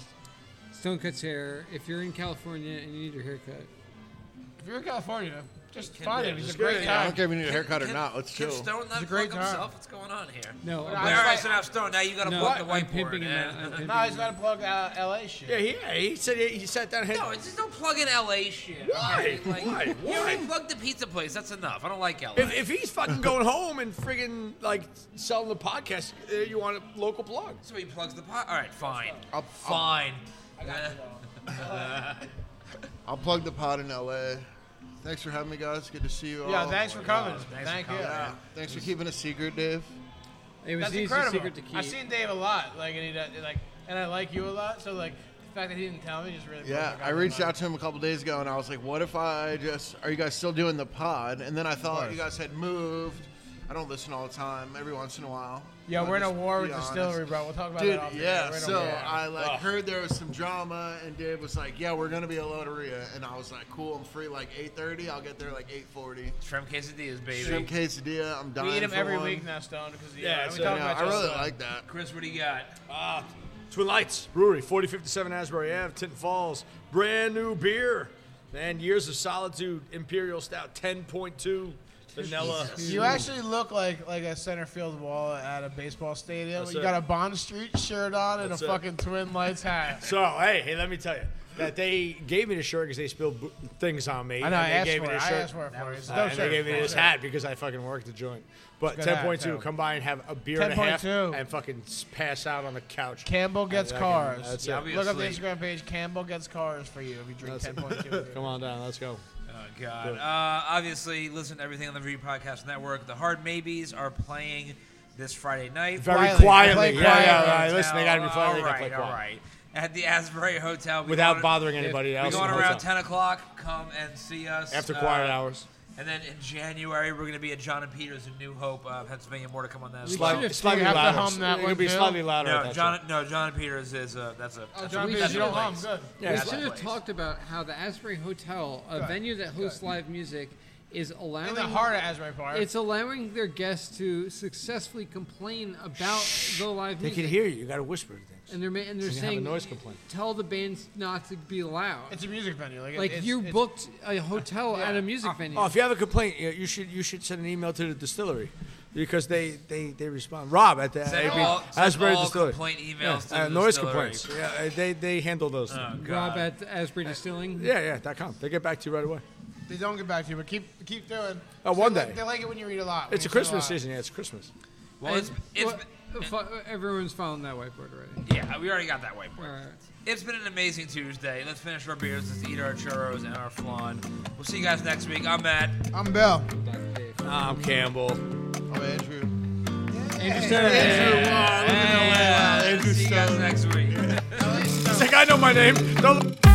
[SPEAKER 2] Stone cuts hair. If you're in California and you need your hair cut,
[SPEAKER 9] If you're in California, just find him. He's a
[SPEAKER 4] good,
[SPEAKER 9] great
[SPEAKER 4] you
[SPEAKER 9] guy.
[SPEAKER 6] I don't care if you need a haircut or
[SPEAKER 4] Can-
[SPEAKER 6] not. Let's
[SPEAKER 4] Can
[SPEAKER 6] chill.
[SPEAKER 4] Stone not
[SPEAKER 9] a great
[SPEAKER 4] fuck
[SPEAKER 9] time.
[SPEAKER 4] himself? What's going on here?
[SPEAKER 2] no,
[SPEAKER 9] But
[SPEAKER 2] I'm-
[SPEAKER 4] All right,
[SPEAKER 9] like-
[SPEAKER 4] so now Stone, now you gotta
[SPEAKER 2] no,
[SPEAKER 4] plug the
[SPEAKER 2] I'm
[SPEAKER 4] whiteboard.
[SPEAKER 2] pimping him out.
[SPEAKER 4] (laughs) man.
[SPEAKER 2] I'm pimping
[SPEAKER 9] No, he's
[SPEAKER 2] him
[SPEAKER 9] got to plug uh, L.A. shit.
[SPEAKER 8] Yeah, he, yeah, he said he, he sat down. And
[SPEAKER 4] No, it's just don't plug in LA shit.
[SPEAKER 8] Why?
[SPEAKER 4] okay? Like,
[SPEAKER 8] Why?
[SPEAKER 4] You already
[SPEAKER 8] Why?
[SPEAKER 4] plugged the pizza place. That's enough. I don't like LA.
[SPEAKER 8] if, if he's fucking going home and friggin' like selling the podcast, uh, you want a local plug.
[SPEAKER 4] so he plugs the pot. All right, fine.
[SPEAKER 6] I'll-
[SPEAKER 4] fine. Eh.
[SPEAKER 6] I'll plug the pod in LA. Thanks for having me, guys. Good to see you all.
[SPEAKER 9] Yeah, thanks for coming.
[SPEAKER 4] Thanks for
[SPEAKER 9] Thank you.
[SPEAKER 4] coming.
[SPEAKER 6] Yeah, thanks for keeping a secret, Dave.
[SPEAKER 2] out. It was
[SPEAKER 9] That's
[SPEAKER 2] the easiest
[SPEAKER 9] incredible.
[SPEAKER 2] secret to keep.
[SPEAKER 9] I've seen Dave a lot, like and he does, like and I like you a lot, so like the fact that he didn't tell me just really.
[SPEAKER 6] Yeah,
[SPEAKER 9] broke Oh my
[SPEAKER 6] I reached
[SPEAKER 9] goddamn
[SPEAKER 6] out to him a couple days ago and I was like, "What if I just? Are you guys still doing the pod?" And then I thought
[SPEAKER 9] course.
[SPEAKER 6] you guys had moved. I don't listen all the time. Every once in a while.
[SPEAKER 9] Yeah,
[SPEAKER 6] I'll
[SPEAKER 9] we're in a
[SPEAKER 6] just
[SPEAKER 9] war
[SPEAKER 6] be
[SPEAKER 9] with
[SPEAKER 6] honest.
[SPEAKER 9] distillery, bro. We'll talk about
[SPEAKER 6] Dude,
[SPEAKER 9] that. off the
[SPEAKER 6] yeah.
[SPEAKER 9] air. We're in a
[SPEAKER 6] So
[SPEAKER 9] war.
[SPEAKER 6] I like
[SPEAKER 9] Ugh.
[SPEAKER 6] heard there was some drama, and Dave was like, "Yeah, we're gonna be at Loteria," and I was like, "Cool, I'm free like 8:30. I'll get there like 8:40."
[SPEAKER 4] Shrimp quesadillas, baby.
[SPEAKER 6] Shrimp quesadilla. I'm dying.
[SPEAKER 9] We eat him
[SPEAKER 6] for
[SPEAKER 9] every
[SPEAKER 6] one.
[SPEAKER 9] week now, Stone, because
[SPEAKER 6] Yeah,
[SPEAKER 9] yeah,
[SPEAKER 6] it's
[SPEAKER 9] we
[SPEAKER 6] a-
[SPEAKER 9] talk
[SPEAKER 6] yeah,
[SPEAKER 9] about
[SPEAKER 6] I
[SPEAKER 9] just,
[SPEAKER 6] really
[SPEAKER 9] uh,
[SPEAKER 6] like that.
[SPEAKER 4] Chris, what do you got?
[SPEAKER 8] Ah, Twin Lights Brewery, 4057 Asbury Ave, Tinton Falls. Brand new beer. And Years of Solitude Imperial Stout 10.2 vanilla.
[SPEAKER 9] You actually look like like a center field wall at a baseball stadium.
[SPEAKER 8] That's
[SPEAKER 9] you
[SPEAKER 8] it.
[SPEAKER 9] got a Bond Street shirt on and
[SPEAKER 8] That's
[SPEAKER 9] a
[SPEAKER 8] it.
[SPEAKER 9] fucking Twin Lights
[SPEAKER 8] (laughs)
[SPEAKER 9] hat.
[SPEAKER 8] So, hey, hey, let me tell you that they gave me the shirt because they spilled bo- things on me.
[SPEAKER 9] I know, I
[SPEAKER 8] and they
[SPEAKER 9] asked
[SPEAKER 8] gave
[SPEAKER 9] for
[SPEAKER 8] me
[SPEAKER 9] it.
[SPEAKER 8] the
[SPEAKER 9] I
[SPEAKER 8] shirt.
[SPEAKER 9] asked for it for you. It's a
[SPEAKER 8] Uh,
[SPEAKER 9] dope
[SPEAKER 8] and
[SPEAKER 9] shirt.
[SPEAKER 8] they gave me
[SPEAKER 9] It's a
[SPEAKER 8] this
[SPEAKER 9] dope
[SPEAKER 8] hat because I fucking worked the joint. But
[SPEAKER 9] It's a good hat,
[SPEAKER 8] 10.2,
[SPEAKER 9] too.
[SPEAKER 8] come by and have a beer and a half
[SPEAKER 9] 10.2
[SPEAKER 8] and fucking s- pass out on the couch.
[SPEAKER 9] Campbell gets
[SPEAKER 8] That's it.
[SPEAKER 9] cars.
[SPEAKER 8] That's
[SPEAKER 4] Yeah,
[SPEAKER 8] it.
[SPEAKER 4] I'll be
[SPEAKER 9] Look up the
[SPEAKER 4] asleep.
[SPEAKER 9] Instagram page. Campbell gets cars for you if you drink
[SPEAKER 8] That's it.
[SPEAKER 9] ten point two.
[SPEAKER 8] (laughs) Come on down, let's go.
[SPEAKER 4] Oh God! Uh, obviously, listen to everything on the Review Podcast Network. The Hard Maybes are playing this Friday night.
[SPEAKER 8] Very
[SPEAKER 4] Quietly.
[SPEAKER 8] quietly.
[SPEAKER 9] Play
[SPEAKER 8] yeah,
[SPEAKER 9] quietly.
[SPEAKER 8] yeah, right. Listen, they got to be
[SPEAKER 4] Hotel.
[SPEAKER 8] quiet. They
[SPEAKER 4] All
[SPEAKER 8] gotta play
[SPEAKER 4] right, all
[SPEAKER 8] quiet.
[SPEAKER 4] right. At the Asbury Hotel, we
[SPEAKER 8] Without
[SPEAKER 4] going-
[SPEAKER 8] bothering anybody
[SPEAKER 4] We're
[SPEAKER 8] else in
[SPEAKER 4] going
[SPEAKER 8] the
[SPEAKER 4] around
[SPEAKER 8] hotel.
[SPEAKER 4] ten o'clock. Come and see us
[SPEAKER 8] After
[SPEAKER 4] Uh,
[SPEAKER 8] quiet hours.
[SPEAKER 4] And then in January, we're going to be at John and Peter's in New Hope, uh, Pennsylvania. More to come on that. as
[SPEAKER 8] Slight-
[SPEAKER 4] well.
[SPEAKER 9] have-
[SPEAKER 8] slightly
[SPEAKER 9] you have to
[SPEAKER 8] louder.
[SPEAKER 9] hum that
[SPEAKER 8] It'll
[SPEAKER 9] one,
[SPEAKER 8] be
[SPEAKER 9] too?
[SPEAKER 8] slightly louder. at
[SPEAKER 4] No,
[SPEAKER 8] that
[SPEAKER 4] John. No, John and Peter's is uh, that's a. That's
[SPEAKER 9] Oh, John
[SPEAKER 4] a,
[SPEAKER 2] Peter's,
[SPEAKER 4] that's
[SPEAKER 9] Beers,
[SPEAKER 4] a
[SPEAKER 9] you don't hum.
[SPEAKER 4] place.
[SPEAKER 9] Good.
[SPEAKER 8] Yeah,
[SPEAKER 2] we
[SPEAKER 8] it's
[SPEAKER 2] should
[SPEAKER 4] that
[SPEAKER 2] have
[SPEAKER 4] place.
[SPEAKER 2] talked about how the Asbury Hotel, a venue that hosts live music, is allowing
[SPEAKER 9] In the heart of Asbury Park.
[SPEAKER 2] it's allowing their guests to successfully complain about the live
[SPEAKER 8] They
[SPEAKER 2] music.
[SPEAKER 8] can hear you. You got to whisper to them.
[SPEAKER 2] and they're ma- and they're
[SPEAKER 8] So you have a
[SPEAKER 2] saying
[SPEAKER 8] noise complaint.
[SPEAKER 2] tell the bands not to be loud.
[SPEAKER 9] it's a music venue. Like, it-
[SPEAKER 2] like
[SPEAKER 9] it's,
[SPEAKER 2] you
[SPEAKER 9] it's,
[SPEAKER 2] booked a hotel at a music venue.
[SPEAKER 8] Oh, if you have a complaint, you- you should you should send an email to the distillery because they they, they respond. Rob at the
[SPEAKER 4] Send
[SPEAKER 8] AB
[SPEAKER 4] all- send
[SPEAKER 8] Asbury
[SPEAKER 4] all
[SPEAKER 8] Distillery.
[SPEAKER 4] complaint emails
[SPEAKER 8] yeah,
[SPEAKER 4] to the
[SPEAKER 8] uh, noise
[SPEAKER 4] distillery.
[SPEAKER 8] complaints. Yeah, uh, they they handle those.
[SPEAKER 4] Oh,
[SPEAKER 8] things.
[SPEAKER 4] God.
[SPEAKER 2] Rob at Asbury Distilling.
[SPEAKER 8] Yeah, yeah. Dot com. They get back to you right away.
[SPEAKER 9] They don't get back to you, but keep keep doing.
[SPEAKER 8] Oh, one
[SPEAKER 9] They like-
[SPEAKER 8] day.
[SPEAKER 9] They like it when you read a lot. when
[SPEAKER 8] It's a
[SPEAKER 9] you say
[SPEAKER 8] Christmas
[SPEAKER 9] lot.
[SPEAKER 8] season. Yeah, it's Christmas.
[SPEAKER 4] Well, it's,
[SPEAKER 2] And-
[SPEAKER 4] it's
[SPEAKER 2] well, fo- everyone's following that whiteboard already.
[SPEAKER 4] yeah, we already got that whiteboard.
[SPEAKER 2] All right.
[SPEAKER 4] It's been an amazing Tuesday. Let's finish our beers. Let's eat our churros and our flan. We'll see you guys next week. I'm Matt.
[SPEAKER 9] I'm Bill.
[SPEAKER 2] Dr. Dave.
[SPEAKER 8] I'm Campbell.
[SPEAKER 6] I'm Oh, Andrew.
[SPEAKER 4] Wow, Andrew see you guys next week.
[SPEAKER 8] It's like I know my name. Don't-